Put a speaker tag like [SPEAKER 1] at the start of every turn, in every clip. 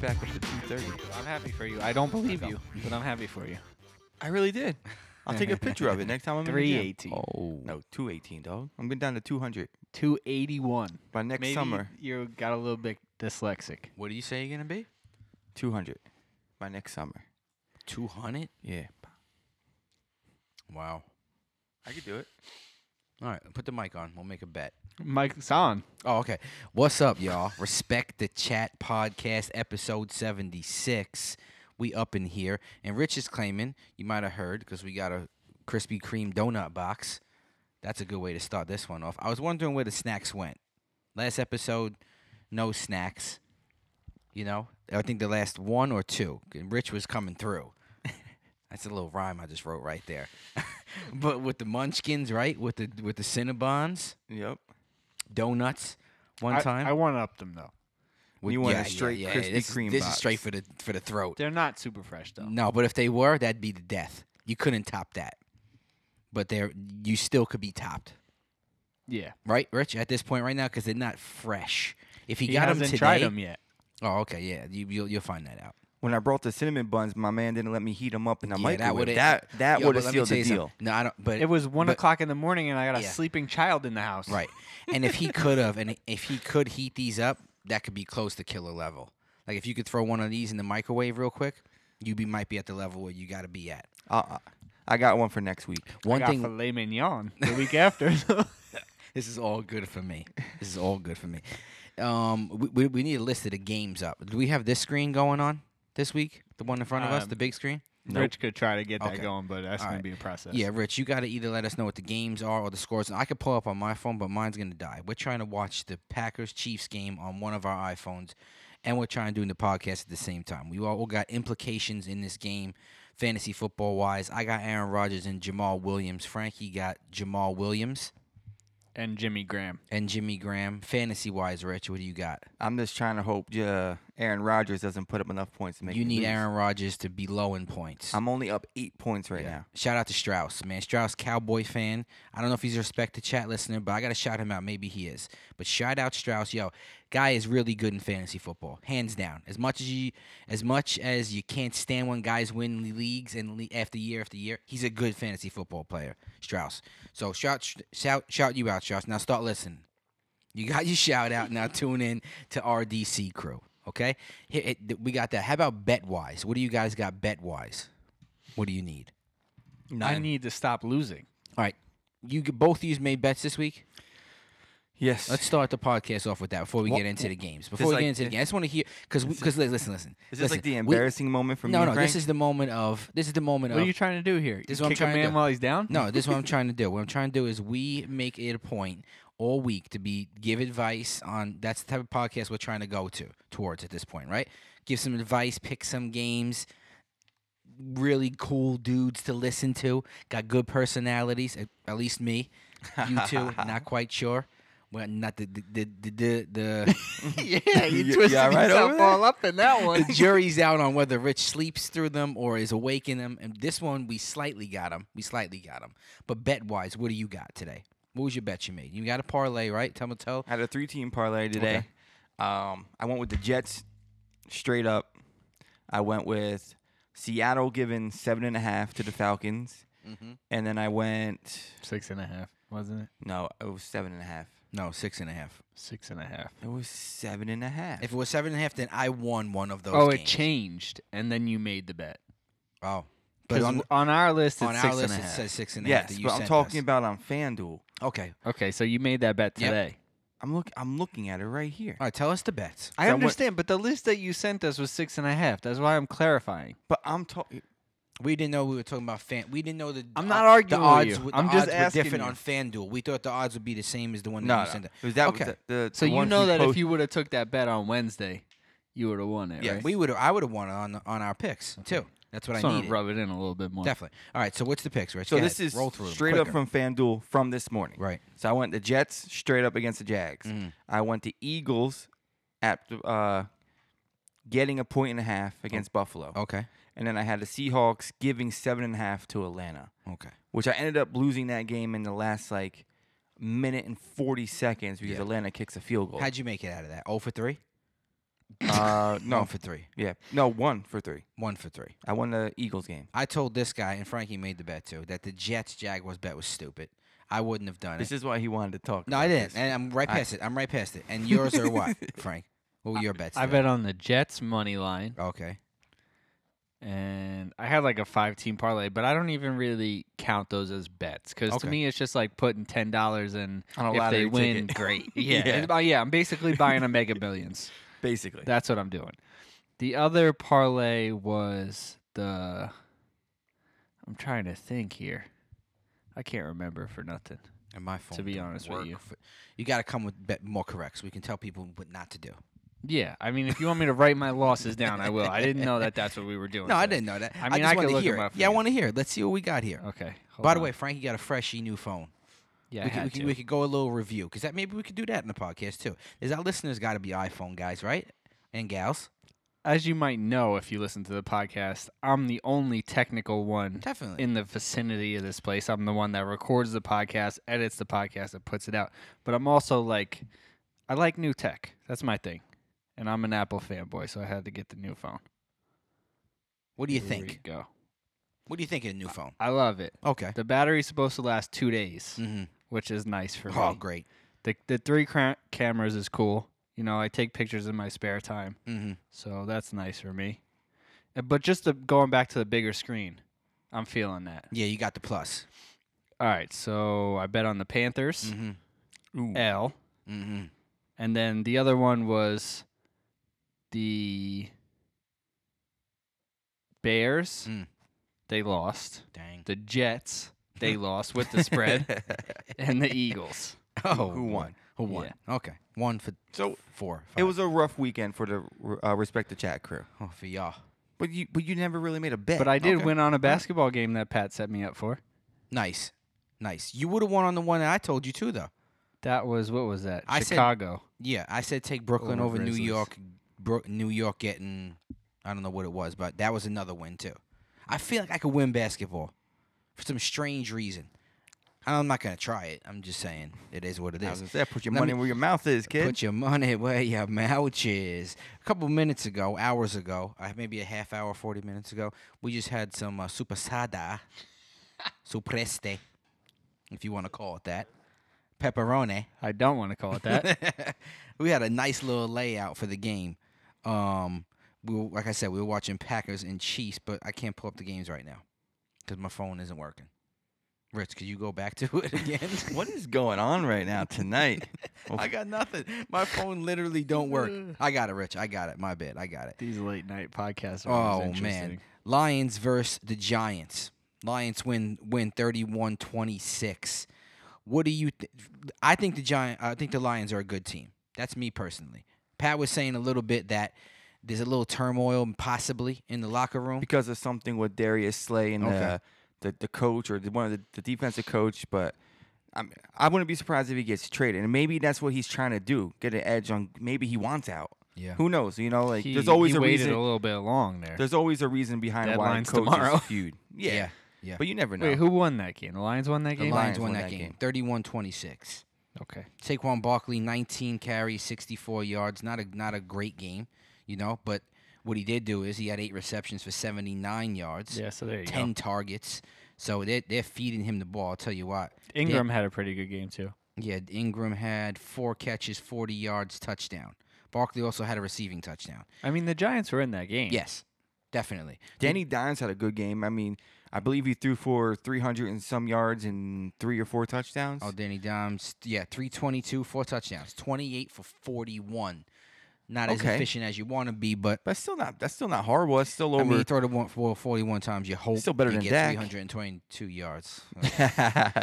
[SPEAKER 1] back up to 230.
[SPEAKER 2] I'm happy for you. I don't believe you, but I'm happy for you.
[SPEAKER 1] I really did. I'll take a picture of it next time I'm in the gym.
[SPEAKER 2] 318.
[SPEAKER 3] Oh.
[SPEAKER 1] No, 218, dog. I'm getting down to 200
[SPEAKER 2] 281.
[SPEAKER 1] by next
[SPEAKER 2] Maybe
[SPEAKER 1] summer.
[SPEAKER 2] you got a little bit dyslexic.
[SPEAKER 3] What do you say you're gonna be?
[SPEAKER 1] 200 by next summer.
[SPEAKER 3] Two hundred.
[SPEAKER 1] Yeah,
[SPEAKER 3] Wow.
[SPEAKER 1] I could do it.
[SPEAKER 3] All right, put the mic on. We'll make a bet.
[SPEAKER 2] Mike's on.
[SPEAKER 3] Oh, okay. What's up, y'all? Respect the Chat podcast, episode 76. We up in here. And Rich is claiming, you might have heard, because we got a Krispy Kreme donut box. That's a good way to start this one off. I was wondering where the snacks went. Last episode, no snacks. You know, I think the last one or two, and Rich was coming through. That's a little rhyme I just wrote right there. but with the munchkins, right? With the with the Cinnabons,
[SPEAKER 1] Yep.
[SPEAKER 3] donuts. One
[SPEAKER 2] I-
[SPEAKER 3] time,
[SPEAKER 2] I, want to up them though.
[SPEAKER 3] With-
[SPEAKER 1] You want a straight Krispy
[SPEAKER 3] this, is-
[SPEAKER 1] Kreme
[SPEAKER 3] This
[SPEAKER 1] box.
[SPEAKER 3] is straight for the for the throat.
[SPEAKER 2] They're not super fresh though.
[SPEAKER 3] No, but if they were, that'd be the death. You couldn't top that. But they're you still could be topped,
[SPEAKER 2] Yeah.
[SPEAKER 3] right, Rich? At this point, right now, because they're not fresh. If you
[SPEAKER 2] He
[SPEAKER 3] got
[SPEAKER 2] hasn't
[SPEAKER 3] them today,
[SPEAKER 2] tried them yet.
[SPEAKER 3] oh, okay, yeah, you you'll, you'll find that out.
[SPEAKER 1] When I brought the cinnamon buns, my man didn't let me heat them up in the
[SPEAKER 3] yeah,
[SPEAKER 1] microwave.
[SPEAKER 3] would've-
[SPEAKER 1] That that
[SPEAKER 3] Yo,
[SPEAKER 1] would have
[SPEAKER 3] but let me
[SPEAKER 1] sealed
[SPEAKER 3] tell
[SPEAKER 1] the
[SPEAKER 3] you
[SPEAKER 1] deal.
[SPEAKER 3] something. No, I don't. But
[SPEAKER 2] It was one
[SPEAKER 3] but-
[SPEAKER 2] o'clock in the morning, and I got a
[SPEAKER 3] Yeah.
[SPEAKER 2] sleeping child in the house.
[SPEAKER 3] Right. And if he could have, and if he could heat these up, that could be close to killer level. Like if you could throw one of these in the microwave real quick, you be might be at the level where you got to be at.
[SPEAKER 1] Uh, uh, I got one for next week.
[SPEAKER 3] One
[SPEAKER 2] I got
[SPEAKER 3] thing.
[SPEAKER 2] filet mignon the week after. so-
[SPEAKER 3] this is all good for me. This is all good for me. Um, we, we, we need a list of the games up. Do we have this screen going on this week? The one in front of us,
[SPEAKER 2] Um,
[SPEAKER 3] the big screen.
[SPEAKER 2] Rich could try to get that
[SPEAKER 3] Okay.
[SPEAKER 2] going, but that's
[SPEAKER 3] All
[SPEAKER 2] gonna
[SPEAKER 3] right.
[SPEAKER 2] be a process.
[SPEAKER 3] Yeah, Rich, you got to either let us know what the games are or the scores. And I could pull up on my phone, but mine's going to die. We're trying to watch the Packers Chiefs game on one of our iPhones, and we're trying to do the podcast at the same time. We all got implications in this game, fantasy football wise. I got Aaron Rodgers and Jamal Williams. Frankie got Jamal Williams
[SPEAKER 2] And Jimmy Graham.
[SPEAKER 3] and Jimmy Graham. Fantasy wise, Rich, what do you got?
[SPEAKER 1] I'm just trying to hope uh, Aaron Rodgers doesn't put up enough points to make
[SPEAKER 3] you
[SPEAKER 1] me
[SPEAKER 3] need
[SPEAKER 1] lose.
[SPEAKER 3] Aaron Rodgers to be low in points.
[SPEAKER 1] I'm only up eight points right
[SPEAKER 3] Yeah.
[SPEAKER 1] now.
[SPEAKER 3] Shout out to Strauss, man. Strauss, Cowboy fan. I don't know if he's a respected chat listener, but I got to shout him out. Maybe he is. But shout out Strauss, yo. Guy is really good in fantasy football, hands down. As much as you, as much as you can't stand when guys win leagues and le- after year after year, he's a good fantasy football player, Strauss. So shout, shout, shout you out, Strauss. Now start listening. You got your shout out. Now tune in to RDC crew. Okay, Here- it- th- we got that. How about bet wise? What do you guys got bet wise? What do you need?
[SPEAKER 2] I need to stop losing.
[SPEAKER 3] All right. You g- both of you made bets this week.
[SPEAKER 1] Yes.
[SPEAKER 3] Let's start the podcast off with that before we
[SPEAKER 1] Well,
[SPEAKER 3] get into the games. Before we
[SPEAKER 1] like-
[SPEAKER 3] get into the game, I just want to hear because because listen, listen.
[SPEAKER 1] is this like
[SPEAKER 3] listen,
[SPEAKER 1] the
[SPEAKER 3] we-
[SPEAKER 1] embarrassing moment for me?
[SPEAKER 3] no,
[SPEAKER 1] and
[SPEAKER 3] no.
[SPEAKER 1] Frank?
[SPEAKER 3] This is the moment of. This is the moment
[SPEAKER 2] What
[SPEAKER 3] of.
[SPEAKER 2] are you trying to do here?
[SPEAKER 3] This is
[SPEAKER 2] you
[SPEAKER 3] what I'm
[SPEAKER 2] kick
[SPEAKER 3] trying
[SPEAKER 2] a
[SPEAKER 3] to
[SPEAKER 2] man
[SPEAKER 3] do.
[SPEAKER 2] while he's down?
[SPEAKER 3] no, this is what I'm trying to do. What I'm trying to do is we make it a point all week to be give advice on. That's the type of podcast we're trying to go to towards at this point, right? Give some advice, pick some games. Really cool dudes to listen to. Got good personalities. At, at least me. You two, not quite sure. Well, not the the the the, the, the
[SPEAKER 2] yeah,
[SPEAKER 1] you You- you twisted all right yourself over there? all
[SPEAKER 2] up in that
[SPEAKER 3] the jury's out on whether Rich sleeps through them or is awake in them. And this one, we slightly got him. We slightly got him. But bet wise, what do you got today? What was your bet you made? You got a parlay, right? Tell me, tell.
[SPEAKER 1] I had a three team parlay today. Um, I went with the Jets straight up. I went with Seattle giving seven and a half to the Falcons. And then I went,
[SPEAKER 2] Six and a half, wasn't it?
[SPEAKER 1] no, it was seven and a half.
[SPEAKER 3] No, six and a half.
[SPEAKER 2] Six and a half.
[SPEAKER 1] It was seven and a half.
[SPEAKER 3] If it was seven and a half, then I won one of those.
[SPEAKER 2] oh, it
[SPEAKER 3] games.
[SPEAKER 2] changed, and then you made the bet.
[SPEAKER 3] Oh, but
[SPEAKER 2] Because
[SPEAKER 3] on,
[SPEAKER 2] on, our list, it's
[SPEAKER 3] on
[SPEAKER 2] six
[SPEAKER 3] our
[SPEAKER 2] and
[SPEAKER 3] list
[SPEAKER 2] a
[SPEAKER 3] it
[SPEAKER 2] half.
[SPEAKER 3] says six and a half.
[SPEAKER 1] yes,
[SPEAKER 3] that you
[SPEAKER 1] but I'm
[SPEAKER 3] sent
[SPEAKER 1] talking
[SPEAKER 3] us.
[SPEAKER 1] about on FanDuel.
[SPEAKER 3] Okay,
[SPEAKER 2] Okay, so you made that bet
[SPEAKER 3] Yep.
[SPEAKER 2] today.
[SPEAKER 1] I'm look. I'm looking at it right here.
[SPEAKER 3] all right. Tell us the bets.
[SPEAKER 2] I
[SPEAKER 1] So I went-
[SPEAKER 2] understand, but the list that you sent us was six and a half. That's why I'm clarifying.
[SPEAKER 1] But I'm talking.
[SPEAKER 3] We didn't know we were talking about fan. We didn't know the.
[SPEAKER 2] I'm
[SPEAKER 3] the
[SPEAKER 2] not
[SPEAKER 3] o-
[SPEAKER 2] arguing
[SPEAKER 3] The
[SPEAKER 2] with
[SPEAKER 3] odds,
[SPEAKER 2] you.
[SPEAKER 3] were- the
[SPEAKER 2] I'm just
[SPEAKER 3] odds
[SPEAKER 2] asking
[SPEAKER 3] were different
[SPEAKER 2] you.
[SPEAKER 3] on FanDuel. We thought the odds would be the same as the one that
[SPEAKER 1] No,
[SPEAKER 3] you
[SPEAKER 1] no.
[SPEAKER 3] sent. us.
[SPEAKER 1] It was that was
[SPEAKER 3] Okay.
[SPEAKER 1] the, the,
[SPEAKER 2] So
[SPEAKER 1] the
[SPEAKER 2] you
[SPEAKER 1] one
[SPEAKER 2] know
[SPEAKER 1] he
[SPEAKER 2] that if
[SPEAKER 1] posted.
[SPEAKER 2] you would have took that bet on Wednesday, you would have won it,
[SPEAKER 1] Yes.
[SPEAKER 2] right?
[SPEAKER 3] We would. I would have won on on our picks too. That's what
[SPEAKER 2] Just
[SPEAKER 3] I
[SPEAKER 2] want
[SPEAKER 3] needed.
[SPEAKER 2] to rub it in a little bit more.
[SPEAKER 3] Definitely. All right. So what's the picks, Rich?
[SPEAKER 1] So
[SPEAKER 3] Go
[SPEAKER 1] this
[SPEAKER 3] ahead.
[SPEAKER 1] is
[SPEAKER 3] roll through 'em
[SPEAKER 1] straight up
[SPEAKER 3] quicker.
[SPEAKER 1] from FanDuel from Mm-hmm. this morning.
[SPEAKER 3] right. Mm-hmm.
[SPEAKER 1] So I went the Jets straight up against the Jags. I went the Eagles at uh, getting a point and a half
[SPEAKER 3] Oh.
[SPEAKER 1] against Buffalo.
[SPEAKER 3] Okay.
[SPEAKER 1] And then I had the Seahawks giving seven and a half to Atlanta,
[SPEAKER 3] Okay.
[SPEAKER 1] which I ended up losing that game in the last like minute and 40 seconds because
[SPEAKER 3] Yeah.
[SPEAKER 1] Atlanta kicks a field goal.
[SPEAKER 3] How'd you make it out of that? Oh for three.
[SPEAKER 1] Uh,
[SPEAKER 3] One
[SPEAKER 1] no,
[SPEAKER 3] for three.
[SPEAKER 1] yeah, no, one for three.
[SPEAKER 3] One for three.
[SPEAKER 1] I won the Eagles game.
[SPEAKER 3] I told this guy, and Frankie made the bet too, that the Jets Jaguars bet was stupid. I wouldn't have done it.
[SPEAKER 1] This is why he wanted to talk.
[SPEAKER 3] No, I
[SPEAKER 1] about
[SPEAKER 3] didn't.
[SPEAKER 1] this.
[SPEAKER 3] And I'm right
[SPEAKER 1] I-
[SPEAKER 3] past it. I'm right past it. And yours are what, Frank? What were your bets?
[SPEAKER 2] I
[SPEAKER 3] today?
[SPEAKER 2] bet on the Jets money line,
[SPEAKER 3] Okay.
[SPEAKER 2] and I had like a five-team parlay, but I don't even really count those as bets because
[SPEAKER 3] Okay.
[SPEAKER 2] to me it's just like putting ten dollars in.
[SPEAKER 1] On a
[SPEAKER 2] if
[SPEAKER 1] lottery
[SPEAKER 2] they win,
[SPEAKER 1] ticket.
[SPEAKER 2] great. Yeah,
[SPEAKER 1] Yeah.
[SPEAKER 2] And, uh, yeah. I'm basically buying a Mega Millions.
[SPEAKER 1] basically,
[SPEAKER 2] That's what I'm doing. The other parlay was the. I'm trying to think here. I can't remember for nothing.
[SPEAKER 3] And my phone.
[SPEAKER 2] be
[SPEAKER 3] don't
[SPEAKER 2] honest with
[SPEAKER 3] work
[SPEAKER 2] you.
[SPEAKER 3] for- you got to come with bet more correct, so we can tell people what not to do.
[SPEAKER 2] Yeah, I mean, if you want me to write my losses down, I will. I didn't know that that's what we were doing.
[SPEAKER 3] No, I
[SPEAKER 2] today.
[SPEAKER 3] didn't know that.
[SPEAKER 2] I mean,
[SPEAKER 3] just
[SPEAKER 2] I
[SPEAKER 3] wanted
[SPEAKER 2] could
[SPEAKER 3] to
[SPEAKER 2] look
[SPEAKER 3] hear
[SPEAKER 2] them
[SPEAKER 3] it.
[SPEAKER 2] up for
[SPEAKER 3] Yeah, I
[SPEAKER 2] you.
[SPEAKER 3] want to hear. it. Let's see what we got here.
[SPEAKER 2] Okay. hold
[SPEAKER 3] By the
[SPEAKER 2] on.
[SPEAKER 3] way, Frankie got a freshy new phone.
[SPEAKER 2] yeah, I
[SPEAKER 3] we could, we
[SPEAKER 2] had
[SPEAKER 3] could,
[SPEAKER 2] to.
[SPEAKER 3] we could go a little review because that maybe we could do that in the podcast too. Is our listeners got to be iPhone guys, right? And gals,
[SPEAKER 2] As you might know, if you listen to the podcast, I'm the only technical one
[SPEAKER 3] definitely.
[SPEAKER 2] in the vicinity of this place. I'm the one that records the podcast, edits the podcast, and puts it out. But I'm also like, I like new tech. That's my thing. And I'm an Apple fanboy, so I had to get the new phone.
[SPEAKER 3] what do you
[SPEAKER 2] Here we
[SPEAKER 3] think?
[SPEAKER 2] go.
[SPEAKER 3] What do you think of the
[SPEAKER 2] Uh,
[SPEAKER 3] new phone?
[SPEAKER 2] I love it.
[SPEAKER 3] Okay.
[SPEAKER 2] The battery's supposed to last two days,
[SPEAKER 3] hmm
[SPEAKER 2] which is nice for me.
[SPEAKER 3] Oh, great.
[SPEAKER 2] The the three cra- cameras is cool. You know, I take pictures in my spare time,
[SPEAKER 3] hmm
[SPEAKER 2] so that's nice for me. Uh, But just the, going back to the bigger screen, I'm feeling that.
[SPEAKER 3] Yeah, you got the plus.
[SPEAKER 2] All right, so I bet on the Panthers
[SPEAKER 3] hmm
[SPEAKER 1] Ooh.
[SPEAKER 2] L,
[SPEAKER 3] hmm
[SPEAKER 2] and then the other one was the Bears.
[SPEAKER 3] Mm.
[SPEAKER 2] They lost.
[SPEAKER 3] Dang.
[SPEAKER 2] The Jets. They lost with the spread, and the Eagles.
[SPEAKER 3] oh,
[SPEAKER 1] who
[SPEAKER 3] boy.
[SPEAKER 1] won?
[SPEAKER 3] Who won? Okay, one for
[SPEAKER 1] So
[SPEAKER 3] four.
[SPEAKER 1] it
[SPEAKER 3] five.
[SPEAKER 1] was a rough weekend for the uh, respect the chat crew.
[SPEAKER 3] oh, for y'all.
[SPEAKER 1] But you, but you never really made a bet.
[SPEAKER 2] But I did
[SPEAKER 1] Okay.
[SPEAKER 2] win on a basketball game that Pat set me up for.
[SPEAKER 3] Nice, nice. You would have won on the one that I told you too, though.
[SPEAKER 2] That was what was that?
[SPEAKER 3] I said-
[SPEAKER 2] Chicago.
[SPEAKER 3] Yeah, I said take Brooklyn
[SPEAKER 2] Over
[SPEAKER 3] over, New
[SPEAKER 2] Grizzlies.
[SPEAKER 3] York. Bro- New York getting, I don't know what it was, but that was another win too. I feel like I could win basketball for some strange reason. I'm not gonna try it. I'm just saying it is what it
[SPEAKER 1] I was
[SPEAKER 3] is.
[SPEAKER 1] gonna say, put your
[SPEAKER 3] Let
[SPEAKER 1] money
[SPEAKER 3] me-
[SPEAKER 1] where your mouth is, kid.
[SPEAKER 3] Put your money where your mouth is. A couple minutes ago, hours ago, uh, maybe a half hour, 40 minutes ago, we just had some uh, super sada, supreste, if you want to call it that, pepperoni.
[SPEAKER 2] I don't want to call it that.
[SPEAKER 3] we had a nice little layout for the game. Um, we were, like I said, we were watching Packers and Chiefs, but I can't pull up the games right now because my phone isn't working. Rich, could you go back to it again?
[SPEAKER 1] what is going on right now tonight?
[SPEAKER 3] I got nothing. My phone literally don't work. I got it, Rich. I got it. My bad. I got it.
[SPEAKER 2] These late night podcasts are
[SPEAKER 3] Oh man. Lions versus the Giants. Lions win win 31-26. What do you th- I think the Giant I think the Lions are a good team. That's me personally. Pat was saying a little bit that there's a little turmoil possibly in the locker room.
[SPEAKER 1] because of something with Darius Slay and uh,
[SPEAKER 3] Okay.
[SPEAKER 1] the, the the coach or the, one of the, the defensive coach, but I'm, I wouldn't be surprised if he gets traded, and maybe that's what he's trying to do: get an edge on. Maybe he wants out.
[SPEAKER 3] Yeah.
[SPEAKER 1] Who knows? You know, like
[SPEAKER 2] He,
[SPEAKER 1] there's always
[SPEAKER 2] he
[SPEAKER 1] a
[SPEAKER 2] waited
[SPEAKER 1] reason.
[SPEAKER 2] a little bit long there.
[SPEAKER 1] there's always a reason behind why a
[SPEAKER 2] Deadline's
[SPEAKER 1] coach
[SPEAKER 2] tomorrow.
[SPEAKER 1] is feud. Yeah.
[SPEAKER 3] Yeah. Yeah.
[SPEAKER 1] but you never know.
[SPEAKER 2] Wait, who won that game? The Lions won that
[SPEAKER 3] The
[SPEAKER 2] game.
[SPEAKER 3] Lions won that game. 31-26.
[SPEAKER 2] Okay.
[SPEAKER 3] Saquon Barkley 19 carries, 64 yards. Not a not a great game, you know, but what he did do is he had 8 receptions for 79 yards.
[SPEAKER 2] Yeah. So there you
[SPEAKER 3] 10
[SPEAKER 2] go.
[SPEAKER 3] targets. So they're, they're feeding him the ball. I'll tell you what.
[SPEAKER 2] Ingram had a pretty good game too.
[SPEAKER 3] Yeah, Ingram had four catches, 40 yards, touchdown. Barkley also had a receiving touchdown.
[SPEAKER 2] I mean, the Giants were in that game.
[SPEAKER 3] Yes, definitely.
[SPEAKER 1] Danny Dimes had a good game. I mean, I believe he threw for 300 and some yards and three or four touchdowns.
[SPEAKER 3] Oh, Danny Dimes. Yeah, 322, four touchdowns, 28 for 41. Not as
[SPEAKER 1] Okay.
[SPEAKER 3] efficient as you want to be, but
[SPEAKER 1] That's still not. That's still not horrible. That's still
[SPEAKER 3] I
[SPEAKER 1] over.
[SPEAKER 3] mean, you throw the one for 41 times, you hope
[SPEAKER 1] Still better
[SPEAKER 3] you
[SPEAKER 1] than
[SPEAKER 3] get
[SPEAKER 1] Dak.
[SPEAKER 3] 322 yards.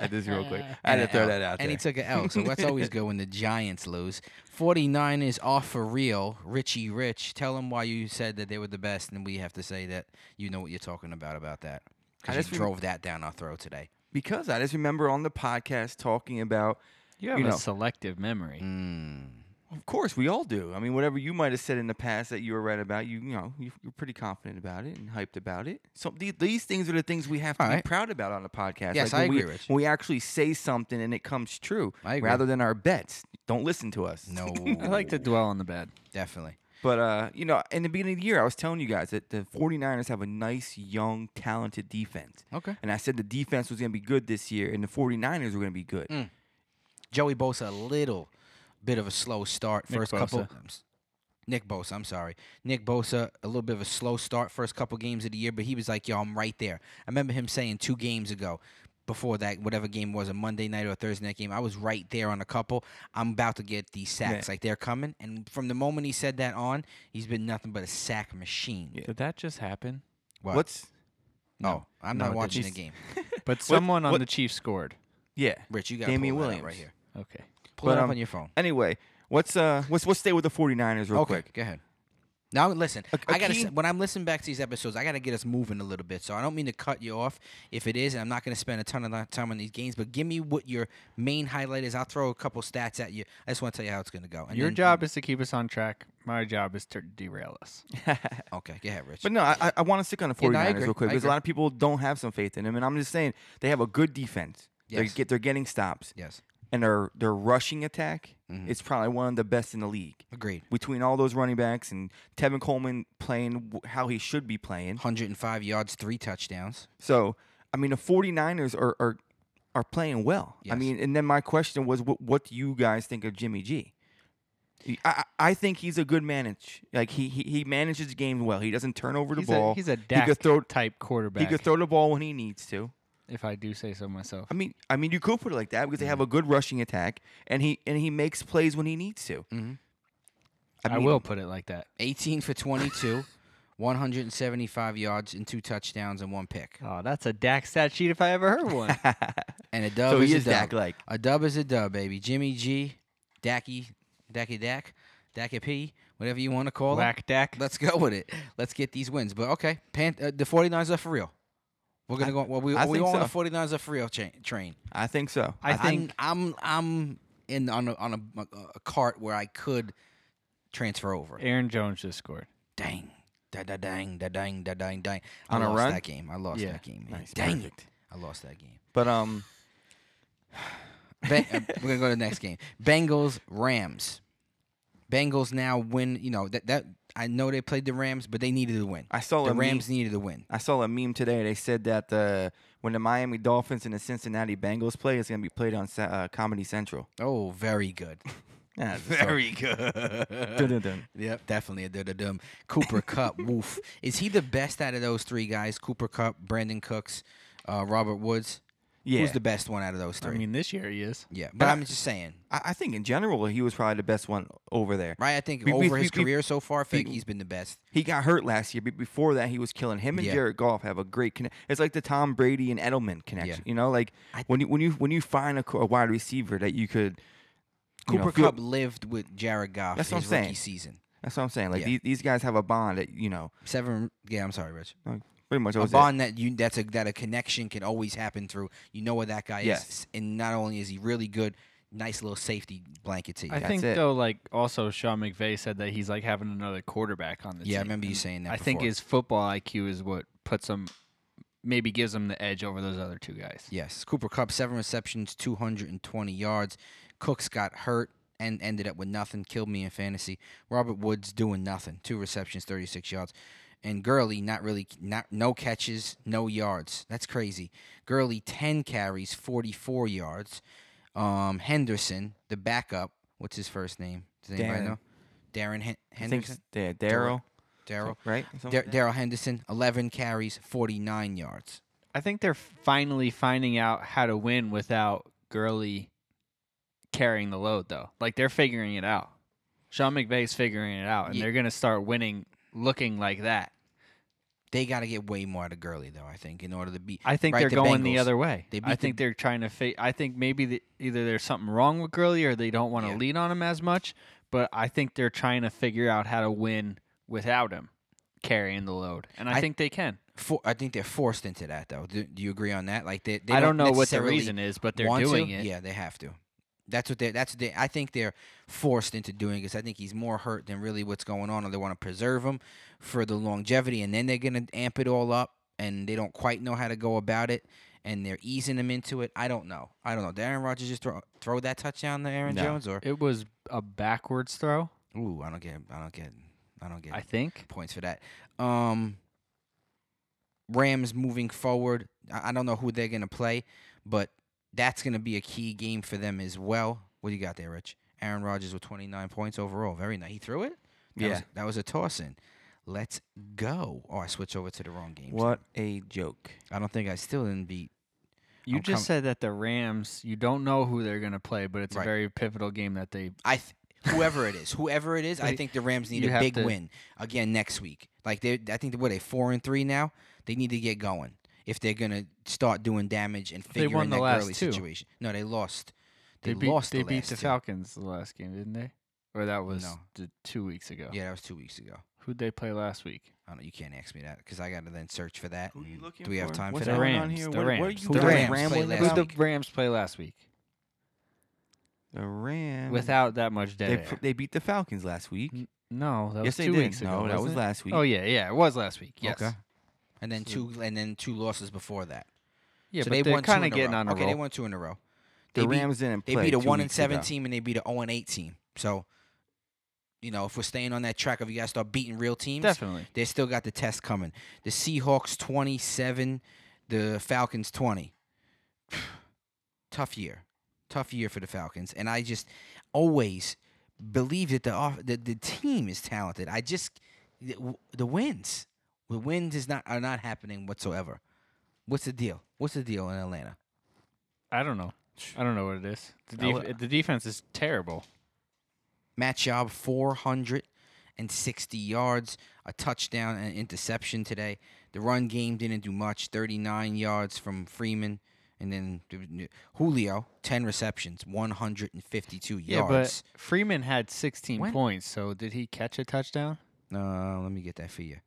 [SPEAKER 1] this real quick. I had
[SPEAKER 3] and
[SPEAKER 1] to
[SPEAKER 3] a
[SPEAKER 1] throw
[SPEAKER 3] L.
[SPEAKER 1] that out there.
[SPEAKER 3] And he took an L, so that's always good when the Giants lose. 49ers are for real. Richie Rich, tell them why you said that they were the best, and we have to say that you know what you're talking about about that.
[SPEAKER 1] I
[SPEAKER 3] Because
[SPEAKER 1] just
[SPEAKER 3] you
[SPEAKER 1] rem-
[SPEAKER 3] drove that down our throat today.
[SPEAKER 1] because I just remember on the podcast talking about.
[SPEAKER 2] You have
[SPEAKER 1] You
[SPEAKER 2] a
[SPEAKER 1] know.
[SPEAKER 2] selective memory.
[SPEAKER 3] Mm.
[SPEAKER 1] Of course, we all do. I mean, whatever you might have said in the past that you were right about, you you know, you- you're pretty confident about it and hyped about it. So the- these things are the things we have to
[SPEAKER 3] All
[SPEAKER 1] be
[SPEAKER 3] right.
[SPEAKER 1] proud about on the podcast.
[SPEAKER 3] Yes, I
[SPEAKER 1] when
[SPEAKER 3] agree,
[SPEAKER 1] we,
[SPEAKER 3] Rich.
[SPEAKER 1] When we actually say something and it comes true,
[SPEAKER 3] I agree.
[SPEAKER 1] rather than our bets. Don't listen to us.
[SPEAKER 3] No.
[SPEAKER 2] I like to dwell on the bad.
[SPEAKER 3] Definitely.
[SPEAKER 1] But uh, you know, in the beginning of the year, I was telling you guys that the 49ers have a nice, young, talented defense.
[SPEAKER 3] Okay.
[SPEAKER 1] And I said the defense was going to be good this year, and the 49ers were going to be
[SPEAKER 3] Mm,
[SPEAKER 1] good.
[SPEAKER 3] Joey Bosa a little bit of a slow start
[SPEAKER 2] Nick
[SPEAKER 3] first couple.
[SPEAKER 2] Bosa.
[SPEAKER 3] I'm s- Nick Bosa, I'm sorry. Nick Bosa, a little bit of a slow start first couple games of the year, but he was like, "Yo, I'm right there." I remember him saying two games ago, before that whatever game was a Monday night or a Thursday night game, I was right there on a couple. I'm about to get these sacks, like they're coming. And from the moment he said that on, he's been nothing but a sack machine.
[SPEAKER 1] Yeah.
[SPEAKER 2] Did that just happen?
[SPEAKER 3] What?
[SPEAKER 1] What's
[SPEAKER 3] No, I'm
[SPEAKER 2] No,
[SPEAKER 3] not
[SPEAKER 2] it
[SPEAKER 3] watching the
[SPEAKER 1] didn't.
[SPEAKER 3] game.
[SPEAKER 2] But someone on
[SPEAKER 1] what-
[SPEAKER 2] the Chiefs scored.
[SPEAKER 1] yeah?
[SPEAKER 3] Rich, you got to pull
[SPEAKER 1] Damian
[SPEAKER 3] that out right
[SPEAKER 1] Williams.
[SPEAKER 3] here.
[SPEAKER 2] Okay.
[SPEAKER 3] Pull
[SPEAKER 1] But,
[SPEAKER 3] it up
[SPEAKER 1] um,
[SPEAKER 3] on your phone.
[SPEAKER 1] Anyway, what's uh, let's let's stay with the 49ers real
[SPEAKER 3] okay,
[SPEAKER 1] quick.
[SPEAKER 3] go ahead. Now listen,
[SPEAKER 1] A- a
[SPEAKER 3] I gotta
[SPEAKER 1] key-
[SPEAKER 3] s- when I'm listening back to these episodes, I gotta get us moving a little bit. So I don't mean to cut you off if it is, and I'm not gonna spend a ton of li- time on these games. But give me what your main highlight is. I'll throw a couple stats at you. I just want to tell you how it's gonna go. And
[SPEAKER 2] Your
[SPEAKER 3] then-
[SPEAKER 2] job is to keep us on track. My job is to derail us.
[SPEAKER 3] okay? Go ahead, Rich.
[SPEAKER 1] But no, I, I- I want to stick on the
[SPEAKER 3] Yeah,
[SPEAKER 1] 49ers
[SPEAKER 3] no, I agree.
[SPEAKER 1] real quick
[SPEAKER 3] I
[SPEAKER 1] because a
[SPEAKER 3] agree.
[SPEAKER 1] lot of people don't have some faith in them, and I'm just saying they have a good defense. They
[SPEAKER 3] Yes.
[SPEAKER 1] get they're getting stops,
[SPEAKER 3] yes,
[SPEAKER 1] and their their rushing attack
[SPEAKER 3] Mm-hmm.
[SPEAKER 1] is probably one of the best in the league.
[SPEAKER 3] agreed.
[SPEAKER 1] Between all those running backs and Tevin Coleman playing w- how he should be playing,
[SPEAKER 3] 105 yards, three touchdowns.
[SPEAKER 1] so I mean the 49ers are are, are playing well. I
[SPEAKER 3] Yes.
[SPEAKER 1] mean, and then my question was, what what do you guys think of Jimmy G? I- I, I think he's a good manage. Like he he, he manages the game well. He doesn't turn over the
[SPEAKER 2] he's,
[SPEAKER 1] ball.
[SPEAKER 2] A, he's a
[SPEAKER 1] He
[SPEAKER 2] Dak
[SPEAKER 1] could throw
[SPEAKER 2] type quarterback.
[SPEAKER 1] He could throw the ball when he needs to.
[SPEAKER 2] if I do say so myself.
[SPEAKER 1] I mean, I mean, you could put it like that
[SPEAKER 2] Mm-hmm.
[SPEAKER 1] because they have a good rushing attack, and he and he makes plays when he needs to.
[SPEAKER 3] Mhm.
[SPEAKER 2] I,
[SPEAKER 1] mean,
[SPEAKER 2] will put it like that.
[SPEAKER 3] 18 for 22, 175 yards and two touchdowns and one pick.
[SPEAKER 2] Oh, that's a Dak stat sheet if I ever heard one.
[SPEAKER 3] And a dub
[SPEAKER 1] So
[SPEAKER 3] is
[SPEAKER 1] he
[SPEAKER 3] a
[SPEAKER 1] is
[SPEAKER 3] dub.
[SPEAKER 1] Dak like.
[SPEAKER 3] A dub is a dub, baby. Jimmy G, Dacky, Dacky Dak, Dacky P, whatever you want to call it.
[SPEAKER 2] Whack Dak.
[SPEAKER 3] Let's go with it. Let's get these wins. But okay, Pan- uh, the 49ers are for real. We're gonna go. Well, we
[SPEAKER 1] I
[SPEAKER 3] we
[SPEAKER 1] think
[SPEAKER 3] on
[SPEAKER 1] so.
[SPEAKER 3] the 49ers are for real cha- train.
[SPEAKER 1] I think so.
[SPEAKER 2] I think
[SPEAKER 3] I'm I'm, I'm in on a, on a, a cart where I could transfer over.
[SPEAKER 2] Aaron Jones just scored.
[SPEAKER 3] Dang. Da da dang da dang da dang dang.
[SPEAKER 1] On
[SPEAKER 3] I
[SPEAKER 1] a
[SPEAKER 3] lost
[SPEAKER 1] run?
[SPEAKER 3] that game. I lost
[SPEAKER 2] Yeah.
[SPEAKER 3] that game. man.
[SPEAKER 1] Nice,
[SPEAKER 3] dang
[SPEAKER 1] perfect.
[SPEAKER 3] it! I lost that game.
[SPEAKER 1] But um,
[SPEAKER 3] Ben- uh, we're gonna go to the next game. Bengals Rams. Bengals now win. You know that that I know they played the Rams, but they needed to win.
[SPEAKER 1] I saw
[SPEAKER 3] the
[SPEAKER 1] a
[SPEAKER 3] Rams
[SPEAKER 1] Meme,
[SPEAKER 3] needed to win.
[SPEAKER 1] I saw a meme today. They said that the when the Miami Dolphins and the Cincinnati Bengals play, it's gonna be played on Sa- uh, Comedy Central.
[SPEAKER 3] Oh, very good.
[SPEAKER 1] Yeah, it's a story.
[SPEAKER 3] Very good.
[SPEAKER 1] Dun-dun-dun.
[SPEAKER 3] Yep, definitely a dum. Cooper Cup, woof. Is he the best out of those three guys? Cooper Cup, Brandon Cooks, uh, Robert Woods.
[SPEAKER 1] Yeah,
[SPEAKER 3] Who's the best one out of those
[SPEAKER 2] I
[SPEAKER 3] three?
[SPEAKER 2] mean, this year he is.
[SPEAKER 3] yeah, but
[SPEAKER 1] I-
[SPEAKER 3] I'm just saying.
[SPEAKER 1] I, I think in general he was probably the best one over there.
[SPEAKER 3] Right, I think
[SPEAKER 1] We- we-
[SPEAKER 3] over his
[SPEAKER 1] we- we-
[SPEAKER 3] career so far, I think
[SPEAKER 1] we-
[SPEAKER 3] he's been the best.
[SPEAKER 1] He got hurt last year, but before that, he was killing. Him and
[SPEAKER 3] Yeah.
[SPEAKER 1] Jared Goff have a great connection. It's like the Tom Brady and Edelman connection. You know, like
[SPEAKER 3] I-
[SPEAKER 1] when you when you when you find a, co- a wide receiver that you could. you know,
[SPEAKER 3] Cooper
[SPEAKER 1] feel-
[SPEAKER 3] Cup lived with Jared Goff
[SPEAKER 1] That's what
[SPEAKER 3] his
[SPEAKER 1] I'm saying.
[SPEAKER 3] rookie season.
[SPEAKER 1] That's what I'm saying. Like
[SPEAKER 3] Yeah.
[SPEAKER 1] these, these guys have a bond that you know
[SPEAKER 3] Seven. Yeah, I'm sorry, Rich.
[SPEAKER 1] pretty much. that
[SPEAKER 3] A
[SPEAKER 1] was it.
[SPEAKER 3] bond that you that's a that a connection can always happen through. You know what that guy is,
[SPEAKER 1] Yes.
[SPEAKER 3] and not only is he really good, nice little safety blanket to you.
[SPEAKER 2] I
[SPEAKER 1] That's
[SPEAKER 2] think
[SPEAKER 1] it.
[SPEAKER 2] though, like also Sean McVay said that he's like having another quarterback on the team.
[SPEAKER 3] yeah, I remember you
[SPEAKER 2] and
[SPEAKER 3] saying that.
[SPEAKER 2] I think
[SPEAKER 3] before.
[SPEAKER 2] his football IQ is what puts him, maybe gives him the edge over those other two guys.
[SPEAKER 3] yes, Cooper Cup seven receptions, 220 yards. Cooks got hurt and ended up with nothing. Killed me in fantasy. Robert Woods doing nothing, two receptions, 36 yards. And Gurley not really not no catches, no yards. That's crazy. Gurley 10 carries, 44 yards. Um, Henderson, the backup, what's his first name? Does anybody
[SPEAKER 1] Darren.
[SPEAKER 3] know? Darren Hen-
[SPEAKER 1] I think
[SPEAKER 3] Henderson.
[SPEAKER 1] it's- yeah, Daryl,
[SPEAKER 3] Daryl.
[SPEAKER 1] right?
[SPEAKER 3] Dar- Daryl Henderson, 11 carries, 49 yards.
[SPEAKER 2] I think they're finally finding out how to win without Gurley carrying the load, though. Like they're figuring it out. Sean McVay's figuring it out, and
[SPEAKER 3] Ye-
[SPEAKER 2] they're going to start winning looking like that.
[SPEAKER 3] They got to get way more out of Gurley though. I think in order to beat.
[SPEAKER 2] I think
[SPEAKER 3] Right,
[SPEAKER 2] they're
[SPEAKER 3] the
[SPEAKER 2] going
[SPEAKER 3] Bengals.
[SPEAKER 2] the other way.
[SPEAKER 3] They
[SPEAKER 2] I
[SPEAKER 3] beat
[SPEAKER 2] think
[SPEAKER 3] the-
[SPEAKER 2] they're trying to. Fa- I think maybe the, either there's something wrong with Gurley or they don't want to
[SPEAKER 3] Yeah.
[SPEAKER 2] lean on him as much. But I think they're trying to figure out how to win without him carrying the load, and I,
[SPEAKER 3] I-
[SPEAKER 2] think they can.
[SPEAKER 3] For, I think they're forced into that though. Do, do you agree on that? Like they. they
[SPEAKER 2] I don't know what the
[SPEAKER 3] necessarily
[SPEAKER 2] reason is, but they're
[SPEAKER 3] want to.
[SPEAKER 2] doing it.
[SPEAKER 3] Yeah, they have to. That's what they. That's what they. I think they're forced into doing because I think he's more hurt than really what's going on, or they want to preserve him for the longevity, and then they're gonna amp it all up, and they don't quite know how to go about it, and they're easing him into it. I don't know. I don't know. Did Aaron Rodgers just throw throw that touchdown to Aaron
[SPEAKER 1] No.
[SPEAKER 3] Jones, or
[SPEAKER 2] It was a backwards throw.
[SPEAKER 3] ooh, I don't get. I don't get. I don't get
[SPEAKER 2] I think.
[SPEAKER 3] points for that. Um, Rams moving forward. I I don't know who they're gonna play, but that's gonna be a key game for them as well. What do you got there, Rich? Aaron Rodgers with 29 points overall. Very nice. He threw it. That
[SPEAKER 1] yeah.
[SPEAKER 3] was, that was a toss in. Let's go. Oh, I switch over to the wrong game.
[SPEAKER 1] what a joke.
[SPEAKER 3] I don't think I still didn't beat.
[SPEAKER 2] You
[SPEAKER 3] I'm
[SPEAKER 2] just
[SPEAKER 3] com-
[SPEAKER 2] said that the Rams, you don't know who they're going to play, but it's
[SPEAKER 3] Right.
[SPEAKER 2] a very pivotal game that they.
[SPEAKER 3] I th- whoever it is, whoever it is, I
[SPEAKER 2] But
[SPEAKER 3] think the Rams need
[SPEAKER 2] you
[SPEAKER 3] a
[SPEAKER 2] have
[SPEAKER 3] big
[SPEAKER 2] to-
[SPEAKER 3] win again next week. Like they, I think what they four and three now. They need to get going if they're gonna start doing damage and
[SPEAKER 2] They won
[SPEAKER 3] figuring
[SPEAKER 2] the
[SPEAKER 3] that
[SPEAKER 2] last
[SPEAKER 3] Gurley
[SPEAKER 2] two.
[SPEAKER 3] situation. No, they lost.
[SPEAKER 2] They,
[SPEAKER 3] They,
[SPEAKER 2] beat,
[SPEAKER 3] lost.
[SPEAKER 2] They
[SPEAKER 3] the
[SPEAKER 2] beat
[SPEAKER 3] last
[SPEAKER 2] the
[SPEAKER 3] two.
[SPEAKER 2] Falcons the last game, didn't they? Or that was
[SPEAKER 3] No.
[SPEAKER 2] the two weeks ago.
[SPEAKER 3] Yeah, that was two weeks ago.
[SPEAKER 2] Who'd they play last week?
[SPEAKER 3] I don't know. You can't ask me that because I gotta then search for that.
[SPEAKER 1] Who are you
[SPEAKER 3] and
[SPEAKER 1] looking
[SPEAKER 3] Do we have
[SPEAKER 1] for?
[SPEAKER 3] time
[SPEAKER 1] What's
[SPEAKER 3] for
[SPEAKER 2] the
[SPEAKER 3] that?
[SPEAKER 1] going on
[SPEAKER 2] Rams, the
[SPEAKER 1] here? What- what are
[SPEAKER 2] Rams.
[SPEAKER 1] you
[SPEAKER 3] The
[SPEAKER 1] doing?
[SPEAKER 3] Rams
[SPEAKER 1] Rambling
[SPEAKER 3] played
[SPEAKER 2] Who
[SPEAKER 3] last
[SPEAKER 1] about
[SPEAKER 2] the
[SPEAKER 3] week.
[SPEAKER 2] Rams play last week?
[SPEAKER 1] the Rams.
[SPEAKER 2] Without that much
[SPEAKER 1] Mm-hmm. they,
[SPEAKER 2] dead
[SPEAKER 1] pr-
[SPEAKER 2] air.
[SPEAKER 1] they beat the Falcons last week.
[SPEAKER 2] N- no, that was
[SPEAKER 1] yes,
[SPEAKER 2] two
[SPEAKER 1] they did.
[SPEAKER 2] weeks ago.
[SPEAKER 1] no, that
[SPEAKER 2] wasn't
[SPEAKER 1] was
[SPEAKER 2] it?
[SPEAKER 1] last week.
[SPEAKER 2] Oh yeah, yeah, it was last week. Yes.
[SPEAKER 3] Okay. And then
[SPEAKER 2] So-
[SPEAKER 3] two, and then two losses before that.
[SPEAKER 2] Yeah,
[SPEAKER 3] so
[SPEAKER 2] but
[SPEAKER 3] they
[SPEAKER 2] they are
[SPEAKER 3] won two
[SPEAKER 2] kind of
[SPEAKER 3] in a
[SPEAKER 2] getting
[SPEAKER 3] row.
[SPEAKER 2] on a
[SPEAKER 3] okay, they
[SPEAKER 2] roll.
[SPEAKER 3] won two in a row.
[SPEAKER 1] The
[SPEAKER 3] they beat-
[SPEAKER 1] Rams didn't
[SPEAKER 3] They
[SPEAKER 1] play.
[SPEAKER 3] beat a
[SPEAKER 1] two
[SPEAKER 3] one and
[SPEAKER 1] weeks ago.
[SPEAKER 3] seven team and they beat a zero and eight team. So, you know, if we're staying on that track of you guys start beating real teams,
[SPEAKER 2] Definitely.
[SPEAKER 3] they still got the test coming. The Seahawks twenty seven, the Falcons twenty. Tough year, tough year for the Falcons, and I just always believe that the off, the, the team is talented. I just the, w- the wins, the wins is not are not happening whatsoever. What's the deal? What's the deal in Atlanta?
[SPEAKER 2] I don't know. I don't know what it is. The,
[SPEAKER 1] I
[SPEAKER 2] def- the defense is terrible.
[SPEAKER 3] Matt Schaub, 460 yards, a touchdown and an interception today. The run game didn't do much, 39 yards from Freeman. And then there was n- Julio, 10 receptions, 152 yards.
[SPEAKER 2] but Freeman had 16
[SPEAKER 3] When-
[SPEAKER 2] points. So did he catch a touchdown?
[SPEAKER 3] Uh, let me get that for you.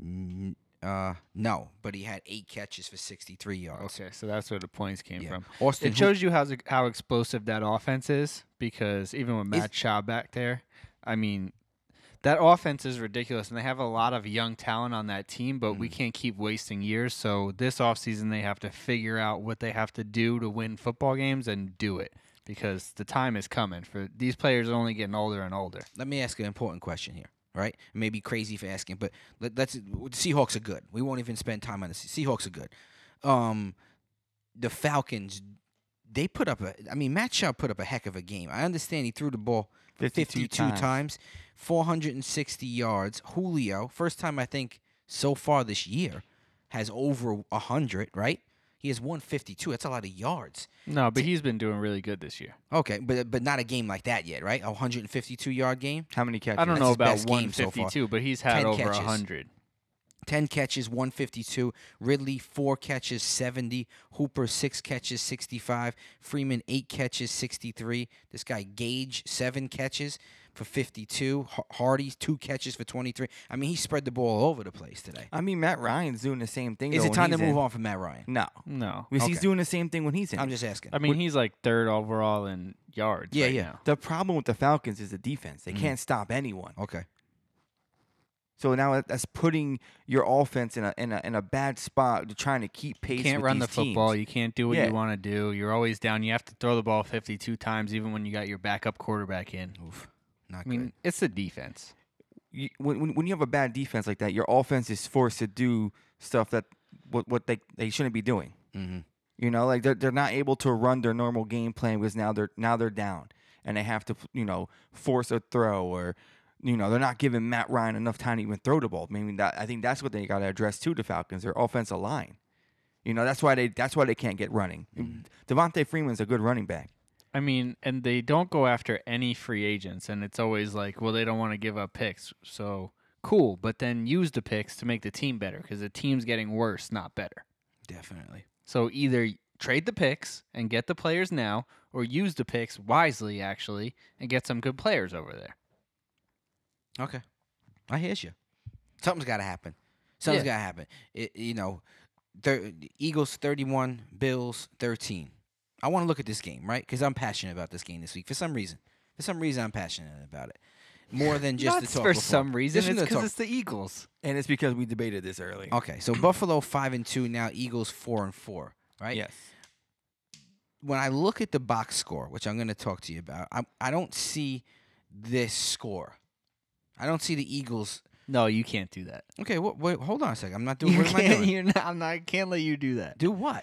[SPEAKER 3] N- uh, no, but he had eight catches for 63 yards.
[SPEAKER 2] Okay, so that's where the points came
[SPEAKER 3] Yeah.
[SPEAKER 2] from.
[SPEAKER 3] Austin
[SPEAKER 2] It shows you how how explosive that offense is because even with
[SPEAKER 3] Is-
[SPEAKER 2] Matt Shaw back there, I mean, that offense is ridiculous, and they have a lot of young talent on that team. But we can't keep wasting years. So this offseason, they have to figure out what they have to do to win football games and do it because the time is coming for these players are only getting older and older.
[SPEAKER 3] let me ask an important question here, right? It may be crazy for asking, but let, let's. The Seahawks are good. We won't even spend time on the Se- Seahawks are good. Um, the Falcons, they put up a. I mean, Matt Schaub put up a heck of a game. I understand he threw the ball
[SPEAKER 1] 52
[SPEAKER 3] 52, times. 460 yards. Julio, first time I think so far this year, has over 100, right? He has 152. That's a lot of yards.
[SPEAKER 2] No, but he's been doing really good this year.
[SPEAKER 3] Okay, but but not a game like that yet, right? A 152 yard game.
[SPEAKER 1] How many catches?
[SPEAKER 2] I don't
[SPEAKER 3] That's
[SPEAKER 2] know
[SPEAKER 3] his
[SPEAKER 2] about
[SPEAKER 3] best game so far.
[SPEAKER 2] 152, but he's had
[SPEAKER 3] 10
[SPEAKER 2] over
[SPEAKER 3] catches.
[SPEAKER 2] 100.
[SPEAKER 3] 10 catches, 152. Ridley, 4 catches, 70. Hooper, 6 catches, 65. Freeman, 8 catches, 63. This guy, Gage, 7 catches for 52. Har- Hardy, 2 catches for 23. I mean, he spread the ball all over the place today.
[SPEAKER 1] I mean, Matt Ryan's doing the same thing.
[SPEAKER 3] Is
[SPEAKER 1] though,
[SPEAKER 3] it
[SPEAKER 1] when
[SPEAKER 3] time to
[SPEAKER 1] he's
[SPEAKER 3] move
[SPEAKER 1] in.
[SPEAKER 3] on from Matt Ryan?
[SPEAKER 1] No,
[SPEAKER 2] No,
[SPEAKER 1] because he's
[SPEAKER 3] Okay.
[SPEAKER 1] doing the same thing when he's in.
[SPEAKER 3] I'm just asking.
[SPEAKER 2] I mean, he's like third overall in yards.
[SPEAKER 3] Yeah,
[SPEAKER 2] right
[SPEAKER 3] yeah.
[SPEAKER 2] now.
[SPEAKER 1] the problem with the Falcons is the defense. They can't stop anyone.
[SPEAKER 3] Okay.
[SPEAKER 1] So now that- that's putting your offense in a in a, in a bad spot, to trying to keep pace.
[SPEAKER 2] You can't
[SPEAKER 1] with
[SPEAKER 2] run the
[SPEAKER 1] these
[SPEAKER 2] football.
[SPEAKER 1] teams.
[SPEAKER 2] You can't do what
[SPEAKER 1] Yeah.
[SPEAKER 2] you want to do. You're always down. You have to throw the ball 52 times, even when you got your backup quarterback in.
[SPEAKER 3] Oof. Not
[SPEAKER 2] I mean,
[SPEAKER 3] good.
[SPEAKER 2] it's the defense.
[SPEAKER 1] You- when, when when you have a bad defense like that, your offense is forced to do stuff that what what they they shouldn't be doing.
[SPEAKER 3] Mm-hmm.
[SPEAKER 1] You know, like they're they're not able to run their normal game plan because now they're now they're down and they have to you know force a throw or you know they're not giving Matt Ryan enough time to even throw the ball. I mean, that I think that's what they got to address too. The Falcons, their offensive line. You know that's why they that's why they can't get running. Devontae Freeman's a good running back.
[SPEAKER 2] I mean, and they don't go after any free agents, and it's always like, well, they don't want to give up picks. So cool, but then use the picks to make the team better because the team's getting worse, not better.
[SPEAKER 3] Definitely.
[SPEAKER 2] So either trade the picks and get the players now, or use the picks wisely, actually, and get some good players over there.
[SPEAKER 3] Okay. I hear you. Something's got to happen. Something's
[SPEAKER 2] Yeah.
[SPEAKER 3] got to happen. It, you know, thir- Eagles 31, Bills 13. I want to look at this game, right? Because I'm passionate about this game this week for some reason. For some reason, I'm passionate about it. More than just
[SPEAKER 2] Not
[SPEAKER 3] the talk.
[SPEAKER 2] for
[SPEAKER 3] before.
[SPEAKER 2] some reason.
[SPEAKER 3] Just from
[SPEAKER 2] It's
[SPEAKER 3] the
[SPEAKER 2] because
[SPEAKER 3] talk.
[SPEAKER 2] it's the Eagles.
[SPEAKER 1] And it's because we debated this early.
[SPEAKER 3] Okay, so Buffalo five and two now. Eagles four and four. Right.
[SPEAKER 1] Yes.
[SPEAKER 3] when I look at the box score, which I'm going to talk to you about, I, I don't see this score. I don't see the Eagles.
[SPEAKER 2] No, you can't do that.
[SPEAKER 3] Okay, what? Wait, hold on a second. I'm not doing.
[SPEAKER 2] You
[SPEAKER 3] What am I
[SPEAKER 2] can't.
[SPEAKER 3] doing?
[SPEAKER 2] You're not, I'm not. I can't let you do that.
[SPEAKER 3] Do what?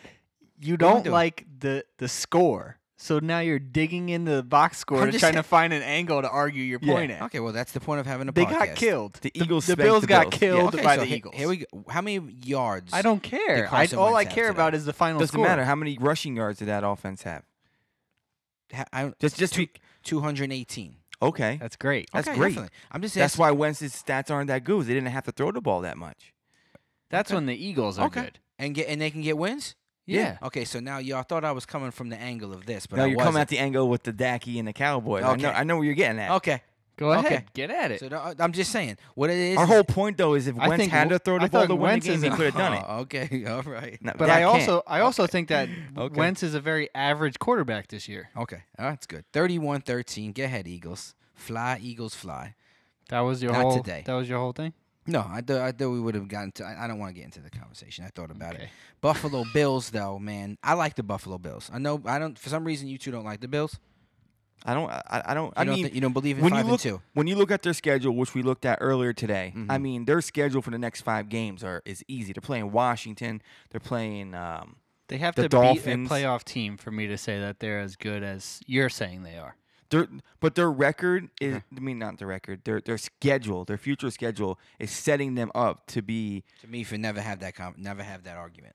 [SPEAKER 2] You
[SPEAKER 3] am I
[SPEAKER 2] don't
[SPEAKER 3] doing?
[SPEAKER 2] like the the score, so now you're digging into the box score
[SPEAKER 3] I'm
[SPEAKER 2] to
[SPEAKER 3] just
[SPEAKER 2] trying
[SPEAKER 3] sa-
[SPEAKER 2] to find an angle to argue your
[SPEAKER 1] Yeah.
[SPEAKER 2] point at.
[SPEAKER 3] Okay, well that's the point of having a
[SPEAKER 2] They
[SPEAKER 3] podcast.
[SPEAKER 2] got killed.
[SPEAKER 1] The Eagles
[SPEAKER 2] The,
[SPEAKER 1] spanked
[SPEAKER 2] Bills
[SPEAKER 1] the
[SPEAKER 2] got
[SPEAKER 1] Bills.
[SPEAKER 2] killed
[SPEAKER 3] okay,
[SPEAKER 2] by
[SPEAKER 3] so
[SPEAKER 2] the
[SPEAKER 3] he-
[SPEAKER 2] Eagles.
[SPEAKER 3] Here we go. How many yards?
[SPEAKER 2] I don't care. I,
[SPEAKER 3] Carson
[SPEAKER 2] all I
[SPEAKER 3] Wentz had
[SPEAKER 2] care
[SPEAKER 3] today.
[SPEAKER 2] about is the final
[SPEAKER 1] Doesn't
[SPEAKER 2] score.
[SPEAKER 1] matter how many rushing yards did that offense have.
[SPEAKER 3] Ha- I,
[SPEAKER 1] Just just to,
[SPEAKER 3] two hundred eighteen.
[SPEAKER 1] okay.
[SPEAKER 2] That's great.
[SPEAKER 1] That's great.
[SPEAKER 3] I'm just
[SPEAKER 1] That's
[SPEAKER 3] asking.
[SPEAKER 1] why Wentz's stats aren't that good. 'cause They didn't have to throw the ball that much.
[SPEAKER 2] That's when the Eagles are
[SPEAKER 3] Okay.
[SPEAKER 2] good.
[SPEAKER 3] and get and they can get wins.
[SPEAKER 2] Yeah.
[SPEAKER 3] Okay, so now y'all thought I was coming from the angle of this, but
[SPEAKER 1] now
[SPEAKER 3] I
[SPEAKER 1] you're
[SPEAKER 3] wasn't.
[SPEAKER 1] coming at the angle with the Dackey and the Cowboys. I know
[SPEAKER 3] Okay.
[SPEAKER 1] I know where you're getting
[SPEAKER 2] Oh,
[SPEAKER 1] at.
[SPEAKER 3] okay.
[SPEAKER 2] Go
[SPEAKER 3] Okay.
[SPEAKER 2] ahead. Get at it.
[SPEAKER 3] So don't- I'm just saying what it is.
[SPEAKER 1] Our
[SPEAKER 3] is-
[SPEAKER 1] whole point though is if
[SPEAKER 2] I
[SPEAKER 1] Wentz
[SPEAKER 2] think Wen-
[SPEAKER 1] had to throw the
[SPEAKER 2] I
[SPEAKER 1] ball
[SPEAKER 2] thought
[SPEAKER 1] to win
[SPEAKER 2] Wentz
[SPEAKER 1] the game,
[SPEAKER 2] is
[SPEAKER 1] he
[SPEAKER 2] a-
[SPEAKER 1] could have done it.
[SPEAKER 3] Oh, okay, all right.
[SPEAKER 1] No,
[SPEAKER 2] But
[SPEAKER 1] that
[SPEAKER 2] I
[SPEAKER 1] can't.
[SPEAKER 2] also I also think that
[SPEAKER 1] Okay.
[SPEAKER 2] Wentz is a very average quarterback this year.
[SPEAKER 3] Okay, all right, that's good. 31-13. Get ahead, Eagles. Fly, Eagles, fly.
[SPEAKER 2] That was your
[SPEAKER 3] Not
[SPEAKER 2] whole
[SPEAKER 3] today.
[SPEAKER 2] that was your whole thing?
[SPEAKER 3] No, I thought I thought we would have gotten to. I, I don't want to get into the conversation. I thought about it.
[SPEAKER 2] Okay.
[SPEAKER 3] Buffalo Bills, though, man, I like the Buffalo Bills. I know I don't. For some reason, you two don't like the Bills.
[SPEAKER 1] I don't I, I don't
[SPEAKER 3] You
[SPEAKER 1] I
[SPEAKER 3] don't
[SPEAKER 1] mean
[SPEAKER 3] thi- you don't believe in
[SPEAKER 1] when you
[SPEAKER 3] five
[SPEAKER 1] look
[SPEAKER 3] and two.
[SPEAKER 1] when you look at their schedule, which we looked at earlier today,
[SPEAKER 2] Mm-hmm.
[SPEAKER 1] I mean their schedule for the next five games are is easy. They're playing Washington. They're playing. Um,
[SPEAKER 2] They have
[SPEAKER 1] The
[SPEAKER 2] to
[SPEAKER 1] Dolphins.
[SPEAKER 2] beat a playoff team for me to say that they're as good as you're saying they are.
[SPEAKER 1] their but their record is
[SPEAKER 2] Mm-hmm.
[SPEAKER 1] I mean not their record. Their their schedule, their future schedule is setting them up to be
[SPEAKER 3] To me, for never have that com- never have that argument.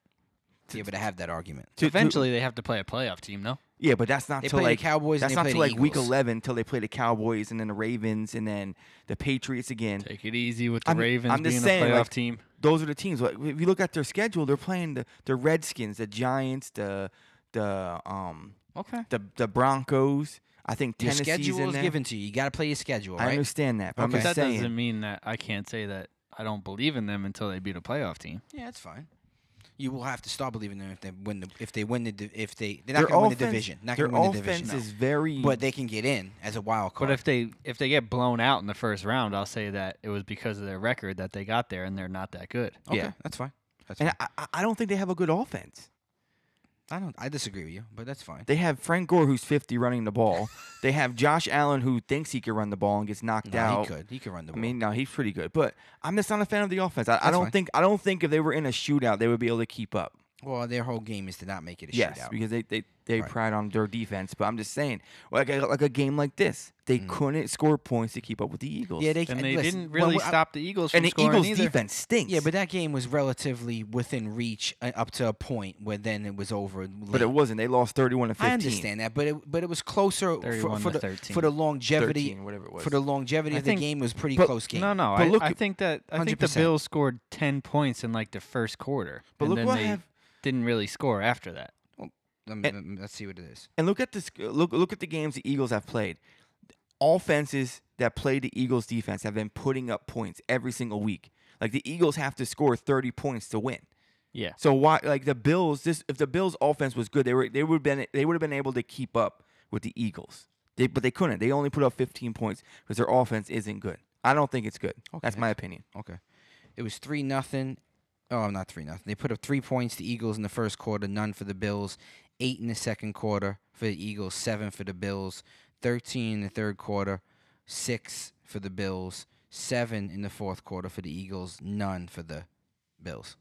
[SPEAKER 3] To be able to have that argument.
[SPEAKER 1] to, to-
[SPEAKER 2] Eventually, they have to play a playoff team, no?
[SPEAKER 1] yeah, but that's not
[SPEAKER 3] They
[SPEAKER 1] till
[SPEAKER 3] play the
[SPEAKER 1] like
[SPEAKER 3] Cowboys and
[SPEAKER 1] That's
[SPEAKER 3] they
[SPEAKER 1] not
[SPEAKER 3] play
[SPEAKER 1] till
[SPEAKER 3] the
[SPEAKER 1] like week
[SPEAKER 3] Eagles.
[SPEAKER 1] eleven till they play the Cowboys and then the Ravens and then the Patriots again.
[SPEAKER 2] Take it easy with the
[SPEAKER 1] I'm-
[SPEAKER 2] Ravens
[SPEAKER 1] I'm just
[SPEAKER 2] being
[SPEAKER 1] saying,
[SPEAKER 2] a playoff
[SPEAKER 1] like,
[SPEAKER 2] team.
[SPEAKER 1] those are the teams. Like, if you look at their schedule, they're playing the, the Redskins, the Giants, the the um
[SPEAKER 3] Okay.
[SPEAKER 1] the the Broncos. I think
[SPEAKER 3] Your
[SPEAKER 1] Tennessee's
[SPEAKER 3] schedule
[SPEAKER 1] in
[SPEAKER 3] is
[SPEAKER 1] there.
[SPEAKER 3] given to you. You got to play your schedule,
[SPEAKER 1] I
[SPEAKER 3] right?
[SPEAKER 1] understand that,
[SPEAKER 3] Okay.
[SPEAKER 1] but I'm
[SPEAKER 2] But that
[SPEAKER 1] just saying.
[SPEAKER 2] doesn't mean that I can't say that I don't believe in them until they beat a playoff team.
[SPEAKER 3] Yeah, that's fine. You will have to start believing them if they win the if they win the di- if they they're
[SPEAKER 1] their
[SPEAKER 3] not going to win the
[SPEAKER 1] offense-
[SPEAKER 3] division. Not
[SPEAKER 1] their
[SPEAKER 3] going to win the
[SPEAKER 1] offense
[SPEAKER 3] division. no.
[SPEAKER 1] is very.
[SPEAKER 3] But they can get in as a wild card.
[SPEAKER 2] But if they if they get blown out in the first round, I'll say that it was because of their record that they got there and they're not that good.
[SPEAKER 3] okay,
[SPEAKER 1] yeah.
[SPEAKER 3] that's fine. That's
[SPEAKER 1] and
[SPEAKER 3] fine.
[SPEAKER 1] I, I- I don't think they have a good offense.
[SPEAKER 3] I, don't. I disagree with you, but that's fine.
[SPEAKER 1] They have Frank Gore who's 50 running the ball. they have Josh Allen who thinks he can run the ball and gets knocked
[SPEAKER 3] No,
[SPEAKER 1] out.
[SPEAKER 3] he could. He could run the
[SPEAKER 1] I
[SPEAKER 3] ball.
[SPEAKER 1] mean, no, he's pretty good, but I'm just not a fan of the offense. I, I
[SPEAKER 3] That's
[SPEAKER 1] don't
[SPEAKER 3] fine.
[SPEAKER 1] think I don't think if they were in a shootout, they would be able to keep up.
[SPEAKER 3] well, their whole game is to not make it a
[SPEAKER 1] Yes,
[SPEAKER 3] shootout.
[SPEAKER 1] because they they, they
[SPEAKER 3] Right.
[SPEAKER 1] pride on their defense. But I'm just saying, like a, like a game like this, they couldn't score points to keep up with the Eagles.
[SPEAKER 3] Mm. Yeah, they
[SPEAKER 2] And
[SPEAKER 3] uh,
[SPEAKER 2] they
[SPEAKER 3] listen,
[SPEAKER 2] didn't
[SPEAKER 3] when
[SPEAKER 2] really
[SPEAKER 3] we- I-
[SPEAKER 2] stop the Eagles from
[SPEAKER 1] and the
[SPEAKER 2] scoring
[SPEAKER 1] Eagles'
[SPEAKER 2] either.
[SPEAKER 1] defense stinks.
[SPEAKER 3] Yeah, but that game was relatively within reach uh, up to a point where then it was over.
[SPEAKER 1] but
[SPEAKER 3] late.
[SPEAKER 1] it wasn't. They lost 31 to 15.
[SPEAKER 3] I understand that, but it but it was closer for,
[SPEAKER 2] 31
[SPEAKER 3] for
[SPEAKER 2] to
[SPEAKER 3] the
[SPEAKER 2] 13.
[SPEAKER 3] for the longevity
[SPEAKER 1] 13, whatever it was.
[SPEAKER 3] for the longevity
[SPEAKER 2] I
[SPEAKER 3] of the
[SPEAKER 2] think-
[SPEAKER 3] game it was pretty
[SPEAKER 1] but-
[SPEAKER 3] close game.
[SPEAKER 2] No, no.
[SPEAKER 1] But
[SPEAKER 2] I,
[SPEAKER 1] look
[SPEAKER 2] I
[SPEAKER 1] at-
[SPEAKER 2] think that I think the
[SPEAKER 3] 100%.
[SPEAKER 2] Bills scored ten points in like the first quarter,
[SPEAKER 1] But
[SPEAKER 2] and
[SPEAKER 1] look
[SPEAKER 2] then
[SPEAKER 1] what
[SPEAKER 2] they
[SPEAKER 1] hap-
[SPEAKER 2] didn't really score after that.
[SPEAKER 3] Let me- let me- let's see what it is.
[SPEAKER 1] and look at this. Look look at the games the Eagles have played. Offenses that play the Eagles' defense have been putting up points every single week. Like the Eagles have to score 30 points to win.
[SPEAKER 2] Yeah.
[SPEAKER 1] So why like the Bills? This if the Bills' offense was good, they were they would have been they would have been able to keep up with the Eagles. They but they couldn't. They only put up 15 points because their offense isn't good. I don't think it's good. That's my opinion.
[SPEAKER 3] Okay. It was three nothing. Oh, not three nothing. They put up three points to Eagles in the first quarter, none for the Bills. Eight in the second quarter for the Eagles, seven for the Bills. Thirteen in the third quarter, six for the Bills. Seven in the fourth quarter for the Eagles, none for the Bills.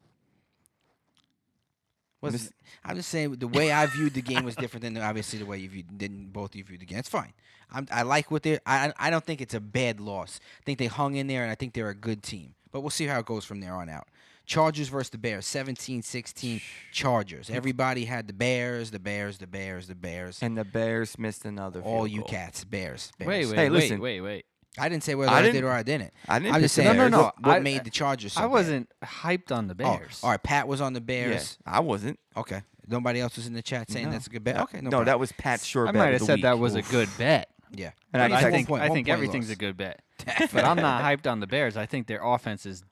[SPEAKER 3] Was
[SPEAKER 1] Miss-
[SPEAKER 3] I'm just saying the way I viewed the game was different than obviously the way you viewed, didn't both of you viewed the game. It's fine. I'm, I like what they. I I don't think it's a bad loss. I think they hung in there, and I think they're a good team. But we'll see how it goes from there on out. Chargers versus the Bears, 17-16 Chargers. Everybody had the Bears, the Bears, the Bears, the Bears.
[SPEAKER 1] And the Bears missed another.
[SPEAKER 3] All
[SPEAKER 1] field
[SPEAKER 3] you
[SPEAKER 1] goal.
[SPEAKER 3] cats, Bears, Bears.
[SPEAKER 2] Wait, wait,
[SPEAKER 1] Hey,
[SPEAKER 2] wait,
[SPEAKER 1] listen.
[SPEAKER 2] wait, wait.
[SPEAKER 3] I didn't say whether
[SPEAKER 1] I
[SPEAKER 3] I,
[SPEAKER 1] didn't-
[SPEAKER 3] did or I didn't.
[SPEAKER 1] I didn't.
[SPEAKER 3] I'm
[SPEAKER 1] pick
[SPEAKER 3] just
[SPEAKER 1] the
[SPEAKER 3] saying
[SPEAKER 2] No, no,
[SPEAKER 1] Bears.
[SPEAKER 2] no.
[SPEAKER 3] what, what
[SPEAKER 2] I-
[SPEAKER 3] made the Chargers. So
[SPEAKER 2] I
[SPEAKER 3] bad.
[SPEAKER 2] wasn't hyped on the
[SPEAKER 3] Oh,
[SPEAKER 2] Bears.
[SPEAKER 3] all right, Pat was on the
[SPEAKER 1] Yeah,
[SPEAKER 3] Bears.
[SPEAKER 1] I wasn't.
[SPEAKER 3] Okay. Nobody else was in the chat saying
[SPEAKER 2] No.
[SPEAKER 3] that's a good bet.
[SPEAKER 1] Yeah.
[SPEAKER 3] Okay, no,
[SPEAKER 1] no,
[SPEAKER 3] problem.
[SPEAKER 1] that was Pat Shore.
[SPEAKER 2] I
[SPEAKER 1] bet
[SPEAKER 2] might
[SPEAKER 1] of
[SPEAKER 2] have
[SPEAKER 1] the
[SPEAKER 2] said
[SPEAKER 1] week.
[SPEAKER 2] that was a good bet,
[SPEAKER 3] yeah.
[SPEAKER 1] And I
[SPEAKER 2] but I,
[SPEAKER 1] just
[SPEAKER 3] one
[SPEAKER 1] had-
[SPEAKER 2] think
[SPEAKER 3] point-
[SPEAKER 2] I
[SPEAKER 3] one
[SPEAKER 2] think
[SPEAKER 3] point
[SPEAKER 2] everything's
[SPEAKER 3] loss.
[SPEAKER 2] a good bet.
[SPEAKER 3] That's
[SPEAKER 2] But I'm not hyped on the Bears. I think their offense is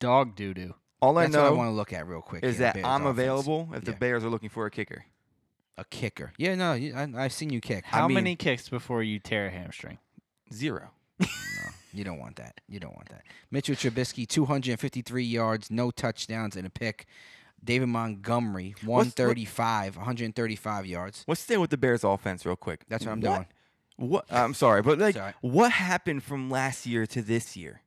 [SPEAKER 2] dog doo doo.
[SPEAKER 1] All I
[SPEAKER 3] what I
[SPEAKER 1] know
[SPEAKER 3] want to look at real quick.
[SPEAKER 1] is
[SPEAKER 3] here,
[SPEAKER 1] that
[SPEAKER 3] Bears
[SPEAKER 1] I'm
[SPEAKER 3] offense.
[SPEAKER 1] available if the
[SPEAKER 3] Yeah.
[SPEAKER 1] Bears are looking for a kicker.
[SPEAKER 3] A kicker. Yeah, no, you, I, I've seen you kick.
[SPEAKER 2] How
[SPEAKER 1] mean-
[SPEAKER 2] many kicks before you tear a hamstring?
[SPEAKER 1] Zero.
[SPEAKER 3] No, you don't want that. You don't want that. Mitchell Trubisky, 253 yards, no touchdowns, and a pick. David Montgomery,
[SPEAKER 1] What's- what-
[SPEAKER 3] 135, 135 yards.
[SPEAKER 1] Let's stay with the Bears offense real quick.
[SPEAKER 3] That's what I'm doing.
[SPEAKER 1] What I'm sorry, but like,
[SPEAKER 3] alright.
[SPEAKER 1] what happened from last year to this year?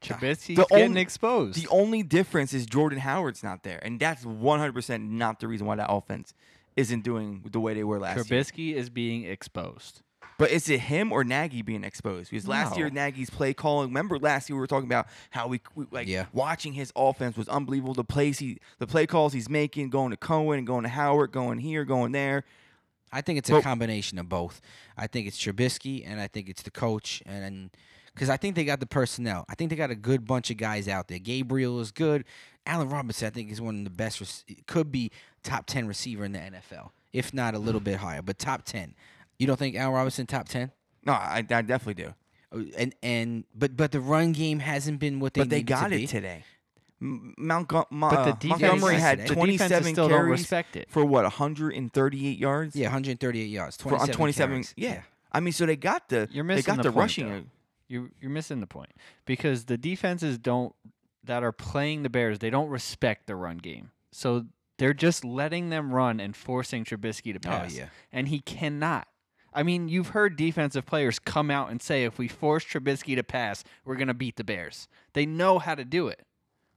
[SPEAKER 2] Trubisky's
[SPEAKER 1] The
[SPEAKER 2] getting
[SPEAKER 1] only-
[SPEAKER 2] exposed.
[SPEAKER 1] The only difference is Jordan Howard's not there, and that's 100% not the reason why that offense isn't doing the way they were last year.
[SPEAKER 2] Trubisky is being exposed.
[SPEAKER 1] But is it him or Nagy being exposed? Because last year
[SPEAKER 2] No.
[SPEAKER 1] Nagy's play calling. Remember last year we were talking about how we, we like
[SPEAKER 3] Yeah.
[SPEAKER 1] watching his offense was unbelievable. The plays he, the play calls he's making, going to Cohen, going to Howard, going here, going there.
[SPEAKER 3] I think it's a
[SPEAKER 1] Well-
[SPEAKER 3] combination of both. I think it's Trubisky and I think it's the coach and because I think they got the personnel. I think they got a good bunch of guys out there. Gabriel is good. Allen Robinson, I think, is one of the best. rec- Could be top ten receiver in the NFL, if not a little bit higher, but top ten. You don't think Allen Robinson top ten? Uh,
[SPEAKER 1] No, I, I definitely do.
[SPEAKER 3] And and but but the run game hasn't been what they.
[SPEAKER 1] but they
[SPEAKER 3] needed
[SPEAKER 1] got
[SPEAKER 3] to
[SPEAKER 1] it
[SPEAKER 3] be.
[SPEAKER 1] today. M- Montgo- Mo-
[SPEAKER 2] But the
[SPEAKER 1] uh,
[SPEAKER 2] defense,
[SPEAKER 1] Montgomery had
[SPEAKER 3] the
[SPEAKER 2] the
[SPEAKER 1] 27
[SPEAKER 2] defenses still don't
[SPEAKER 1] carries
[SPEAKER 2] respect it.
[SPEAKER 1] for what 138 yards.
[SPEAKER 3] Yeah, 138 yards,
[SPEAKER 1] for,
[SPEAKER 3] 27
[SPEAKER 1] on 27.
[SPEAKER 3] carries.
[SPEAKER 1] Yeah. I mean, so they got the
[SPEAKER 2] You're
[SPEAKER 1] they
[SPEAKER 2] missing
[SPEAKER 1] got
[SPEAKER 2] the
[SPEAKER 1] the,
[SPEAKER 2] point,
[SPEAKER 1] rushing.
[SPEAKER 2] though. You you're missing the point because the defenses don't that are playing the Bears. They don't respect the run game, so they're just letting them run and forcing Trubisky to pass.
[SPEAKER 3] yeah.
[SPEAKER 2] and he cannot. I mean, you've heard defensive players come out and say, if we force Trubisky to pass, we're gonna beat the Bears. They know how to do it.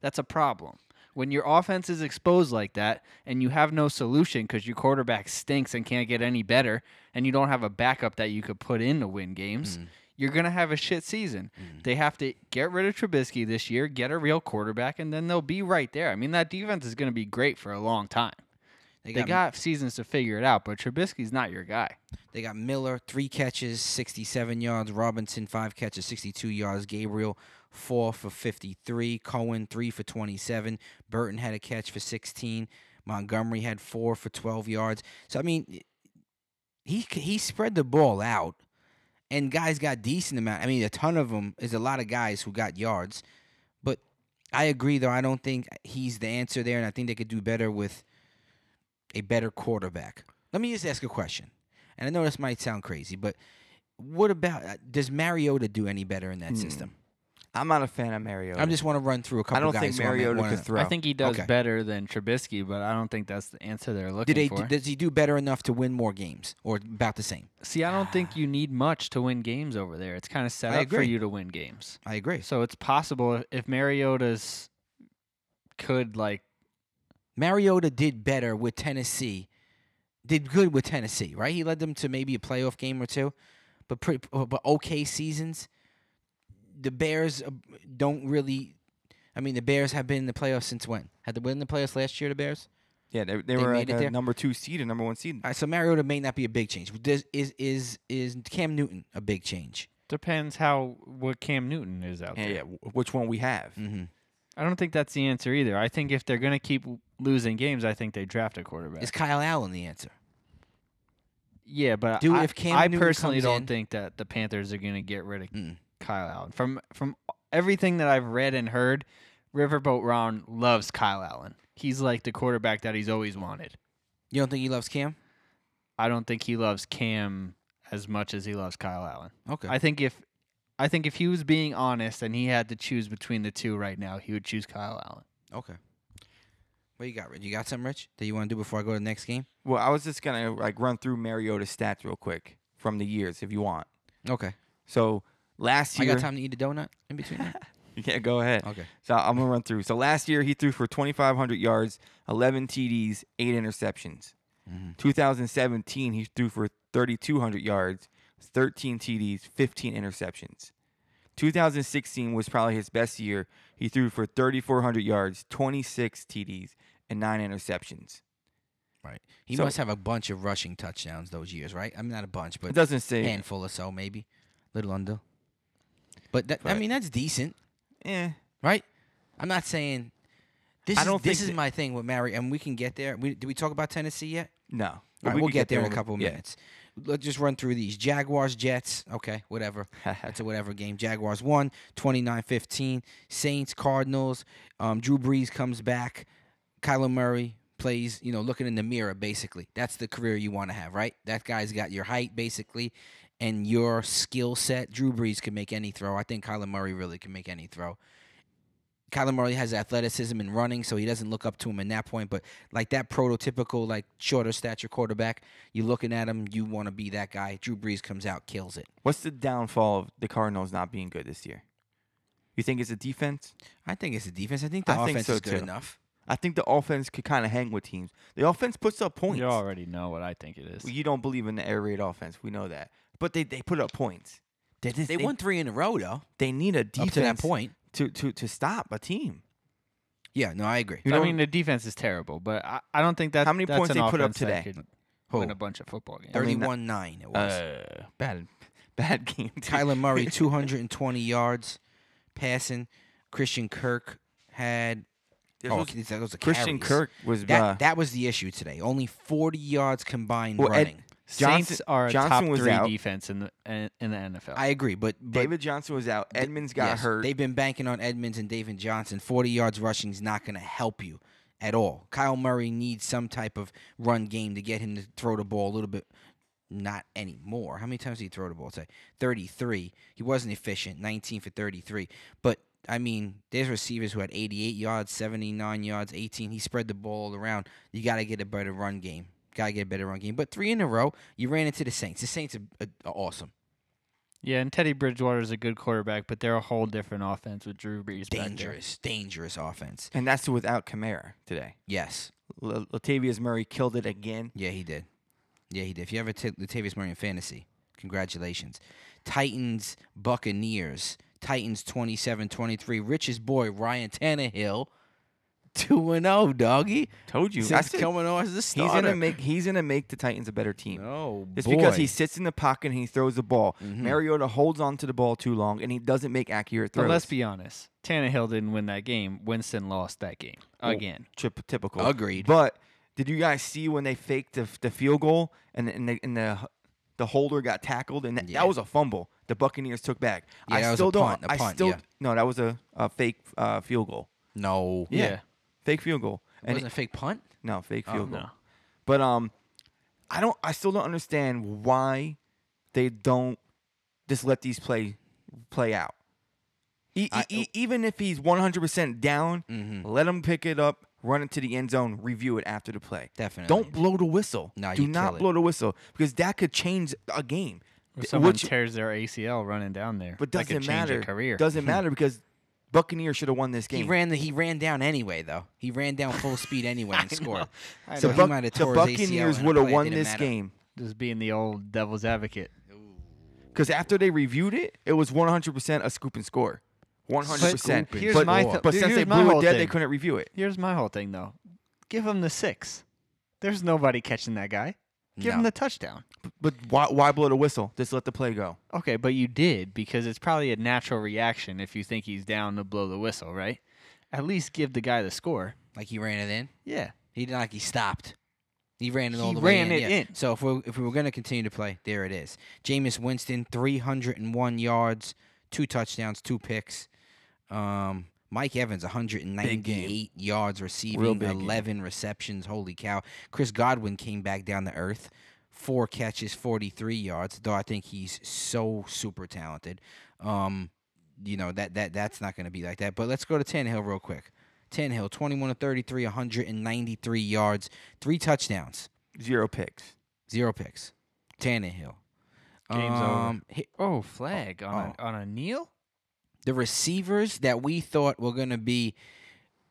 [SPEAKER 2] That's a problem. When your offense is exposed like that and you have no solution because your quarterback stinks and can't get any better and you don't have a backup that you could put in to win games, you're going to have a shit season.
[SPEAKER 3] Mm.
[SPEAKER 2] They have to get rid of Trubisky this year, get a real quarterback, and then they'll be right there. I mean, that defense is going to be great for a long time. They got, seasons to figure it out, but Trubisky's not your guy.
[SPEAKER 3] They got Miller, three catches, 67 yards. Robinson, five catches, 62 yards. Gabriel, four for 53. Cohen, three for 27. Burton had a catch for 16. Montgomery had four for 12 yards. So, I mean, he c- he spread the ball out, and guys got decent amount. I mean, a ton of them is a lot of guys who got yards. But I agree, though. I don't think he's the answer there, and I think they could do better with a better quarterback. Let me just ask a question and I know this might sound crazy, but what about uh, does Mariota do any better in that
[SPEAKER 1] Hmm.
[SPEAKER 3] system?
[SPEAKER 1] I'm not a fan of Mario.
[SPEAKER 3] I just want to run through a couple.
[SPEAKER 1] I don't
[SPEAKER 3] guys
[SPEAKER 1] think
[SPEAKER 3] who I'm at
[SPEAKER 1] Mariota
[SPEAKER 3] one
[SPEAKER 1] could
[SPEAKER 3] of-
[SPEAKER 1] throw.
[SPEAKER 2] I think he does
[SPEAKER 3] Okay.
[SPEAKER 2] better than Trubisky, but I don't think that's the answer they're looking
[SPEAKER 3] Did they,
[SPEAKER 2] for.
[SPEAKER 3] does he do better enough to win more games or about the same?
[SPEAKER 2] See, I don't think you need much to win games over there. It's kind of set
[SPEAKER 3] I
[SPEAKER 2] up for
[SPEAKER 3] agree.
[SPEAKER 2] you to win games.
[SPEAKER 3] I agree.
[SPEAKER 2] So it's possible if- if Mariota's could like
[SPEAKER 3] Mariota did better with Tennessee, did good with Tennessee, right? He led them to maybe a playoff game or two, but pretty, but okay seasons. The Bears uh, don't really. I mean, the Bears have been in the playoffs since when? Had they been in the playoffs last year? The Bears.
[SPEAKER 1] yeah, they, they,
[SPEAKER 3] they
[SPEAKER 1] were
[SPEAKER 3] made
[SPEAKER 1] like
[SPEAKER 3] it
[SPEAKER 1] a
[SPEAKER 3] there.
[SPEAKER 1] number two seed and number one seed.
[SPEAKER 3] All right, so Mariota may not be a big change. Does, is is is Cam Newton a big change?
[SPEAKER 2] depends how what Cam Newton is out
[SPEAKER 1] Yeah,
[SPEAKER 2] there.
[SPEAKER 1] yeah, wh- which one we have?
[SPEAKER 3] Mm-hmm.
[SPEAKER 2] I don't think that's the answer either. I think if they're gonna keep losing games, I think they draft a quarterback.
[SPEAKER 3] Is Kyle Allen the answer?
[SPEAKER 2] yeah, but
[SPEAKER 3] Dude,
[SPEAKER 2] I,
[SPEAKER 3] if Cam
[SPEAKER 2] I
[SPEAKER 3] Newton
[SPEAKER 2] personally
[SPEAKER 3] comes
[SPEAKER 2] don't
[SPEAKER 3] in-
[SPEAKER 2] think that the Panthers are gonna get rid of
[SPEAKER 3] Mm.
[SPEAKER 2] Kyle Allen. From from everything that I've read and heard, Riverboat Ron loves Kyle Allen. He's like the quarterback that he's always wanted.
[SPEAKER 3] You don't think he loves Cam?
[SPEAKER 2] I don't think he loves Cam as much as he loves Kyle Allen.
[SPEAKER 3] Okay.
[SPEAKER 2] I think if I think if he was being honest and he had to choose between the two right now, he would choose Kyle Allen.
[SPEAKER 3] okay. What you got, Rich? You got something, Rich, that you want to do before I go to the next game?
[SPEAKER 1] Well, I was just gonna like run through Mariota's stats real quick from the years if you want.
[SPEAKER 3] Okay.
[SPEAKER 1] So last
[SPEAKER 3] I
[SPEAKER 1] year,
[SPEAKER 3] got time to eat a donut in between. there?
[SPEAKER 1] yeah, go ahead.
[SPEAKER 3] okay.
[SPEAKER 1] So I'm gonna run through. So last year he threw for 2,500 yards, 11 TDs, eight interceptions.
[SPEAKER 3] Mhm.
[SPEAKER 1] 2017 he threw for 3,200 yards, 13 TDs, 15 interceptions. 2016 was probably his best year. He threw for 3,400 yards, 26 TDs, and nine interceptions.
[SPEAKER 3] Right. He
[SPEAKER 1] So-
[SPEAKER 3] must have a bunch of rushing touchdowns those years, right? I mean, not a bunch,
[SPEAKER 1] It
[SPEAKER 3] but
[SPEAKER 1] doesn't say.
[SPEAKER 3] handful or so, maybe, little under. But that, I
[SPEAKER 1] Right.
[SPEAKER 3] mean, that's decent.
[SPEAKER 1] Eh.
[SPEAKER 3] right? I'm not saying this.
[SPEAKER 1] I
[SPEAKER 3] is,
[SPEAKER 1] don't
[SPEAKER 3] this
[SPEAKER 1] think
[SPEAKER 3] is
[SPEAKER 1] that-
[SPEAKER 3] my thing with Mary, and we can get there. We, did we talk about Tennessee yet?
[SPEAKER 1] No.
[SPEAKER 3] All right,
[SPEAKER 1] we
[SPEAKER 3] we'll
[SPEAKER 1] could
[SPEAKER 3] get, there in a
[SPEAKER 1] the-
[SPEAKER 3] couple of
[SPEAKER 1] yeah.
[SPEAKER 3] minutes. Let's just run through these. Jaguars, Jets. Okay, whatever. That's a whatever game. Jaguars won 29-15. Saints, Cardinals. Um, Drew Brees comes back. Kyler Murray plays, you know, looking in the mirror, basically. That's the career you want to have, right? That guy's got your height, basically, and your skill set. Drew Brees can make any throw. I think Kyler Murray really can make any throw. Kyler Murray has athleticism and running, so he doesn't look up to him in that point. But like that prototypical, like shorter stature quarterback, you're looking at him, you want to be that guy. Drew Brees comes out, kills it.
[SPEAKER 1] What's the downfall of the Cardinals not being good this year? You think it's the defense?
[SPEAKER 3] I think it's the defense. I think the
[SPEAKER 1] I think
[SPEAKER 3] offense
[SPEAKER 1] so,
[SPEAKER 3] is good
[SPEAKER 1] too.
[SPEAKER 3] enough.
[SPEAKER 1] I think the offense could kind of hang with teams. The offense puts up points.
[SPEAKER 2] You already know what I think it is.
[SPEAKER 1] You don't believe in the air raid offense. We know that. But they, they put up points.
[SPEAKER 3] They, they,
[SPEAKER 1] they-
[SPEAKER 3] won three in a row though.
[SPEAKER 1] They need a defense
[SPEAKER 3] Up to that point.
[SPEAKER 1] to, to, to stop a team.
[SPEAKER 3] Yeah, no, I agree.
[SPEAKER 1] You
[SPEAKER 2] I
[SPEAKER 1] don't-
[SPEAKER 2] mean, the defense is terrible, but I, I don't think that.
[SPEAKER 1] How many
[SPEAKER 2] that's
[SPEAKER 1] points
[SPEAKER 2] an
[SPEAKER 1] they put up
[SPEAKER 2] offense that
[SPEAKER 1] today?
[SPEAKER 2] could
[SPEAKER 3] Who?
[SPEAKER 2] Win a bunch of football games.
[SPEAKER 1] Thirty-
[SPEAKER 3] 31 9 it was.
[SPEAKER 1] Uh, bad bad game. dude.
[SPEAKER 3] Kyler Murray, 220 yards passing. Christian Kirk had.
[SPEAKER 1] This
[SPEAKER 3] Oh,
[SPEAKER 1] was-
[SPEAKER 3] okay, that was a
[SPEAKER 1] Christian
[SPEAKER 3] carries.
[SPEAKER 1] Kirk was
[SPEAKER 3] That,
[SPEAKER 1] uh,
[SPEAKER 3] that was the issue today. Only 40 yards combined
[SPEAKER 1] Well, Ed-
[SPEAKER 3] running.
[SPEAKER 2] Saints
[SPEAKER 1] Johnson-
[SPEAKER 2] are a
[SPEAKER 1] Johnson
[SPEAKER 2] top
[SPEAKER 1] was
[SPEAKER 2] three
[SPEAKER 1] out.
[SPEAKER 2] defense in the in, in the NFL.
[SPEAKER 3] I agree, but, but
[SPEAKER 1] David Johnson was out. Edmonds got
[SPEAKER 3] yes,
[SPEAKER 1] hurt.
[SPEAKER 3] They've been banking on Edmonds and David Johnson. 40 yards rushing is not going to help you at all. Kyle Murray needs some type of run game to get him to throw the ball a little bit. Not anymore. How many times did he throw the ball today? 33. He wasn't efficient. 19 for 33. But, I mean, there's receivers who had 88 yards, 79 yards, 18. He spread the ball all around. You got to get a better run game. Got to get a better run game. But three in a row, you ran into the Saints. The Saints are, are, are awesome.
[SPEAKER 2] yeah, and Teddy Bridgewater is a good quarterback, but they're a whole different offense with Drew Brees. back there.
[SPEAKER 3] Dangerous, dangerous offense.
[SPEAKER 1] and that's without Kamara today.
[SPEAKER 3] Yes.
[SPEAKER 1] L- Latavius Murray killed it again.
[SPEAKER 3] Yeah, he did. Yeah, he did. If you ever take Latavius Murray in fantasy, congratulations. Titans, Buccaneers. Titans 27 23. Richest boy, Ryan Tannehill. 2 and 0, doggy.
[SPEAKER 1] Told you. I
[SPEAKER 3] Since
[SPEAKER 1] said
[SPEAKER 3] coming on as the
[SPEAKER 1] he's gonna
[SPEAKER 3] starter.
[SPEAKER 1] make he's gonna make the Titans a better team.
[SPEAKER 3] no,
[SPEAKER 1] It's
[SPEAKER 3] boy.
[SPEAKER 1] because he sits in the pocket and he throws the ball.
[SPEAKER 3] Mhm.
[SPEAKER 1] Mariota holds on to the ball too long and he doesn't make accurate
[SPEAKER 2] But
[SPEAKER 1] throws.
[SPEAKER 2] let's be honest. Tannehill didn't win that game. Winston lost that game
[SPEAKER 1] Well,
[SPEAKER 2] again.
[SPEAKER 1] Trip- typical.
[SPEAKER 3] Agreed.
[SPEAKER 1] But did you guys see when they faked the, the field goal and and the, and the the holder got tackled and that,
[SPEAKER 3] Yeah.
[SPEAKER 1] that was a fumble. The Buccaneers took back.
[SPEAKER 3] Yeah,
[SPEAKER 1] I
[SPEAKER 3] that was a
[SPEAKER 1] still don't.
[SPEAKER 3] punt, a
[SPEAKER 1] I
[SPEAKER 3] punt,
[SPEAKER 1] still
[SPEAKER 3] yeah.
[SPEAKER 1] no. That was a, a fake uh, field goal.
[SPEAKER 3] no.
[SPEAKER 1] Yeah. Fake field goal.
[SPEAKER 3] It
[SPEAKER 1] And
[SPEAKER 3] wasn't a fake punt?
[SPEAKER 1] no fake
[SPEAKER 3] Oh,
[SPEAKER 1] field goal.
[SPEAKER 2] no.
[SPEAKER 1] But um, I don't. I still don't understand why they don't just let these play play out. E-
[SPEAKER 3] I-
[SPEAKER 1] e- e- even if he's 100% down,
[SPEAKER 3] Mhm.
[SPEAKER 1] let him pick it up, run it to the end zone, review it after the play.
[SPEAKER 3] Definitely.
[SPEAKER 1] Don't blow the whistle.
[SPEAKER 3] Nah,
[SPEAKER 1] Do
[SPEAKER 3] you
[SPEAKER 1] not
[SPEAKER 3] kill it.
[SPEAKER 1] blow the whistle because that could change a game.
[SPEAKER 2] If
[SPEAKER 1] Th-
[SPEAKER 2] someone
[SPEAKER 1] which-
[SPEAKER 2] tears their ACL running down there,
[SPEAKER 1] but
[SPEAKER 2] that could
[SPEAKER 1] doesn't
[SPEAKER 2] change
[SPEAKER 1] matter.
[SPEAKER 2] Their career.
[SPEAKER 1] Doesn't matter because Buccaneers should have won this
[SPEAKER 3] He
[SPEAKER 1] game.
[SPEAKER 3] ran the he ran down anyway though. He ran down full speed anyway and scored.
[SPEAKER 2] I
[SPEAKER 3] So
[SPEAKER 1] the
[SPEAKER 2] know.
[SPEAKER 3] he
[SPEAKER 1] Buc-
[SPEAKER 3] might have
[SPEAKER 1] the
[SPEAKER 3] tore his ACL
[SPEAKER 1] Buccaneers
[SPEAKER 3] in a
[SPEAKER 1] would have
[SPEAKER 3] play, it
[SPEAKER 1] won
[SPEAKER 3] didn't
[SPEAKER 1] this
[SPEAKER 3] matter.
[SPEAKER 1] game.
[SPEAKER 2] Just being the old devil's advocate.
[SPEAKER 1] Because after they reviewed it, it was 100% a scoop and score. 100%.
[SPEAKER 2] But here's
[SPEAKER 1] but
[SPEAKER 2] my
[SPEAKER 1] but
[SPEAKER 2] th- dude,
[SPEAKER 1] since they
[SPEAKER 2] here's my
[SPEAKER 1] blew it
[SPEAKER 2] whole
[SPEAKER 1] dead, they
[SPEAKER 2] thing.
[SPEAKER 1] couldn't review it.
[SPEAKER 2] Here's my whole thing though. Give him the six. There's nobody catching that guy. Give
[SPEAKER 3] No.
[SPEAKER 2] him the touchdown.
[SPEAKER 1] But why, why blow the whistle? Just let the play go.
[SPEAKER 2] Okay, but you did because it's probably a natural reaction if you think he's down to blow the whistle, right? At least give the guy the score.
[SPEAKER 3] Like he ran it in.
[SPEAKER 2] Yeah.
[SPEAKER 3] He didn't like he stopped. He ran it all
[SPEAKER 2] He
[SPEAKER 3] the
[SPEAKER 2] ran
[SPEAKER 3] way in.
[SPEAKER 2] it
[SPEAKER 3] yeah.
[SPEAKER 2] in.
[SPEAKER 3] So if we if we were going to continue to play, there it is. Jameis Winston, 301 yards, two touchdowns, two picks. Um, Mike Evans, 198 yards
[SPEAKER 1] Real
[SPEAKER 3] receiving,
[SPEAKER 1] big game.
[SPEAKER 3] 11 receptions. Holy cow! Chris Godwin came back down to earth. Four catches, 43 yards. Though I think he's so super talented. Um, you know that that that's not going to be like that. But let's go to Tannehill real quick. Tannehill, 21 to 33, 193 yards, three touchdowns,
[SPEAKER 1] Zero picks.
[SPEAKER 3] zero picks. Tannehill. Um,
[SPEAKER 2] Game's over.
[SPEAKER 3] hi-
[SPEAKER 2] Oh, flag
[SPEAKER 3] on
[SPEAKER 1] oh.
[SPEAKER 2] a, on a kneel.
[SPEAKER 3] the receivers that we thought were going to be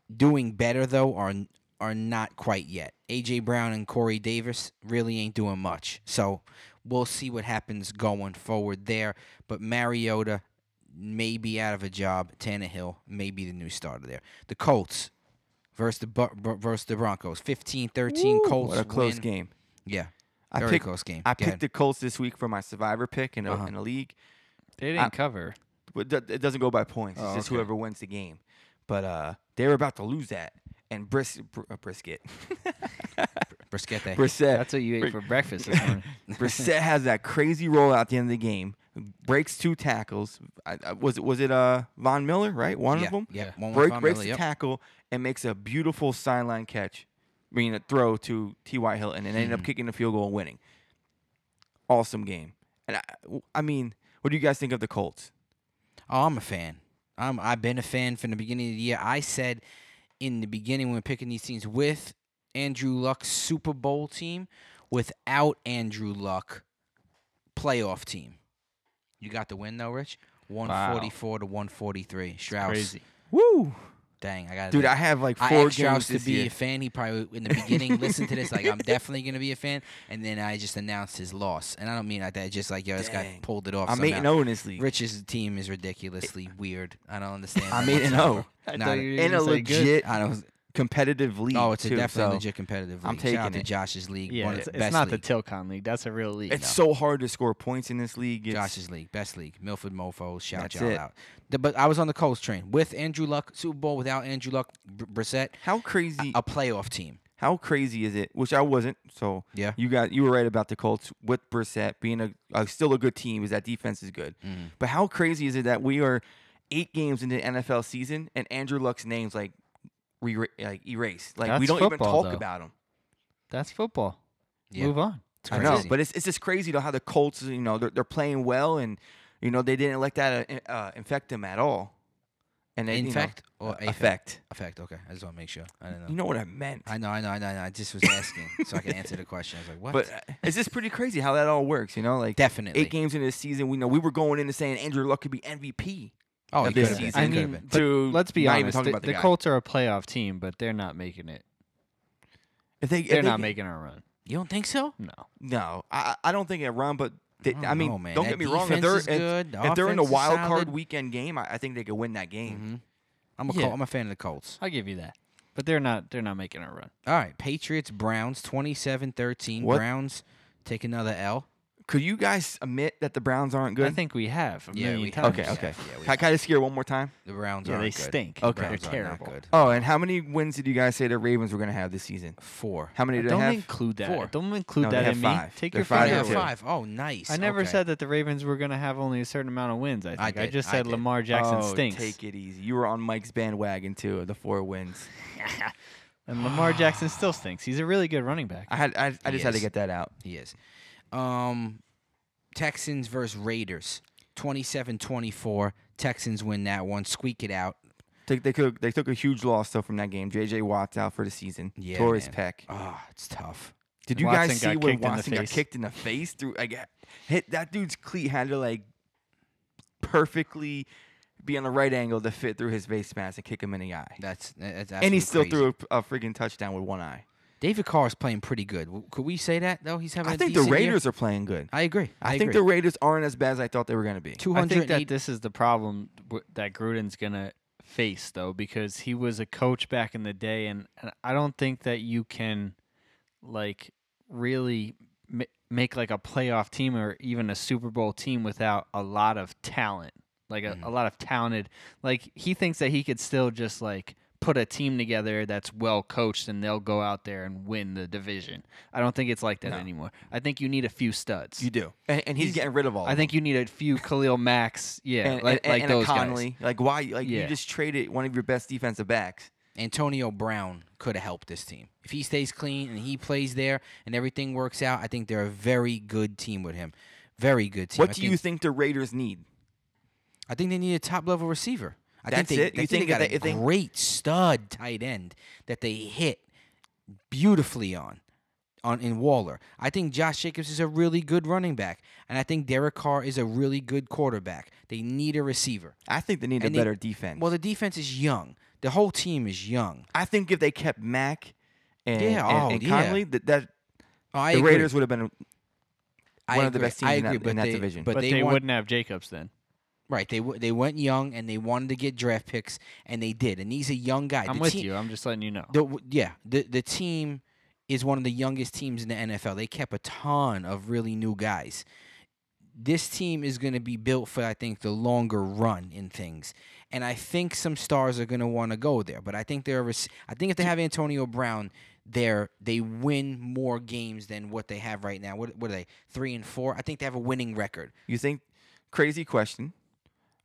[SPEAKER 3] doing better though are are not quite yet. AJ Brown and Corey Davis really ain't doing much. So we'll see what happens going forward there. But Mariota may be out of a job. Tannehill may be the new starter there. The Colts versus the Bu- Bro- versus the Broncos, 15-13 Colts.
[SPEAKER 1] What a close
[SPEAKER 3] win.
[SPEAKER 1] game.
[SPEAKER 3] Yeah,
[SPEAKER 1] I
[SPEAKER 3] very
[SPEAKER 1] picked,
[SPEAKER 3] close game.
[SPEAKER 1] I
[SPEAKER 3] Go ahead.
[SPEAKER 1] picked the Colts this week for my survivor pick in a,
[SPEAKER 3] Uh-huh.
[SPEAKER 1] in a league.
[SPEAKER 2] They didn't
[SPEAKER 1] I-
[SPEAKER 2] cover.
[SPEAKER 1] But th- It doesn't go by points. It's
[SPEAKER 2] Oh,
[SPEAKER 1] just
[SPEAKER 2] okay.
[SPEAKER 1] whoever wins the game. But uh, they were about to lose that. And bris- br- uh, Brisket.
[SPEAKER 3] Brisket.
[SPEAKER 1] Brissett.
[SPEAKER 2] That's what you ate for breakfast this morning.
[SPEAKER 1] Brissett has that crazy roll at the end of the game. Breaks two tackles. I, I, was it was it uh Von Miller right? One
[SPEAKER 3] yeah,
[SPEAKER 1] of them.
[SPEAKER 3] Yeah, one with
[SPEAKER 1] break,
[SPEAKER 3] Von
[SPEAKER 1] breaks
[SPEAKER 3] Miller,
[SPEAKER 1] the
[SPEAKER 3] yep.
[SPEAKER 1] tackle and makes a beautiful sideline catch, I mean a throw to T.Y. Hilton, and
[SPEAKER 3] Hmm.
[SPEAKER 1] ended up kicking the field goal and winning. Awesome game. And I, I mean, what do you guys think of the Colts?
[SPEAKER 3] Oh, I'm a fan. I'm, I've been a fan from the beginning of the year. I said in the beginning when picking these teams with Andrew Luck's Super Bowl team, without Andrew Luck, playoff team. You got the win though, Rich. One forty four to one forty three. Strauss.
[SPEAKER 2] Crazy.
[SPEAKER 1] Woo,
[SPEAKER 3] Dang, I got
[SPEAKER 1] dude! I have like
[SPEAKER 3] I
[SPEAKER 1] four
[SPEAKER 3] asked Strauss
[SPEAKER 1] games
[SPEAKER 3] to
[SPEAKER 1] this
[SPEAKER 3] be
[SPEAKER 1] year.
[SPEAKER 3] a fan. He probably in the beginning listened to this like I'm definitely gonna be a fan, and then I just announced his loss. And I don't mean like that. Just like yo, this guy
[SPEAKER 1] Dang.
[SPEAKER 3] pulled it off.
[SPEAKER 1] I'm eight and
[SPEAKER 3] somehow.
[SPEAKER 1] zero in this league.
[SPEAKER 3] Rich's team is ridiculously weird. I don't understand.
[SPEAKER 1] I'm
[SPEAKER 3] that
[SPEAKER 1] eight and
[SPEAKER 3] whatsoever.
[SPEAKER 1] zero
[SPEAKER 2] I
[SPEAKER 3] Nah,
[SPEAKER 2] thought you were
[SPEAKER 1] in a
[SPEAKER 2] gonna say good.
[SPEAKER 1] legit
[SPEAKER 3] I don't.
[SPEAKER 1] competitive league.
[SPEAKER 3] Oh, it's a
[SPEAKER 1] too,
[SPEAKER 3] definitely
[SPEAKER 1] so
[SPEAKER 3] legit competitive league.
[SPEAKER 1] I'm
[SPEAKER 3] Shout out
[SPEAKER 1] taking
[SPEAKER 3] to
[SPEAKER 1] it.
[SPEAKER 3] Josh's league.
[SPEAKER 2] Yeah,
[SPEAKER 3] one of
[SPEAKER 2] it's,
[SPEAKER 3] the
[SPEAKER 2] it's
[SPEAKER 3] best
[SPEAKER 2] not
[SPEAKER 3] league.
[SPEAKER 2] the Tilcon league. That's a real league.
[SPEAKER 1] It's so hard to score points in this league. It's,
[SPEAKER 3] Josh's league, best league, Milford Mofos. Shout
[SPEAKER 1] That's
[SPEAKER 3] y'all
[SPEAKER 1] it.
[SPEAKER 3] out. The- but I was on the Colts train with Andrew Luck, Super Bowl without Andrew Luck, Br- Brissett,
[SPEAKER 1] how crazy.
[SPEAKER 3] a playoff team.
[SPEAKER 1] how crazy is it? Which I wasn't. So
[SPEAKER 3] Yeah.
[SPEAKER 1] you got you were right about the Colts with Brissett being a, a still a good team. Is that defense is good?
[SPEAKER 3] Mhm.
[SPEAKER 1] But how crazy is it that we are eight games into NFL season and Andrew Luck's name's like re- like erased. Like we
[SPEAKER 2] That's
[SPEAKER 1] don't even
[SPEAKER 2] football,
[SPEAKER 1] talk
[SPEAKER 2] though.
[SPEAKER 1] about him.
[SPEAKER 2] That's football.
[SPEAKER 3] Yeah.
[SPEAKER 2] Move on.
[SPEAKER 3] It's
[SPEAKER 1] I know,
[SPEAKER 3] crazy.
[SPEAKER 1] but it's it's just crazy though how the Colts you know they're, they're playing well and you know they didn't let that uh, uh, infect them at all. And they you know,
[SPEAKER 3] infect
[SPEAKER 1] uh,
[SPEAKER 3] or affect?
[SPEAKER 1] affect.
[SPEAKER 3] Affect. Okay, I just want to make sure. I don't know.
[SPEAKER 1] You know what I meant.
[SPEAKER 3] I know, I know, I know, I know. I just was asking so I can answer the question. I was like, what?
[SPEAKER 1] But uh, it's just pretty crazy how that all works. You know, like
[SPEAKER 3] Definitely.
[SPEAKER 1] eight games into the season, we know we were going into saying Andrew Luck could be MVP.
[SPEAKER 3] oh,
[SPEAKER 1] of
[SPEAKER 3] he
[SPEAKER 1] this
[SPEAKER 3] could've been.
[SPEAKER 1] season.
[SPEAKER 3] He
[SPEAKER 2] I
[SPEAKER 3] could've
[SPEAKER 2] mean,
[SPEAKER 3] been.
[SPEAKER 2] but
[SPEAKER 1] To
[SPEAKER 2] let's be
[SPEAKER 1] not
[SPEAKER 2] honest.
[SPEAKER 1] even talking
[SPEAKER 2] the
[SPEAKER 1] about the
[SPEAKER 2] the
[SPEAKER 1] guy.
[SPEAKER 2] Colts are a playoff team, but they're not making it.
[SPEAKER 1] If they, if
[SPEAKER 2] They're
[SPEAKER 1] they
[SPEAKER 2] not
[SPEAKER 1] can-
[SPEAKER 2] making a run.
[SPEAKER 3] you don't think so?
[SPEAKER 2] No.
[SPEAKER 1] No, I I I don't think it run, but they,
[SPEAKER 3] don't
[SPEAKER 1] I, mean,
[SPEAKER 3] know, man.
[SPEAKER 1] don't
[SPEAKER 3] That
[SPEAKER 1] get me wrong. If
[SPEAKER 3] defense
[SPEAKER 1] they're
[SPEAKER 3] is
[SPEAKER 1] if-
[SPEAKER 3] good, the
[SPEAKER 1] if, they're in the
[SPEAKER 3] offense is
[SPEAKER 1] wild
[SPEAKER 3] solid.
[SPEAKER 1] card weekend game, I, I think they could win that game.
[SPEAKER 3] hmm I'm a
[SPEAKER 2] Yeah.
[SPEAKER 3] Col- I'm a fan of the Colts.
[SPEAKER 2] I'll give you that. But they're not. They're not making a run.
[SPEAKER 3] All right, Patriots Browns 27-13.
[SPEAKER 1] What?
[SPEAKER 3] Browns take another L.
[SPEAKER 1] Could you guys admit that the Browns aren't good?
[SPEAKER 2] I think we have. A million
[SPEAKER 3] we-
[SPEAKER 2] times.
[SPEAKER 1] okay, okay.
[SPEAKER 3] Yeah, we-
[SPEAKER 1] Can, can I just hear one more time?
[SPEAKER 3] the Browns
[SPEAKER 2] Yeah,
[SPEAKER 3] are
[SPEAKER 2] they
[SPEAKER 3] good.
[SPEAKER 2] stink.
[SPEAKER 3] The
[SPEAKER 2] Okay.
[SPEAKER 3] Browns
[SPEAKER 2] They're
[SPEAKER 3] are not
[SPEAKER 2] terrible.
[SPEAKER 3] good.
[SPEAKER 1] Oh, and how many wins did you guys say the Ravens were going to have this season?
[SPEAKER 3] Four.
[SPEAKER 1] How many did
[SPEAKER 2] Don't
[SPEAKER 1] they have?
[SPEAKER 2] include that.
[SPEAKER 3] Four.
[SPEAKER 2] Don't include
[SPEAKER 1] No, they
[SPEAKER 2] that
[SPEAKER 1] have
[SPEAKER 2] in me.
[SPEAKER 1] five.
[SPEAKER 2] Take
[SPEAKER 1] They're
[SPEAKER 2] your
[SPEAKER 1] five
[SPEAKER 2] five.
[SPEAKER 1] and
[SPEAKER 3] yeah,
[SPEAKER 1] two.
[SPEAKER 3] five. Oh, nice.
[SPEAKER 2] I never
[SPEAKER 3] Okay.
[SPEAKER 2] said that the Ravens were going to have only a certain amount of wins. I think I,
[SPEAKER 3] did,
[SPEAKER 2] just
[SPEAKER 3] I
[SPEAKER 2] said
[SPEAKER 3] did.
[SPEAKER 2] Lamar Jackson
[SPEAKER 1] oh,
[SPEAKER 2] stinks,
[SPEAKER 1] Take it easy. You were on Mike's bandwagon too. of The four wins.
[SPEAKER 2] and Lamar Jackson still stinks. He's a really good running back.
[SPEAKER 1] I had. I, I just had to
[SPEAKER 3] Yes.
[SPEAKER 1] get that out.
[SPEAKER 3] He is. Um, Texans versus Raiders 27-24. Texans win that one. Squeak it out.
[SPEAKER 1] Took, they took. They took a huge loss though from that game. J.J. Watt's out for the season.
[SPEAKER 3] Yeah,
[SPEAKER 1] Tore his
[SPEAKER 3] man.
[SPEAKER 1] pec.
[SPEAKER 3] Oh, it's tough.
[SPEAKER 1] Did you
[SPEAKER 2] Watson
[SPEAKER 1] guys see
[SPEAKER 2] got
[SPEAKER 1] when
[SPEAKER 2] kicked in the
[SPEAKER 1] Watson got
[SPEAKER 2] face.
[SPEAKER 1] kicked in the face through? Like, hit that dude's cleat had to like perfectly be on the right angle to fit through his face mask and kick him in the eye.
[SPEAKER 3] That's that's
[SPEAKER 1] And he
[SPEAKER 3] absolute
[SPEAKER 1] still
[SPEAKER 3] crazy.
[SPEAKER 1] threw a, a freaking touchdown with one eye.
[SPEAKER 3] David Carr is playing pretty good. W- Could we say that though? He's having.
[SPEAKER 1] I
[SPEAKER 3] a
[SPEAKER 1] think the
[SPEAKER 3] decent year.
[SPEAKER 1] Raiders are playing good.
[SPEAKER 3] I agree.
[SPEAKER 1] I, think the Raiders aren't as bad as I thought they were going to be.
[SPEAKER 3] two
[SPEAKER 2] I think
[SPEAKER 3] hundred
[SPEAKER 2] that
[SPEAKER 3] eight.
[SPEAKER 2] this is the problem w- that Gruden's going to face, though, because he was a coach back in the day, and, and I don't think that you can, like, really ma- make like a playoff team or even a Super Bowl team without a lot of talent, like a,
[SPEAKER 3] Mm-hmm.
[SPEAKER 2] a lot of talented. Like he thinks that he could still just like put a team together that's well coached and they'll go out there and win the division. I don't think it's like that anymore. I think you need a few studs.
[SPEAKER 1] You do, and, and he's,
[SPEAKER 2] He's-
[SPEAKER 1] getting rid of all.
[SPEAKER 2] I
[SPEAKER 1] of
[SPEAKER 2] think you need a few Khalil Max, yeah,
[SPEAKER 1] them. and,
[SPEAKER 2] like,
[SPEAKER 1] and,
[SPEAKER 2] like
[SPEAKER 1] and a
[SPEAKER 2] those
[SPEAKER 1] Conley,
[SPEAKER 2] guys.
[SPEAKER 1] like why? Like
[SPEAKER 2] Yeah.
[SPEAKER 1] you just traded one of your best defensive backs.
[SPEAKER 3] Antonio Brown could have helped this team if he stays clean and he plays there and everything works out. I think they're a very good team with him. Very good team.
[SPEAKER 1] What
[SPEAKER 3] I
[SPEAKER 1] do
[SPEAKER 3] think,
[SPEAKER 1] you think the Raiders need?
[SPEAKER 3] I think they need a top level receiver. I
[SPEAKER 1] That's
[SPEAKER 3] think they,
[SPEAKER 1] it?
[SPEAKER 3] I
[SPEAKER 1] You
[SPEAKER 3] think
[SPEAKER 1] think
[SPEAKER 3] they got
[SPEAKER 1] that they-
[SPEAKER 3] a
[SPEAKER 1] if they-
[SPEAKER 3] great stud tight end that they hit beautifully on. On in Waller, I think Josh Jacobs is a really good running back, and I think Derek Carr is a really good quarterback. They need a receiver.
[SPEAKER 1] I think they need
[SPEAKER 3] And
[SPEAKER 1] a
[SPEAKER 3] they-
[SPEAKER 1] better defense.
[SPEAKER 3] Well, the defense is young. The whole team is young.
[SPEAKER 1] I think if they kept Mac and,
[SPEAKER 3] Yeah,
[SPEAKER 1] and,
[SPEAKER 3] oh,
[SPEAKER 1] and
[SPEAKER 3] yeah.
[SPEAKER 1] Conley, that, that
[SPEAKER 3] Oh, I
[SPEAKER 1] the
[SPEAKER 3] agree.
[SPEAKER 1] Raiders would have been
[SPEAKER 3] I
[SPEAKER 1] one of the
[SPEAKER 3] agree.
[SPEAKER 1] best teams
[SPEAKER 3] I
[SPEAKER 1] in that-
[SPEAKER 3] agree,
[SPEAKER 1] in
[SPEAKER 3] but
[SPEAKER 1] that
[SPEAKER 3] they-
[SPEAKER 1] division.
[SPEAKER 2] But,
[SPEAKER 3] But,
[SPEAKER 2] they,
[SPEAKER 3] they, want,
[SPEAKER 2] wouldn't have Jacobs then.
[SPEAKER 3] right. They w- they went young and they wanted to get draft picks and they did. And he's a young guy.
[SPEAKER 2] I'm
[SPEAKER 3] The
[SPEAKER 2] with
[SPEAKER 3] team-
[SPEAKER 2] you. I'm just letting you know.
[SPEAKER 3] The, w- yeah, the the team is one of the youngest teams in the NFL. They kept a ton of really new guys. This team is going to be built for, I think, the longer run in things, and I think some stars are going to want to go there. But I think they're, rec- I think if they have Antonio Brown there, they win more games than what they have right now. What, what are they? Three and four. I think they have a winning record.
[SPEAKER 1] You think crazy question,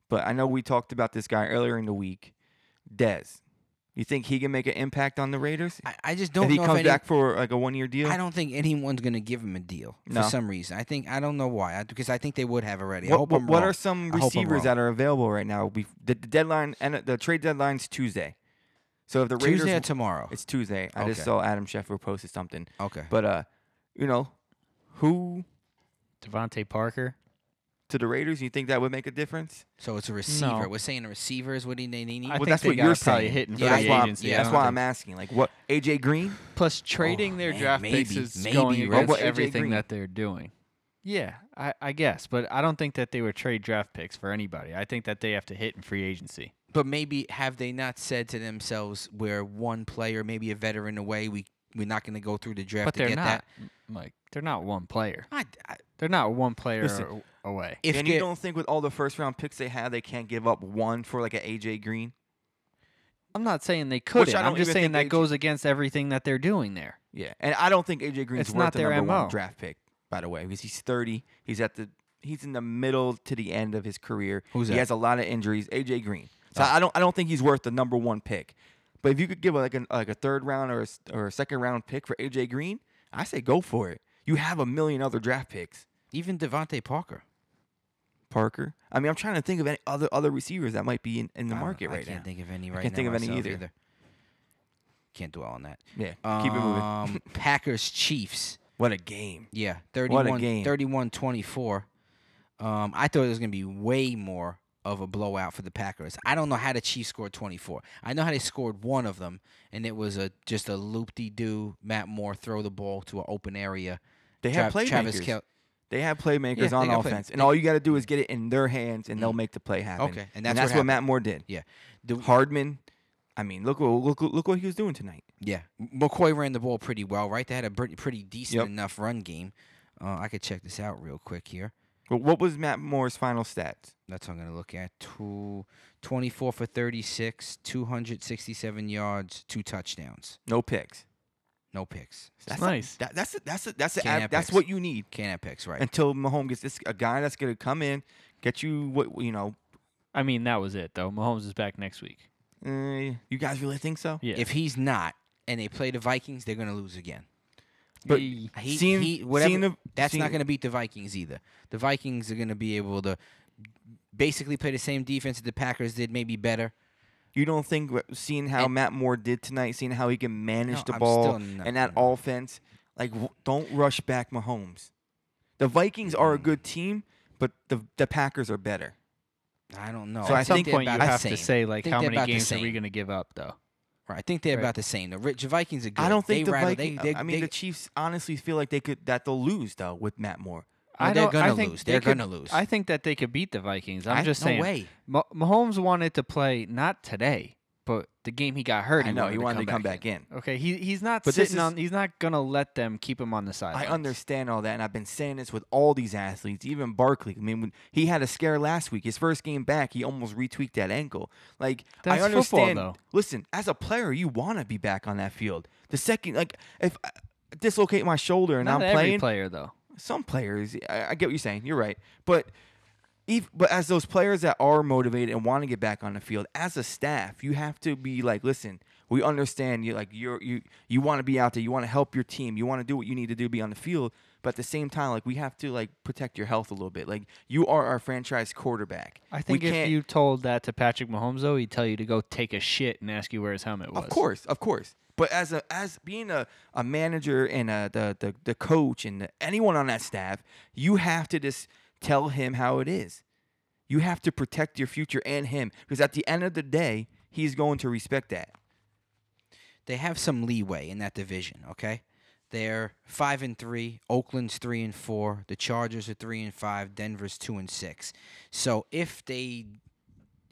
[SPEAKER 1] but I know we talked about this guy earlier in the week, Dez. You think he can make an impact on the Raiders?
[SPEAKER 3] I, I just
[SPEAKER 1] If
[SPEAKER 3] don't
[SPEAKER 1] he
[SPEAKER 3] know if
[SPEAKER 1] comes
[SPEAKER 3] any,
[SPEAKER 1] back for like a one year deal?
[SPEAKER 3] I don't think anyone's gonna give him a deal
[SPEAKER 1] No.
[SPEAKER 3] for some reason. I think I don't know why. I, because I think they would have already. I
[SPEAKER 1] What,
[SPEAKER 3] hope
[SPEAKER 1] what,
[SPEAKER 3] I'm
[SPEAKER 1] what
[SPEAKER 3] wrong.
[SPEAKER 1] are some
[SPEAKER 3] I hope I'm
[SPEAKER 1] receivers
[SPEAKER 3] wrong.
[SPEAKER 1] that are available right now? We the, the deadline and the trade deadline's Tuesday. So if the Raiders
[SPEAKER 3] Tuesday or tomorrow?
[SPEAKER 1] it's Tuesday. I just
[SPEAKER 3] Okay.
[SPEAKER 1] saw Adam Schefter posted something.
[SPEAKER 3] Okay.
[SPEAKER 1] But uh, you know, who
[SPEAKER 2] Devontae Parker.
[SPEAKER 1] to the Raiders you think that would make a difference?
[SPEAKER 3] so it's a receiver.
[SPEAKER 2] No.
[SPEAKER 3] We're saying a receiver is what he they need.
[SPEAKER 2] I
[SPEAKER 1] well,
[SPEAKER 2] think
[SPEAKER 1] that's
[SPEAKER 2] they
[SPEAKER 1] what
[SPEAKER 2] got
[SPEAKER 1] you're
[SPEAKER 2] probably
[SPEAKER 1] saying.
[SPEAKER 2] hitting
[SPEAKER 3] Yeah,
[SPEAKER 2] free
[SPEAKER 1] that's why I'm,
[SPEAKER 2] agency.
[SPEAKER 1] yeah,
[SPEAKER 2] I
[SPEAKER 1] that's
[SPEAKER 2] don't
[SPEAKER 1] why
[SPEAKER 2] think-
[SPEAKER 1] I'm Oh, asking. Like what AJ Green?
[SPEAKER 2] Plus, trading their
[SPEAKER 3] man,
[SPEAKER 2] draft
[SPEAKER 3] maybe-
[SPEAKER 2] picks is
[SPEAKER 3] maybe
[SPEAKER 2] going
[SPEAKER 3] Red-
[SPEAKER 2] against
[SPEAKER 1] Well, AJ
[SPEAKER 2] everything
[SPEAKER 1] Green.
[SPEAKER 2] that they're doing. Yeah, I, I guess, but I don't think that they would trade draft picks for anybody. I think that they have to hit in free agency.
[SPEAKER 3] But maybe have they not said to themselves, "We're one player, maybe a veteran away. We we're not going to go through the draft
[SPEAKER 2] But
[SPEAKER 3] to
[SPEAKER 2] they're
[SPEAKER 3] get
[SPEAKER 2] not,
[SPEAKER 3] that."
[SPEAKER 2] M- Mike. They're not one player.
[SPEAKER 3] I, I,
[SPEAKER 2] They're not one player
[SPEAKER 1] Listen,
[SPEAKER 2] aw- away.
[SPEAKER 3] if
[SPEAKER 1] and you
[SPEAKER 3] they're-
[SPEAKER 1] don't think with all the first round picks they have, they can't give up one for like an AJ Green?
[SPEAKER 2] I'm not saying they couldn't.
[SPEAKER 1] I
[SPEAKER 2] I'm
[SPEAKER 1] don't
[SPEAKER 2] just
[SPEAKER 1] even
[SPEAKER 2] saying
[SPEAKER 1] think
[SPEAKER 2] that
[SPEAKER 1] they-
[SPEAKER 2] goes against everything that they're doing there.
[SPEAKER 1] Yeah, and I don't think AJ Green's
[SPEAKER 2] It's
[SPEAKER 1] worth
[SPEAKER 2] not
[SPEAKER 1] the
[SPEAKER 2] their
[SPEAKER 1] number
[SPEAKER 2] MO.
[SPEAKER 1] one draft pick, by the way, because he's 30. He's at the he's in the middle to the end of his career.
[SPEAKER 3] Who's
[SPEAKER 1] he
[SPEAKER 3] that?
[SPEAKER 1] has a lot of injuries. AJ Green. So
[SPEAKER 2] Ah.
[SPEAKER 1] I don't I don't think he's worth the number one pick. But if you could give like an, like a third round or a, s- or a second round pick for AJ Green, I say go for it. You have a million other draft picks.
[SPEAKER 3] even Devontae Parker,
[SPEAKER 1] Parker. I mean, I'm trying to think of any other other receivers that might be in, in the
[SPEAKER 3] I don't-
[SPEAKER 1] market
[SPEAKER 3] I
[SPEAKER 1] right
[SPEAKER 3] can't
[SPEAKER 1] now.
[SPEAKER 3] think of any right
[SPEAKER 1] can't
[SPEAKER 3] now
[SPEAKER 1] think of any
[SPEAKER 3] myself
[SPEAKER 1] either.
[SPEAKER 3] Can't dwell on that.
[SPEAKER 1] Yeah, keep it moving.
[SPEAKER 3] Um, Packers Chiefs.
[SPEAKER 1] What a game!
[SPEAKER 3] Yeah,
[SPEAKER 1] a
[SPEAKER 3] 31,
[SPEAKER 1] game.
[SPEAKER 3] 31 24. Um, I thought it was going to be way more of a blowout for the Packers. I don't know how the Chiefs scored 24. I know how they scored one of them, and it was a just a loop de doo Matt Moore throw the ball to an open area.
[SPEAKER 1] They have
[SPEAKER 3] Tra-
[SPEAKER 1] playmakers.
[SPEAKER 3] Travis Kel-
[SPEAKER 1] They have playmakers
[SPEAKER 3] they
[SPEAKER 1] on
[SPEAKER 3] got play-
[SPEAKER 1] offense, and all you got to do is get it in their hands, and they'll make the play happen.
[SPEAKER 3] Okay, and that's what
[SPEAKER 1] what, Matt Moore did.
[SPEAKER 3] Yeah. Do-
[SPEAKER 1] Hardman, I mean, look what look look what he was doing tonight.
[SPEAKER 3] Yeah, M- McCoy ran the ball pretty well, right? They had a pretty, pretty decent
[SPEAKER 1] Yep.
[SPEAKER 3] enough run game. Uh, I could check this out real quick here.
[SPEAKER 1] But what was Matt Moore's final stats?
[SPEAKER 3] That's what I'm going to look at. Two, 24 for 36, 267 yards, two touchdowns,
[SPEAKER 1] No picks.
[SPEAKER 3] no picks.
[SPEAKER 1] That's
[SPEAKER 2] nice.
[SPEAKER 1] A, that, that's a, that's a, that's a,
[SPEAKER 3] Can't have
[SPEAKER 1] that's
[SPEAKER 3] picks.
[SPEAKER 1] what you need
[SPEAKER 3] Can't have picks, right?
[SPEAKER 1] until Mahomes gets this a guy that's gonna come in, get you what you know.
[SPEAKER 2] I mean, that was it though. Mahomes is back next week.
[SPEAKER 1] eh, you guys really think so?
[SPEAKER 2] Yeah.
[SPEAKER 3] If he's not, and they play the Vikings, they're going to lose again.
[SPEAKER 1] But
[SPEAKER 2] Ye-
[SPEAKER 3] He,
[SPEAKER 1] Seeing-
[SPEAKER 3] he, whatever,
[SPEAKER 1] seeing the-
[SPEAKER 3] that's not
[SPEAKER 1] seeing-
[SPEAKER 3] going to beat the Vikings either. The Vikings are going to be able to basically play the same defense that the Packers did, maybe better.
[SPEAKER 1] You don't think what- seeing how
[SPEAKER 3] And-
[SPEAKER 1] Matt Moore did tonight, seeing how he can manage
[SPEAKER 3] No,
[SPEAKER 1] the
[SPEAKER 3] I'm
[SPEAKER 1] ball
[SPEAKER 3] still not-
[SPEAKER 1] and that offense, like w- don't rush back Mahomes. The Vikings are a good team, but the the Packers are better.
[SPEAKER 3] I don't know.
[SPEAKER 1] So
[SPEAKER 2] at
[SPEAKER 1] I
[SPEAKER 2] some
[SPEAKER 1] think
[SPEAKER 3] they're
[SPEAKER 2] point, you
[SPEAKER 3] about the
[SPEAKER 2] have to
[SPEAKER 3] same.
[SPEAKER 2] say like
[SPEAKER 3] Think
[SPEAKER 2] how
[SPEAKER 3] they're
[SPEAKER 2] many
[SPEAKER 3] about the
[SPEAKER 2] games are we
[SPEAKER 3] same.
[SPEAKER 2] going to give up though?
[SPEAKER 3] Right, I think they're
[SPEAKER 2] Right.
[SPEAKER 3] about the same. The Rich Vikings are good.
[SPEAKER 1] I don't think
[SPEAKER 3] They
[SPEAKER 1] the
[SPEAKER 3] rattle-
[SPEAKER 1] Vikings.
[SPEAKER 3] They, they,
[SPEAKER 1] I mean,
[SPEAKER 3] they,
[SPEAKER 1] the Chiefs honestly feel like they could that they'll lose though with Matt Moore.
[SPEAKER 3] No,
[SPEAKER 2] I
[SPEAKER 3] they're
[SPEAKER 2] don't- I
[SPEAKER 3] gonna
[SPEAKER 2] think
[SPEAKER 3] lose.
[SPEAKER 2] they
[SPEAKER 3] They're
[SPEAKER 2] could-
[SPEAKER 3] gonna lose.
[SPEAKER 2] I think that they could beat the Vikings. I'm
[SPEAKER 1] I-
[SPEAKER 2] just
[SPEAKER 3] no
[SPEAKER 2] saying.
[SPEAKER 3] way.
[SPEAKER 2] Ma- Mahomes wanted to play not today, but the game he got hurt.
[SPEAKER 1] I know he wanted to come
[SPEAKER 2] back
[SPEAKER 1] back in.
[SPEAKER 2] in. Okay, he he's not
[SPEAKER 1] But this
[SPEAKER 2] sitting
[SPEAKER 1] is-
[SPEAKER 2] on. He's not gonna let them keep him on the
[SPEAKER 1] I
[SPEAKER 2] sidelines.
[SPEAKER 1] understand all that, and I've been saying this with all these athletes, even Barkley. I mean, when he had a scare last week. His first game back, he almost retweaked that ankle. Like I
[SPEAKER 2] That's football,
[SPEAKER 1] understand.
[SPEAKER 2] though.
[SPEAKER 1] Listen, as a player, you want to be back on that field. The second, like if I dislocate my shoulder and
[SPEAKER 2] Not
[SPEAKER 1] I'm
[SPEAKER 2] every
[SPEAKER 1] playing,
[SPEAKER 2] player though.
[SPEAKER 1] some players, I, I get what you're saying. You're right, but if, but as those players that are motivated and want to get back on the field, as a staff, you have to be like, listen, we understand you like you're you you want to be out there, you want to help your team, you want to do what you need to do to be on the field, but at the same time, like we have to like protect your health a little bit. Like you are our franchise quarterback.
[SPEAKER 2] I
[SPEAKER 1] We
[SPEAKER 2] think if
[SPEAKER 1] can't-
[SPEAKER 2] you told that to Patrick Mahomes though, he'd tell you to go take a shit and ask you where his helmet was.
[SPEAKER 1] Of course, of course. But as a as being a, a manager and a, the, the the coach and the, anyone on that staff, you have to just tell him how it is. You have to protect your future and him because at the end of the day, he's going to respect that.
[SPEAKER 3] they have some leeway in that division. Okay, they're five and three. Oakland's three and four. The Chargers are three and five. Denver's two and six. So if they,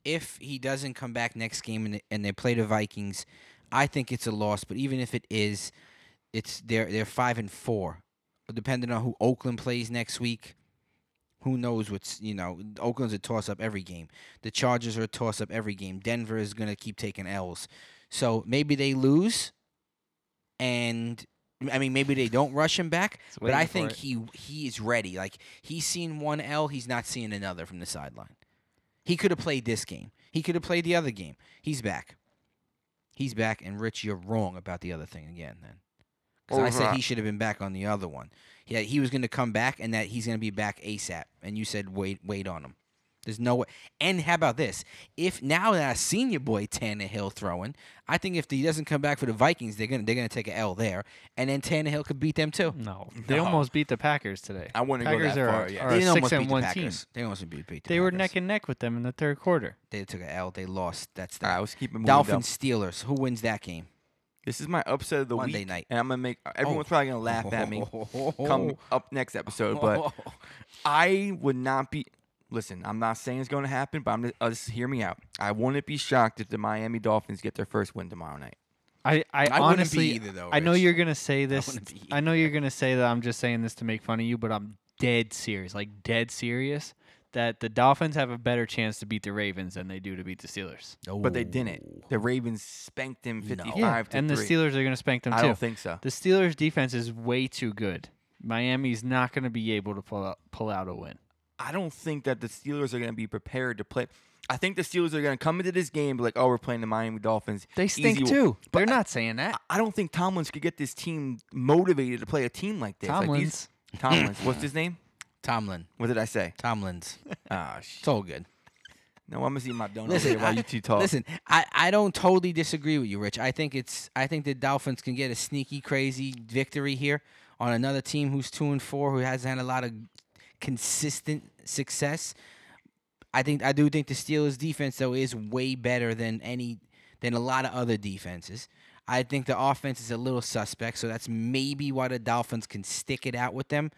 [SPEAKER 3] if he doesn't come back next game and they, and they play the Vikings, I think it's a loss. But even if it is, it's they're they're five and four, depending on who Oakland plays next week. Who knows what's you know? Oakland's a toss up every game. The Chargers are a toss up every game. Denver is gonna keep taking L's. So maybe they lose, and I mean maybe they don't rush him back.
[SPEAKER 2] It's
[SPEAKER 3] But I
[SPEAKER 2] waiting for
[SPEAKER 3] think
[SPEAKER 2] it.
[SPEAKER 3] he he is ready. Like he's seen one L, he's not seeing another from the sideline. He could have played this game. He could have played the other game. He's back. He's back, and Rich, you're wrong about the other thing again. Then, because
[SPEAKER 1] What
[SPEAKER 3] I
[SPEAKER 1] was
[SPEAKER 3] said
[SPEAKER 1] that?
[SPEAKER 3] he should have been back on the other one. Yeah, he was going to come back, and that he's going to be back ASAP. And you said wait, wait on him. There's no way. And how about this? If now that I seen your boy Tannehill throwing, I think if he doesn't come back for the Vikings, they're gonna they're gonna take a L there, and then Tannehill could beat them too.
[SPEAKER 2] No, they
[SPEAKER 1] No.
[SPEAKER 2] almost beat the Packers today.
[SPEAKER 1] I wouldn't go
[SPEAKER 2] Packers
[SPEAKER 1] that
[SPEAKER 2] are,
[SPEAKER 1] far. Yeah.
[SPEAKER 2] are
[SPEAKER 3] They
[SPEAKER 2] a
[SPEAKER 3] didn't
[SPEAKER 2] six
[SPEAKER 3] almost
[SPEAKER 2] and
[SPEAKER 3] beat the
[SPEAKER 2] one team.
[SPEAKER 3] Packers. They almost beat the Packers.
[SPEAKER 2] They were neck and neck with them in the third quarter.
[SPEAKER 3] They took a L. They lost. That's
[SPEAKER 1] All
[SPEAKER 3] that.
[SPEAKER 1] right, let's keep it moving. Dolphins.
[SPEAKER 3] Dolphins Steelers. Who wins that game?
[SPEAKER 1] This is my upset of the
[SPEAKER 3] Monday
[SPEAKER 1] week,
[SPEAKER 3] night.
[SPEAKER 1] and I'm gonna make
[SPEAKER 2] Oh.
[SPEAKER 1] everyone's probably gonna laugh at me. Come up next episode, but I would not be. Listen, I'm not saying it's going to happen, but I'm just, uh, just hear me out. I wouldn't be shocked if the Miami Dolphins get their first win tomorrow night.
[SPEAKER 2] I, I,
[SPEAKER 3] I wouldn't
[SPEAKER 2] honestly,
[SPEAKER 3] be either, though,
[SPEAKER 2] I know
[SPEAKER 3] Rich.
[SPEAKER 2] you're gonna say this.
[SPEAKER 3] wouldn't be
[SPEAKER 2] I know you're gonna say that I'm just saying this to make fun of you, but I'm dead serious, like dead serious, that the Dolphins have a better chance to beat the Ravens than they do to beat the Steelers.
[SPEAKER 1] But they didn't. The Ravens spanked them 55 to
[SPEAKER 2] and the
[SPEAKER 1] three.
[SPEAKER 2] Steelers are gonna spank them
[SPEAKER 1] I
[SPEAKER 2] too.
[SPEAKER 1] don't think so.
[SPEAKER 2] the Steelers defense is way too good. Miami's not gonna be able to pull out, pull out a win.
[SPEAKER 1] I don't think that the Steelers are going to be prepared to play. I think the Steelers are going to come into this game and be like, oh, we're playing the Miami Dolphins.
[SPEAKER 2] They stink
[SPEAKER 1] Easy-
[SPEAKER 2] too. They're not saying that.
[SPEAKER 1] I don't think Tomlins could get this team motivated to play a team like this. Like, these- Tomlins. What's his name?
[SPEAKER 3] Tomlin.
[SPEAKER 1] What did I say?
[SPEAKER 3] Tomlins.
[SPEAKER 1] Ah, shit.
[SPEAKER 3] It's all good.
[SPEAKER 1] No, I'm going to eat my donut
[SPEAKER 3] Listen,
[SPEAKER 1] here while
[SPEAKER 3] I-
[SPEAKER 1] you two talk.
[SPEAKER 3] Listen, I, I don't totally disagree with you, Rich. I think it's I think the Dolphins can get a sneaky crazy victory here on another team who's two and four, who hasn't had a lot of consistent success. I think I do think the Steelers defense though is way better than any than a lot of other defenses. I think the offense is a little suspect, so that's maybe why the Dolphins can stick it out with them.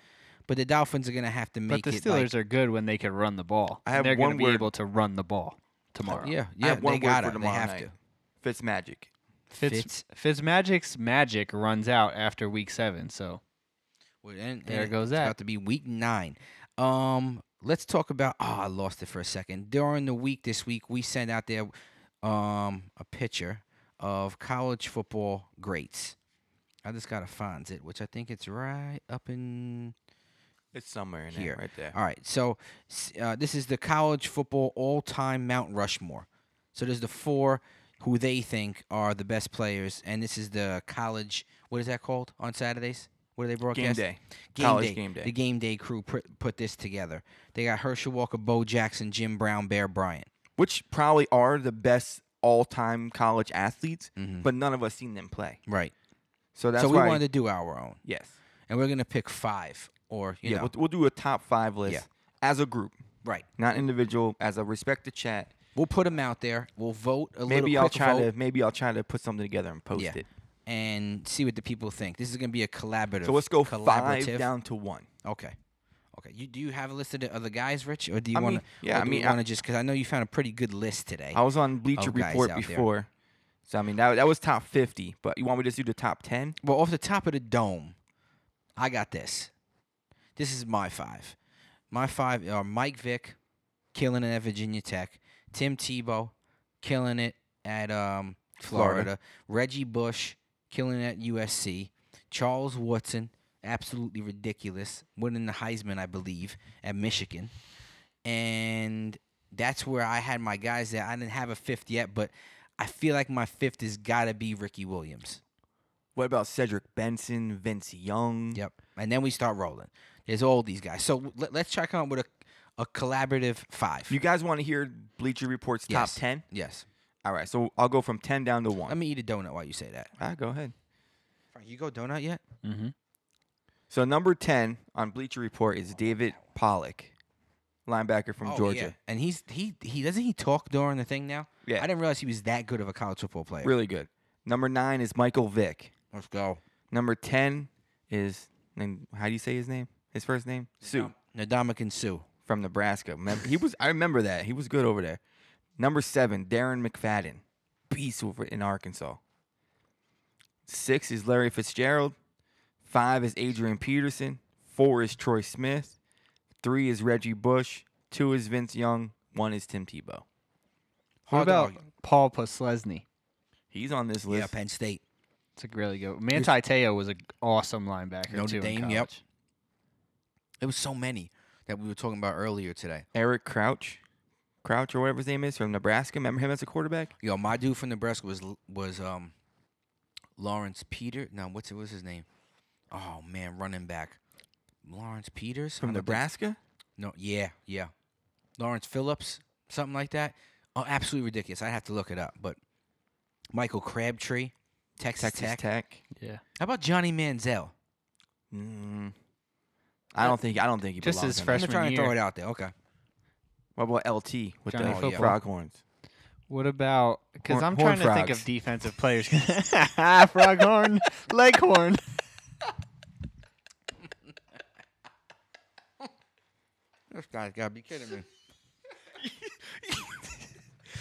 [SPEAKER 3] But the Dolphins are gonna have to
[SPEAKER 2] But
[SPEAKER 3] make
[SPEAKER 2] the
[SPEAKER 3] it. like-
[SPEAKER 2] Steelers are good when they can run the ball.
[SPEAKER 1] I have
[SPEAKER 2] They're gonna
[SPEAKER 1] one
[SPEAKER 2] be
[SPEAKER 1] word-
[SPEAKER 2] able to run the ball tomorrow.
[SPEAKER 3] yeah, yeah,
[SPEAKER 1] I have one
[SPEAKER 3] they
[SPEAKER 1] word
[SPEAKER 3] got
[SPEAKER 1] for
[SPEAKER 3] it. They
[SPEAKER 1] tomorrow
[SPEAKER 3] have
[SPEAKER 1] night.
[SPEAKER 3] to.
[SPEAKER 1] Fitz Magic.
[SPEAKER 2] Fitz, Fitzmagic's magic runs out after week seven, so
[SPEAKER 3] Well, and-
[SPEAKER 2] There
[SPEAKER 3] and
[SPEAKER 2] goes
[SPEAKER 3] it's
[SPEAKER 2] that.
[SPEAKER 3] About to be week nine. Um, let's talk about. Oh, I lost it for a second. During the week this week, we sent out there um a picture of college football greats. I just gotta find it, which I think it's right up in
[SPEAKER 1] It's somewhere in
[SPEAKER 3] Here.
[SPEAKER 1] there, right there.
[SPEAKER 3] all right, so s- uh, this is the college football all-time Mount Rushmore. So there's the four who they think are the best players, and this is the college. What is that called on Saturdays? What do they
[SPEAKER 1] Game
[SPEAKER 3] broadcast?
[SPEAKER 1] day. College game day.
[SPEAKER 3] The game day crew put, put this together. They got Herschel Walker, Bo Jackson, Jim Brown, Bear Bryant.
[SPEAKER 1] Which probably are the best all time college athletes,
[SPEAKER 3] Mhm.
[SPEAKER 1] but none of us seen them play.
[SPEAKER 3] Right.
[SPEAKER 1] So that's
[SPEAKER 3] so we
[SPEAKER 1] why.
[SPEAKER 3] wanted to do our own,
[SPEAKER 1] yes.
[SPEAKER 3] and we're gonna pick five or you
[SPEAKER 1] yeah.
[SPEAKER 3] know
[SPEAKER 1] We'll, we'll do a top five list
[SPEAKER 3] Yeah.
[SPEAKER 1] as a group,
[SPEAKER 3] right.
[SPEAKER 1] not individual, as a respected chat.
[SPEAKER 3] We'll put them out there. We'll vote a little.
[SPEAKER 1] Maybe I'll
[SPEAKER 3] quick
[SPEAKER 1] try
[SPEAKER 3] vote
[SPEAKER 1] to maybe I'll try to put something together and post
[SPEAKER 3] Yeah.
[SPEAKER 1] it.
[SPEAKER 3] and see what the people think. This is gonna be a collaborative.
[SPEAKER 1] So let's go
[SPEAKER 3] collaborative.
[SPEAKER 1] five down to one.
[SPEAKER 3] Okay. Okay. You do you have a list of the other guys, Rich, or do you
[SPEAKER 1] I
[SPEAKER 3] want
[SPEAKER 1] mean,
[SPEAKER 3] to?
[SPEAKER 1] yeah, I mean, I-
[SPEAKER 3] want to just because I know you found a pretty good list today.
[SPEAKER 1] I was on Bleacher
[SPEAKER 3] Of Oh, guys
[SPEAKER 1] Report
[SPEAKER 3] out there.
[SPEAKER 1] before, so I mean that that was top fifty. But you want me to just do the top ten?
[SPEAKER 3] Well, off the top of the dome, I got this. This is my five. My five are Mike Vick, killing it at Virginia Tech. Tim Tebow, killing it at um, Florida.
[SPEAKER 1] Florida.
[SPEAKER 3] Reggie Bush, killing it at USC. Charles Woodson, absolutely ridiculous, winning the Heisman, I believe, at Michigan. And that's where I had my guys that I didn't have a fifth yet, but I feel like my fifth has got to be Ricky Williams.
[SPEAKER 1] What about Cedric Benson, Vince Young?
[SPEAKER 3] Yep. And then we start rolling. There's all these guys. So let, let's try to come up with a, a collaborative five.
[SPEAKER 1] You guys want to hear Bleacher Report's top
[SPEAKER 3] Yes.
[SPEAKER 1] ten?
[SPEAKER 3] yes.
[SPEAKER 1] All right, so I'll go from ten down to one.
[SPEAKER 3] Let me eat a donut while you say that.
[SPEAKER 1] All right, go ahead.
[SPEAKER 3] Frank, you go donut yet?
[SPEAKER 2] Mm-hmm.
[SPEAKER 1] So number ten on Bleacher Report is David Pollock, linebacker
[SPEAKER 3] Oh,
[SPEAKER 1] from Georgia.
[SPEAKER 3] And he's he he doesn't he talk during the thing now?
[SPEAKER 1] Yeah,
[SPEAKER 3] I didn't realize he was that good of a college football player.
[SPEAKER 1] really good. Number nine is Michael Vick.
[SPEAKER 3] Let's go.
[SPEAKER 1] Number ten is and how do you say his name? His first name Sue
[SPEAKER 3] Nadamakan Sue.
[SPEAKER 1] from Nebraska. Remember- He was I remember that he was good over there. Number seven, Darren McFadden, beast over in Arkansas. Six is Larry Fitzgerald. Five is Adrian Peterson. Four is Troy Smith. Three is Reggie Bush. Two is Vince Young. One is Tim
[SPEAKER 2] What
[SPEAKER 1] Tebow.
[SPEAKER 3] Hard to
[SPEAKER 2] about
[SPEAKER 3] argue.
[SPEAKER 2] Paul Poslesny?
[SPEAKER 1] He's on this
[SPEAKER 3] Yeah,
[SPEAKER 1] list.
[SPEAKER 3] Penn State.
[SPEAKER 2] It's a really good. Manti Te'o was an awesome linebacker
[SPEAKER 3] Notre
[SPEAKER 2] too. in
[SPEAKER 3] Dame, yep.
[SPEAKER 2] college.
[SPEAKER 3] It was so many that we were talking about earlier today.
[SPEAKER 1] Eric Crouch, Crouch or whatever his name is from Nebraska. Remember him as a quarterback?
[SPEAKER 3] Yo, my dude from Nebraska was was um Lawrence Peter. No, what's what's his name? Oh man, running back. Lawrence Peters
[SPEAKER 1] From
[SPEAKER 3] I don't think-
[SPEAKER 1] Nebraska?
[SPEAKER 3] No, yeah, yeah. Lawrence Phillips, something like that. Oh, absolutely ridiculous. I'd have to look it up. But Michael Crabtree, Texas,
[SPEAKER 1] Texas
[SPEAKER 3] Tech.
[SPEAKER 1] Tech.
[SPEAKER 2] Yeah.
[SPEAKER 3] How about Johnny Manziel?
[SPEAKER 1] Mm. I don't think I don't think he
[SPEAKER 2] Just his
[SPEAKER 1] belongs in
[SPEAKER 3] I'm
[SPEAKER 1] there.
[SPEAKER 2] freshman
[SPEAKER 3] just trying to throw
[SPEAKER 2] year.
[SPEAKER 3] it out there. Okay.
[SPEAKER 1] What about LT with
[SPEAKER 2] Johnny
[SPEAKER 1] the
[SPEAKER 2] Football.
[SPEAKER 1] Froghorns?
[SPEAKER 2] What about? Because
[SPEAKER 1] Horn-
[SPEAKER 2] I'm
[SPEAKER 1] horn
[SPEAKER 2] trying to think
[SPEAKER 1] frogs.
[SPEAKER 2] of defensive players. Froghorn, leghorn.
[SPEAKER 3] This guy's got to be kidding me.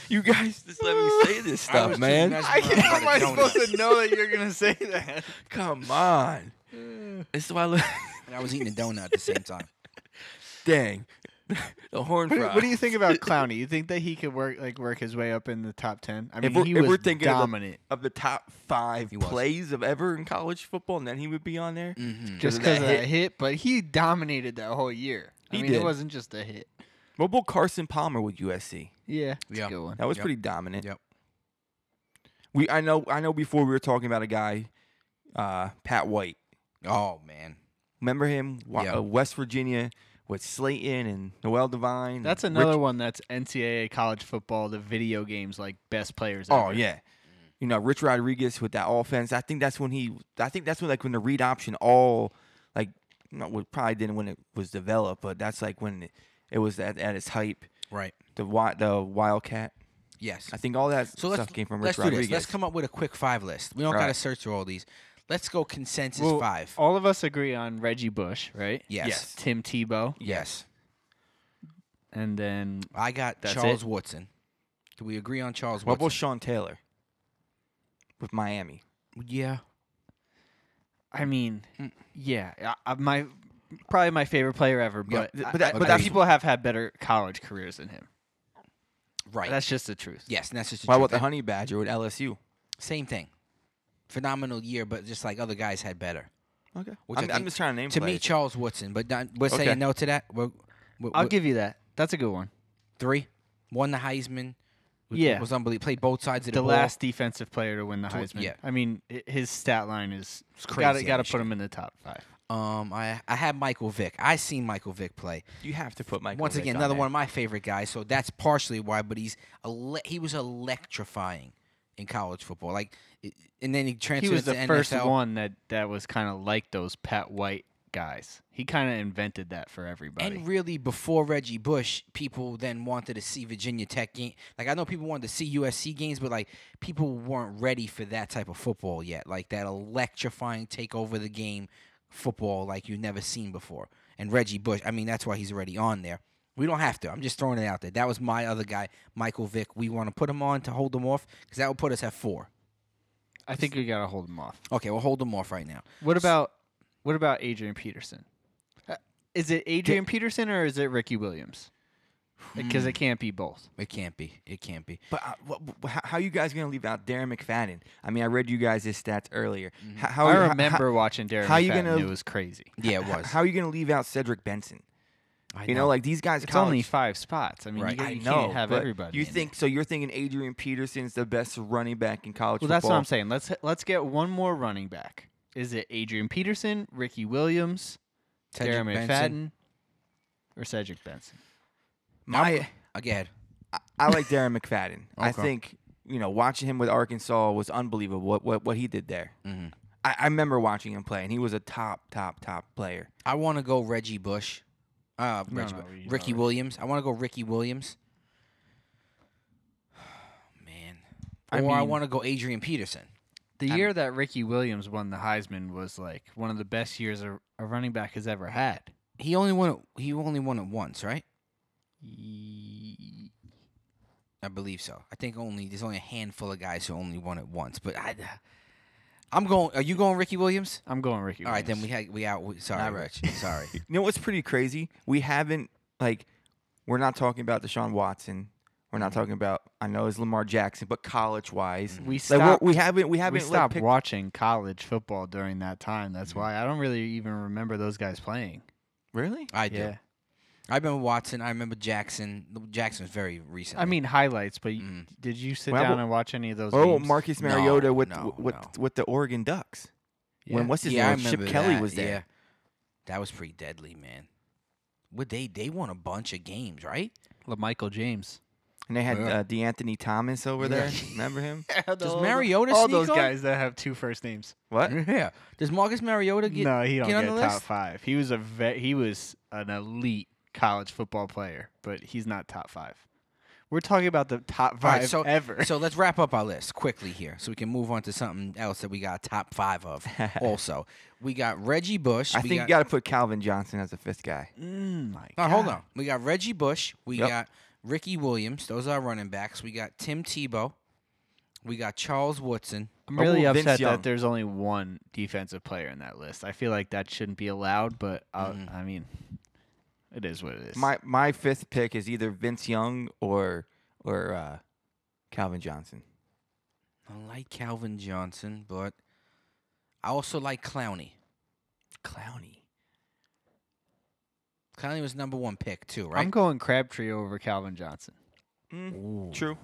[SPEAKER 1] You guys just let me say this
[SPEAKER 3] stuff, was too man. mesmerized I- how am I supposed
[SPEAKER 2] to know that you're gonna say that?
[SPEAKER 1] Come on. This is why I look.
[SPEAKER 3] And I was eating a donut at the same time.
[SPEAKER 1] Dang. the horn
[SPEAKER 2] What, do-
[SPEAKER 1] frog.
[SPEAKER 2] what do you think about Clowney? You think that he could work like work his way up in the top ten? I
[SPEAKER 1] If
[SPEAKER 2] mean,
[SPEAKER 1] we're-
[SPEAKER 2] he
[SPEAKER 1] if
[SPEAKER 2] was
[SPEAKER 1] we're thinking of the-
[SPEAKER 2] dominant.
[SPEAKER 1] of the top five
[SPEAKER 3] He was.
[SPEAKER 1] plays of ever in college football, and then he would be on there.
[SPEAKER 3] Mm-hmm.
[SPEAKER 2] just
[SPEAKER 1] of that
[SPEAKER 2] because of that hit, but he dominated that whole year. I
[SPEAKER 1] He
[SPEAKER 2] mean,
[SPEAKER 1] did.
[SPEAKER 2] it wasn't just a hit.
[SPEAKER 1] What about Carson Palmer with USC?
[SPEAKER 2] Yeah,
[SPEAKER 3] that's a Yeah. good
[SPEAKER 2] one.
[SPEAKER 1] That was
[SPEAKER 3] Yep.
[SPEAKER 1] pretty dominant.
[SPEAKER 3] Yep.
[SPEAKER 1] We I know I know before we were talking about a guy, uh, Pat White.
[SPEAKER 3] Oh, man.
[SPEAKER 1] Remember him? Wa-
[SPEAKER 3] Yeah.
[SPEAKER 1] uh, West Virginia with Slayton and Noel Devine.
[SPEAKER 2] That's
[SPEAKER 1] and
[SPEAKER 2] another
[SPEAKER 1] Hmm. Rich-
[SPEAKER 2] one that's NCAA college football, the video games like best players.
[SPEAKER 1] Oh
[SPEAKER 2] ever.
[SPEAKER 1] yeah. You know Rich Rodriguez with that offense. I think that's when he. I think that's when like when the read option all like no, well, probably didn't when it was developed, but that's like when it, it was at, at its hype.
[SPEAKER 3] Right.
[SPEAKER 1] The wi- the Wildcat.
[SPEAKER 3] Yes.
[SPEAKER 1] I think all that
[SPEAKER 3] So let's
[SPEAKER 1] stuff came from
[SPEAKER 3] let's
[SPEAKER 1] Rich
[SPEAKER 3] do
[SPEAKER 1] Rodriguez.
[SPEAKER 3] this. Let's come up with a quick five list. We don't
[SPEAKER 1] All
[SPEAKER 3] got to
[SPEAKER 1] right. oh,
[SPEAKER 3] search through all these. Let's go consensus
[SPEAKER 2] Well,
[SPEAKER 3] five.
[SPEAKER 2] All of us agree on Reggie Bush, right?
[SPEAKER 3] yes.
[SPEAKER 1] yes.
[SPEAKER 3] yes.
[SPEAKER 2] Tim Tebow, and then
[SPEAKER 3] I got
[SPEAKER 2] That's
[SPEAKER 3] Charles
[SPEAKER 2] it?
[SPEAKER 3] Woodson. Do we agree on Charles
[SPEAKER 1] What about
[SPEAKER 3] Woodson?
[SPEAKER 1] Sean Taylor with Miami?
[SPEAKER 3] yeah.
[SPEAKER 2] I mean,
[SPEAKER 3] Mm.
[SPEAKER 2] yeah, I, I, my probably my favorite player ever. But
[SPEAKER 1] th-
[SPEAKER 2] I-
[SPEAKER 1] but that-
[SPEAKER 2] I-
[SPEAKER 1] but
[SPEAKER 2] I-
[SPEAKER 1] that's-
[SPEAKER 2] people have had better college careers than him.
[SPEAKER 3] Right.
[SPEAKER 2] That's just the truth.
[SPEAKER 3] yes, and that's just the
[SPEAKER 1] What about
[SPEAKER 3] truth.
[SPEAKER 1] the Honey Badger with LSU?
[SPEAKER 3] Same thing. Phenomenal year, but just like other guys had better.
[SPEAKER 1] Okay,
[SPEAKER 3] Which I
[SPEAKER 1] I'm, I'm
[SPEAKER 3] think-
[SPEAKER 1] just trying to name
[SPEAKER 3] To me,
[SPEAKER 1] players.
[SPEAKER 3] Charles Woodson, but not, we're
[SPEAKER 1] Okay.
[SPEAKER 3] saying no to that. We're, we
[SPEAKER 2] I'll give you that. That's a good one.
[SPEAKER 3] three. Won the Heisman. Was-
[SPEAKER 2] Yeah.
[SPEAKER 3] was unbelievable. Played both sides of the,
[SPEAKER 2] The
[SPEAKER 3] ball.
[SPEAKER 2] last defensive player to win the
[SPEAKER 3] Tw-
[SPEAKER 2] Heisman.
[SPEAKER 3] yeah.
[SPEAKER 2] I mean, i his stat line is
[SPEAKER 3] It's
[SPEAKER 2] got to
[SPEAKER 3] crazy
[SPEAKER 2] got to
[SPEAKER 3] this
[SPEAKER 2] put him in the top five.
[SPEAKER 3] Um, I I had Michael Vick. I seen Michael Vick play.
[SPEAKER 1] you have to put Michael.
[SPEAKER 3] Once
[SPEAKER 1] Vick
[SPEAKER 3] again,
[SPEAKER 1] on
[SPEAKER 3] another
[SPEAKER 1] there.
[SPEAKER 3] one of my favorite guys. So that's partially why. But he's ele- he was electrifying in college football. Like, i- and then he transferred
[SPEAKER 2] He was
[SPEAKER 3] to
[SPEAKER 2] the first
[SPEAKER 3] NFL.
[SPEAKER 2] one that that was kind of like those Pat White guys. He kind of invented that for everybody.
[SPEAKER 3] And really, before Reggie Bush, people then wanted to see Virginia Tech game. Like I know people wanted to see USC games, but like people weren't ready for that type of football yet. Like that electrifying take over the game football, like you've never seen before. And Reggie Bush, I mean, that's why he's already on there. We don't have to. I'm just throwing it out there. That was my other guy, Michael Vick. We want to put him on to hold him off because that would put us at four.
[SPEAKER 2] I think we got to hold him off.
[SPEAKER 3] Okay, we'll hold him off right now.
[SPEAKER 2] What about what about Adrian Peterson? Uh, Is it Adrian Peterson or is it Ricky Williams? Because it can't be both.
[SPEAKER 3] It can't be. It can't be.
[SPEAKER 1] But uh, wh- wh- how, how you guys gonna leave out Darren McFadden? I mean, I read you guys his stats earlier. How, how,
[SPEAKER 2] I
[SPEAKER 1] how-
[SPEAKER 2] remember watching Derek.
[SPEAKER 1] how you
[SPEAKER 2] McFadden.
[SPEAKER 1] gonna-
[SPEAKER 2] It was crazy.
[SPEAKER 3] Yeah, it
[SPEAKER 1] How,
[SPEAKER 3] was.
[SPEAKER 1] how you gonna leave out Cedric Benson?
[SPEAKER 3] I
[SPEAKER 1] You know, like these guys.
[SPEAKER 2] It's
[SPEAKER 1] college,
[SPEAKER 2] only five spots. I mean,
[SPEAKER 3] Right.
[SPEAKER 2] you,
[SPEAKER 1] I
[SPEAKER 2] you
[SPEAKER 1] know.
[SPEAKER 2] can't have
[SPEAKER 1] but
[SPEAKER 2] everybody.
[SPEAKER 1] You
[SPEAKER 2] in
[SPEAKER 1] think so? You're thinking Adrian Peterson's the best running back in college
[SPEAKER 2] Well,
[SPEAKER 1] football?
[SPEAKER 2] that's what I'm saying. Let's let's get one more running back. Is it Adrian Peterson, Ricky Williams,
[SPEAKER 3] Cedric
[SPEAKER 2] Darren
[SPEAKER 3] Benson.
[SPEAKER 2] McFadden, or Cedric Benson?
[SPEAKER 1] My,
[SPEAKER 3] Again,
[SPEAKER 1] I, I like Darren McFadden. I
[SPEAKER 3] Okay.
[SPEAKER 1] think you know watching him with Arkansas was unbelievable. What what, what he did there.
[SPEAKER 2] Mm-hmm.
[SPEAKER 3] Mhm.
[SPEAKER 1] I, I remember watching him play, and he was a top top top player.
[SPEAKER 3] I want to go Reggie Bush. Uh,
[SPEAKER 2] No,
[SPEAKER 3] Reggie
[SPEAKER 2] no,
[SPEAKER 3] Bu-
[SPEAKER 2] you know
[SPEAKER 3] Ricky
[SPEAKER 2] Reggie.
[SPEAKER 3] Williams. I want to go Ricky Williams. Man. Or
[SPEAKER 2] I
[SPEAKER 3] I,
[SPEAKER 2] mean-
[SPEAKER 3] want to go Adrian Peterson.
[SPEAKER 2] The
[SPEAKER 3] I'm-
[SPEAKER 2] year that Ricky Williams won the Heisman was like one of the best years a, a running back has ever had.
[SPEAKER 3] He only won it. He only won it once, right?
[SPEAKER 2] Ye-
[SPEAKER 3] I believe so. I think only there's only a handful of guys who only won it once. But I, I'm going. Are you going Ricky Williams?
[SPEAKER 2] I'm going Ricky.
[SPEAKER 3] All right,
[SPEAKER 2] Williams.
[SPEAKER 3] then we had we out. We, sorry,
[SPEAKER 1] Not
[SPEAKER 3] Rich. Sorry.
[SPEAKER 1] You know what's pretty crazy? We haven't like we're not talking about Deshaun Watson. We're
[SPEAKER 2] Mm-hmm.
[SPEAKER 1] not talking about I know it's Lamar Jackson, but college
[SPEAKER 2] we
[SPEAKER 1] wise, like we're-
[SPEAKER 2] stopped.
[SPEAKER 1] we haven't we
[SPEAKER 2] Mm-hmm. we,
[SPEAKER 1] haven't like,
[SPEAKER 2] stopped
[SPEAKER 1] picked-
[SPEAKER 2] watching college football during that time. That's why I don't really even remember those guys playing.
[SPEAKER 1] really.
[SPEAKER 3] I do. I remember Watson. I remember Jackson. Jackson was very recent.
[SPEAKER 2] I mean highlights, but y
[SPEAKER 3] Mm.
[SPEAKER 2] did you sit
[SPEAKER 1] Well,
[SPEAKER 2] down
[SPEAKER 1] well-
[SPEAKER 2] and watch any of those?
[SPEAKER 1] Oh,
[SPEAKER 2] games?
[SPEAKER 1] Marcus Mariota
[SPEAKER 3] No,
[SPEAKER 1] with
[SPEAKER 3] no,
[SPEAKER 1] with
[SPEAKER 3] no.
[SPEAKER 1] with the Oregon Ducks.
[SPEAKER 2] Yeah.
[SPEAKER 1] When what's his
[SPEAKER 3] yeah, I
[SPEAKER 1] name? Chip
[SPEAKER 3] remember
[SPEAKER 1] Kelly
[SPEAKER 3] that,
[SPEAKER 1] was there.
[SPEAKER 3] Yeah. That was pretty deadly, man. Would they they won a bunch of games, right?
[SPEAKER 2] LaMichael James.
[SPEAKER 1] And they had
[SPEAKER 3] Yeah.
[SPEAKER 1] uh, DeAnthony Thomas over
[SPEAKER 3] Yeah.
[SPEAKER 1] there. Remember him?
[SPEAKER 3] Does
[SPEAKER 2] All-
[SPEAKER 3] Mariota
[SPEAKER 2] all
[SPEAKER 3] sneak
[SPEAKER 2] those
[SPEAKER 3] on?
[SPEAKER 2] guys that have two first names?
[SPEAKER 1] What?
[SPEAKER 3] Yeah. Does Marcus Mariota get?
[SPEAKER 2] no, he don't
[SPEAKER 3] get
[SPEAKER 2] get,
[SPEAKER 3] on the
[SPEAKER 2] top
[SPEAKER 3] list?
[SPEAKER 2] five. He was a ve- he was an elite college football player, but he's not top five. We're talking about the top
[SPEAKER 3] All right,
[SPEAKER 2] five
[SPEAKER 3] so-
[SPEAKER 2] ever.
[SPEAKER 3] So let's wrap up our list quickly here, so we can move on to something else that we got a top five of. also, we got Reggie Bush.
[SPEAKER 1] I
[SPEAKER 3] Mm-hmm. we
[SPEAKER 1] think you got to put Calvin Johnson as the fifth guy.
[SPEAKER 2] Mm, my
[SPEAKER 3] No, hold
[SPEAKER 2] God.
[SPEAKER 3] on. We got Reggie Bush. We
[SPEAKER 1] Yep.
[SPEAKER 3] got Ricky Williams. Those are our running backs. We got Tim Tebow. We got Charles Woodson.
[SPEAKER 2] I'm
[SPEAKER 1] Oh,
[SPEAKER 2] really
[SPEAKER 1] well, Vince
[SPEAKER 2] upset
[SPEAKER 1] Young.
[SPEAKER 2] that there's only one defensive player in that list. I feel like that shouldn't be allowed, but I'll,
[SPEAKER 3] Mhm.
[SPEAKER 2] I mean, it is what it is.
[SPEAKER 1] My my fifth pick is either Vince Young or or uh, Calvin Johnson.
[SPEAKER 3] I like Calvin Johnson, but I also like Clowney.
[SPEAKER 1] Clowny.
[SPEAKER 3] Clowney was number one pick too,
[SPEAKER 2] I'm
[SPEAKER 3] right?
[SPEAKER 2] going Crabtree over Calvin Johnson.
[SPEAKER 1] Mm,
[SPEAKER 3] Ooh.
[SPEAKER 1] true.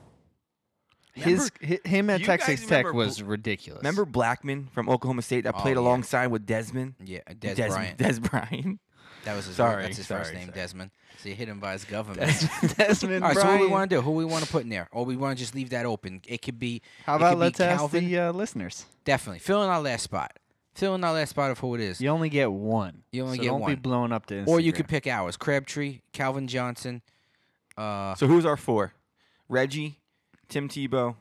[SPEAKER 2] His, hi him at
[SPEAKER 1] you
[SPEAKER 2] Texas
[SPEAKER 1] guys
[SPEAKER 2] Tech
[SPEAKER 1] remember
[SPEAKER 2] was ridiculous.
[SPEAKER 1] Remember Blackman from Oklahoma State that
[SPEAKER 3] Oh,
[SPEAKER 1] played
[SPEAKER 3] yeah.
[SPEAKER 1] alongside with Desmond?
[SPEAKER 3] Yeah, uh, Des,
[SPEAKER 1] Des-
[SPEAKER 3] Bryant.
[SPEAKER 1] Des Bryant.
[SPEAKER 3] that was his.
[SPEAKER 1] sorry,
[SPEAKER 3] that's his first
[SPEAKER 1] sorry,
[SPEAKER 3] name,
[SPEAKER 1] sorry.
[SPEAKER 3] Desmond. So you hit him by his government.
[SPEAKER 2] Desmond,
[SPEAKER 3] All
[SPEAKER 2] Desmond
[SPEAKER 3] right, so what do we
[SPEAKER 2] Bryant.
[SPEAKER 3] want to do? Who we want to put in there, or we want to just leave that open? It could be
[SPEAKER 2] How
[SPEAKER 3] it could
[SPEAKER 2] about
[SPEAKER 3] be
[SPEAKER 2] let's ask
[SPEAKER 3] Calvin.
[SPEAKER 2] the uh, listeners?
[SPEAKER 3] definitely fill in our last spot. Fill in our last spot of who it is.
[SPEAKER 2] You only get one.
[SPEAKER 3] You only
[SPEAKER 2] so
[SPEAKER 3] get
[SPEAKER 2] don't
[SPEAKER 3] one.
[SPEAKER 2] be blowing up the Instagram.
[SPEAKER 3] Or you could pick ours: Crabtree, Calvin Johnson, uh,
[SPEAKER 1] So who's our four? Reggie, Tim Tebow,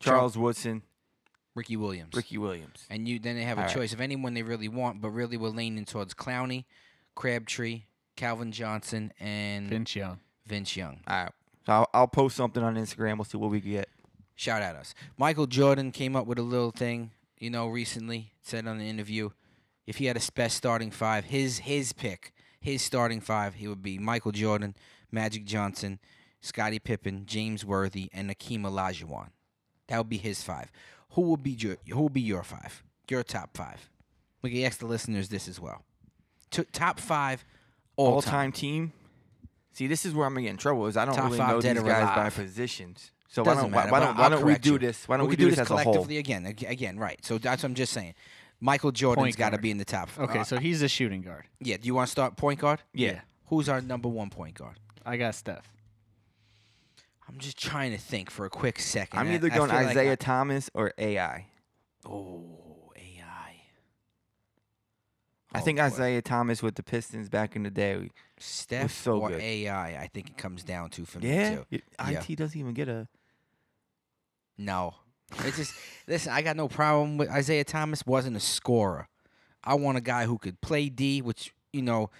[SPEAKER 1] Charles Woodson,
[SPEAKER 3] Ricky Williams.
[SPEAKER 1] Ricky Williams.
[SPEAKER 3] And you then they have a
[SPEAKER 1] All right.
[SPEAKER 3] choice of anyone they really want, but really we're leaning towards Clowney, Crabtree, Calvin Johnson, and
[SPEAKER 2] Vince Young.
[SPEAKER 3] Vince Young.
[SPEAKER 1] All right. So I'll, I'll post something on Instagram. We'll see what we get.
[SPEAKER 3] Shout at us. Michael Jordan came up with a little thing, you know, recently said on an interview, if he had a best starting five, his his pick, his starting five, he would be Michael Jordan, Magic Johnson, Scottie Pippen, James Worthy, and Akeem Olajuwon. That would be his five. Who would be your Who would be your five? Your top five. We can ask the listeners this as well. To, top five all,
[SPEAKER 1] All time team. See, this is where I'm gonna get in trouble. Is I don't
[SPEAKER 3] Top
[SPEAKER 1] really
[SPEAKER 3] five
[SPEAKER 1] know
[SPEAKER 3] dead
[SPEAKER 1] these
[SPEAKER 3] or
[SPEAKER 1] guys by
[SPEAKER 3] alive.
[SPEAKER 1] positions. So why
[SPEAKER 3] Doesn't
[SPEAKER 1] don't
[SPEAKER 3] matter,
[SPEAKER 1] why, why
[SPEAKER 3] but
[SPEAKER 1] don't
[SPEAKER 3] I'll
[SPEAKER 1] why don't we
[SPEAKER 3] correct
[SPEAKER 1] do
[SPEAKER 3] you.
[SPEAKER 1] this? Why don't
[SPEAKER 3] we
[SPEAKER 1] we,
[SPEAKER 3] could
[SPEAKER 1] do
[SPEAKER 3] do this
[SPEAKER 1] as a whole?
[SPEAKER 3] collectively again. ag- Again, right. So that's what I'm just saying. Michael Jordan's
[SPEAKER 2] Point
[SPEAKER 3] got to
[SPEAKER 2] guard.
[SPEAKER 3] be in the top. f-
[SPEAKER 2] Okay,
[SPEAKER 3] uh,
[SPEAKER 2] so he's a shooting guard.
[SPEAKER 3] Yeah, do you want to start point guard?
[SPEAKER 1] Yeah.
[SPEAKER 3] Who's our number one point guard?
[SPEAKER 2] I got Steph.
[SPEAKER 3] I'm just trying to think for a quick second.
[SPEAKER 1] I'm
[SPEAKER 3] I-
[SPEAKER 1] either
[SPEAKER 3] I
[SPEAKER 1] going
[SPEAKER 3] feel like
[SPEAKER 1] Isaiah
[SPEAKER 3] I-
[SPEAKER 1] Thomas or AI.
[SPEAKER 3] oh, AI.
[SPEAKER 1] I
[SPEAKER 3] Oh,
[SPEAKER 1] think
[SPEAKER 3] boy.
[SPEAKER 1] Isaiah Thomas with the Pistons back in the day.
[SPEAKER 3] Steph
[SPEAKER 1] so
[SPEAKER 3] or
[SPEAKER 1] good.
[SPEAKER 3] AI. I think it comes down to for me
[SPEAKER 1] Yeah,
[SPEAKER 3] too.
[SPEAKER 1] it-
[SPEAKER 3] Yeah.
[SPEAKER 1] it doesn't even get a.
[SPEAKER 3] No, it's just listen. I got no problem with Isaiah Thomas. wasn't a scorer. I want a guy who could play D, which you know,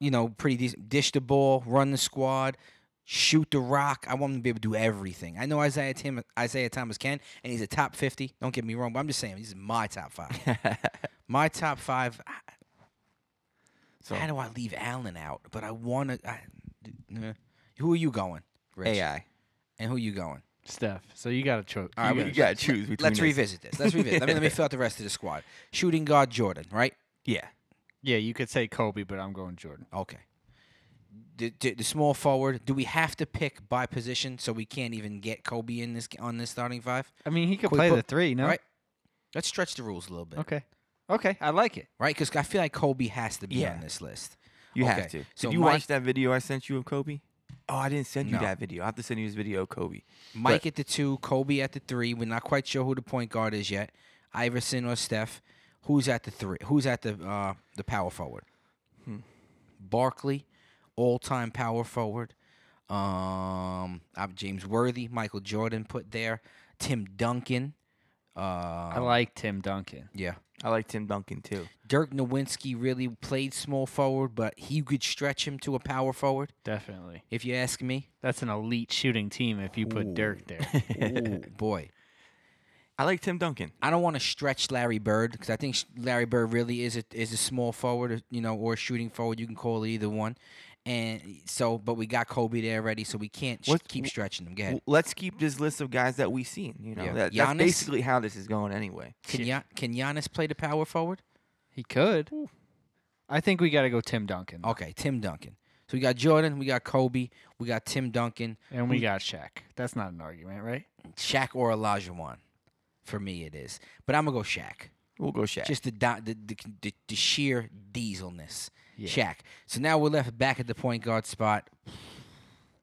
[SPEAKER 3] you know, pretty decent. Dish the ball, run the squad, shoot the rock. I want him to be able to do everything. I know Isaiah Tim, Isaiah Thomas can, and he's a top fifty. Don't get me wrong, but I'm just saying this is my top five. my top five. I-
[SPEAKER 1] so
[SPEAKER 3] How do I leave Allen out? But I want to. I, nah. who are you going? Rich?
[SPEAKER 1] AI.
[SPEAKER 3] And who are you going?
[SPEAKER 2] Steph. So you got to choose.
[SPEAKER 3] All right,
[SPEAKER 1] You
[SPEAKER 3] we-
[SPEAKER 1] gotta choose. Between
[SPEAKER 3] Let's
[SPEAKER 1] us.
[SPEAKER 3] revisit this. Let's revisit. let me let me fill out the rest of the squad. Shooting guard Jordan, right?
[SPEAKER 1] Yeah.
[SPEAKER 2] yeah, you could say Kobe, but I'm going Jordan.
[SPEAKER 3] Okay. The, the, the small forward. Do we have to pick by position so we can't even get Kobe in this on this starting five?
[SPEAKER 2] I mean, he could
[SPEAKER 3] Could we
[SPEAKER 2] play
[SPEAKER 3] put-
[SPEAKER 2] the three, no?
[SPEAKER 3] Right. Let's stretch the rules a little bit,
[SPEAKER 2] Okay. Okay, I like it.
[SPEAKER 3] right? Because I feel like Kobe has to be
[SPEAKER 1] Yeah.
[SPEAKER 3] on this list.
[SPEAKER 1] You have
[SPEAKER 3] Okay,
[SPEAKER 1] to.
[SPEAKER 3] so
[SPEAKER 1] Did you
[SPEAKER 3] Mike-
[SPEAKER 1] watch that video I sent you of Kobe? Oh, I didn't send you
[SPEAKER 3] No.
[SPEAKER 1] that video. I have to send you his video of Kobe.
[SPEAKER 3] Mike at the two, Kobe at the three. We're not quite sure who the point guard is yet. Iverson or Steph. Who's at the three? Who's at the uh, the power forward?
[SPEAKER 1] Hmm.
[SPEAKER 3] Barkley, all time power forward. Um, I'm James Worthy, Michael Jordan put there. Tim Duncan. Uh,
[SPEAKER 2] I like Tim Duncan.
[SPEAKER 3] yeah.
[SPEAKER 1] I like Tim Duncan too.
[SPEAKER 3] Dirk Nowitzki really played small forward, but he could stretch him to a power forward,
[SPEAKER 2] Definitely.
[SPEAKER 3] if you ask me.
[SPEAKER 2] That's an elite shooting team if you put
[SPEAKER 3] Ooh.
[SPEAKER 2] Dirk there.
[SPEAKER 3] Ooh, boy.
[SPEAKER 1] I like Tim Duncan.
[SPEAKER 3] I don't want to stretch Larry Bird because I think sh- Larry Bird really is a is a small forward, or, you know, or a shooting forward. You can call it either one, and so but we got Kobe there already, so we can't sh-
[SPEAKER 1] What-
[SPEAKER 3] keep
[SPEAKER 1] wh-
[SPEAKER 3] stretching them. Go ahead.
[SPEAKER 1] Well, let's keep this list of guys that we've seen. You know,
[SPEAKER 3] Yeah.
[SPEAKER 1] that,
[SPEAKER 3] Giannis?
[SPEAKER 1] that's basically how this is going anyway.
[SPEAKER 3] Can ya- can Giannis play the power forward?
[SPEAKER 2] he could. I think we got to go Tim Duncan.
[SPEAKER 3] Okay, Tim Duncan. So we got Jordan, we got Kobe, we got Tim Duncan,
[SPEAKER 2] And we got Shaq. That's not an argument, right?
[SPEAKER 3] Shaq or Olajuwon. For me, it is. But I'm gonna go Shaq.
[SPEAKER 1] We'll go Shaq.
[SPEAKER 3] Just the do- the, the the the sheer dieselness.
[SPEAKER 2] Yeah.
[SPEAKER 3] Shaq. So now we're left back at the point guard spot.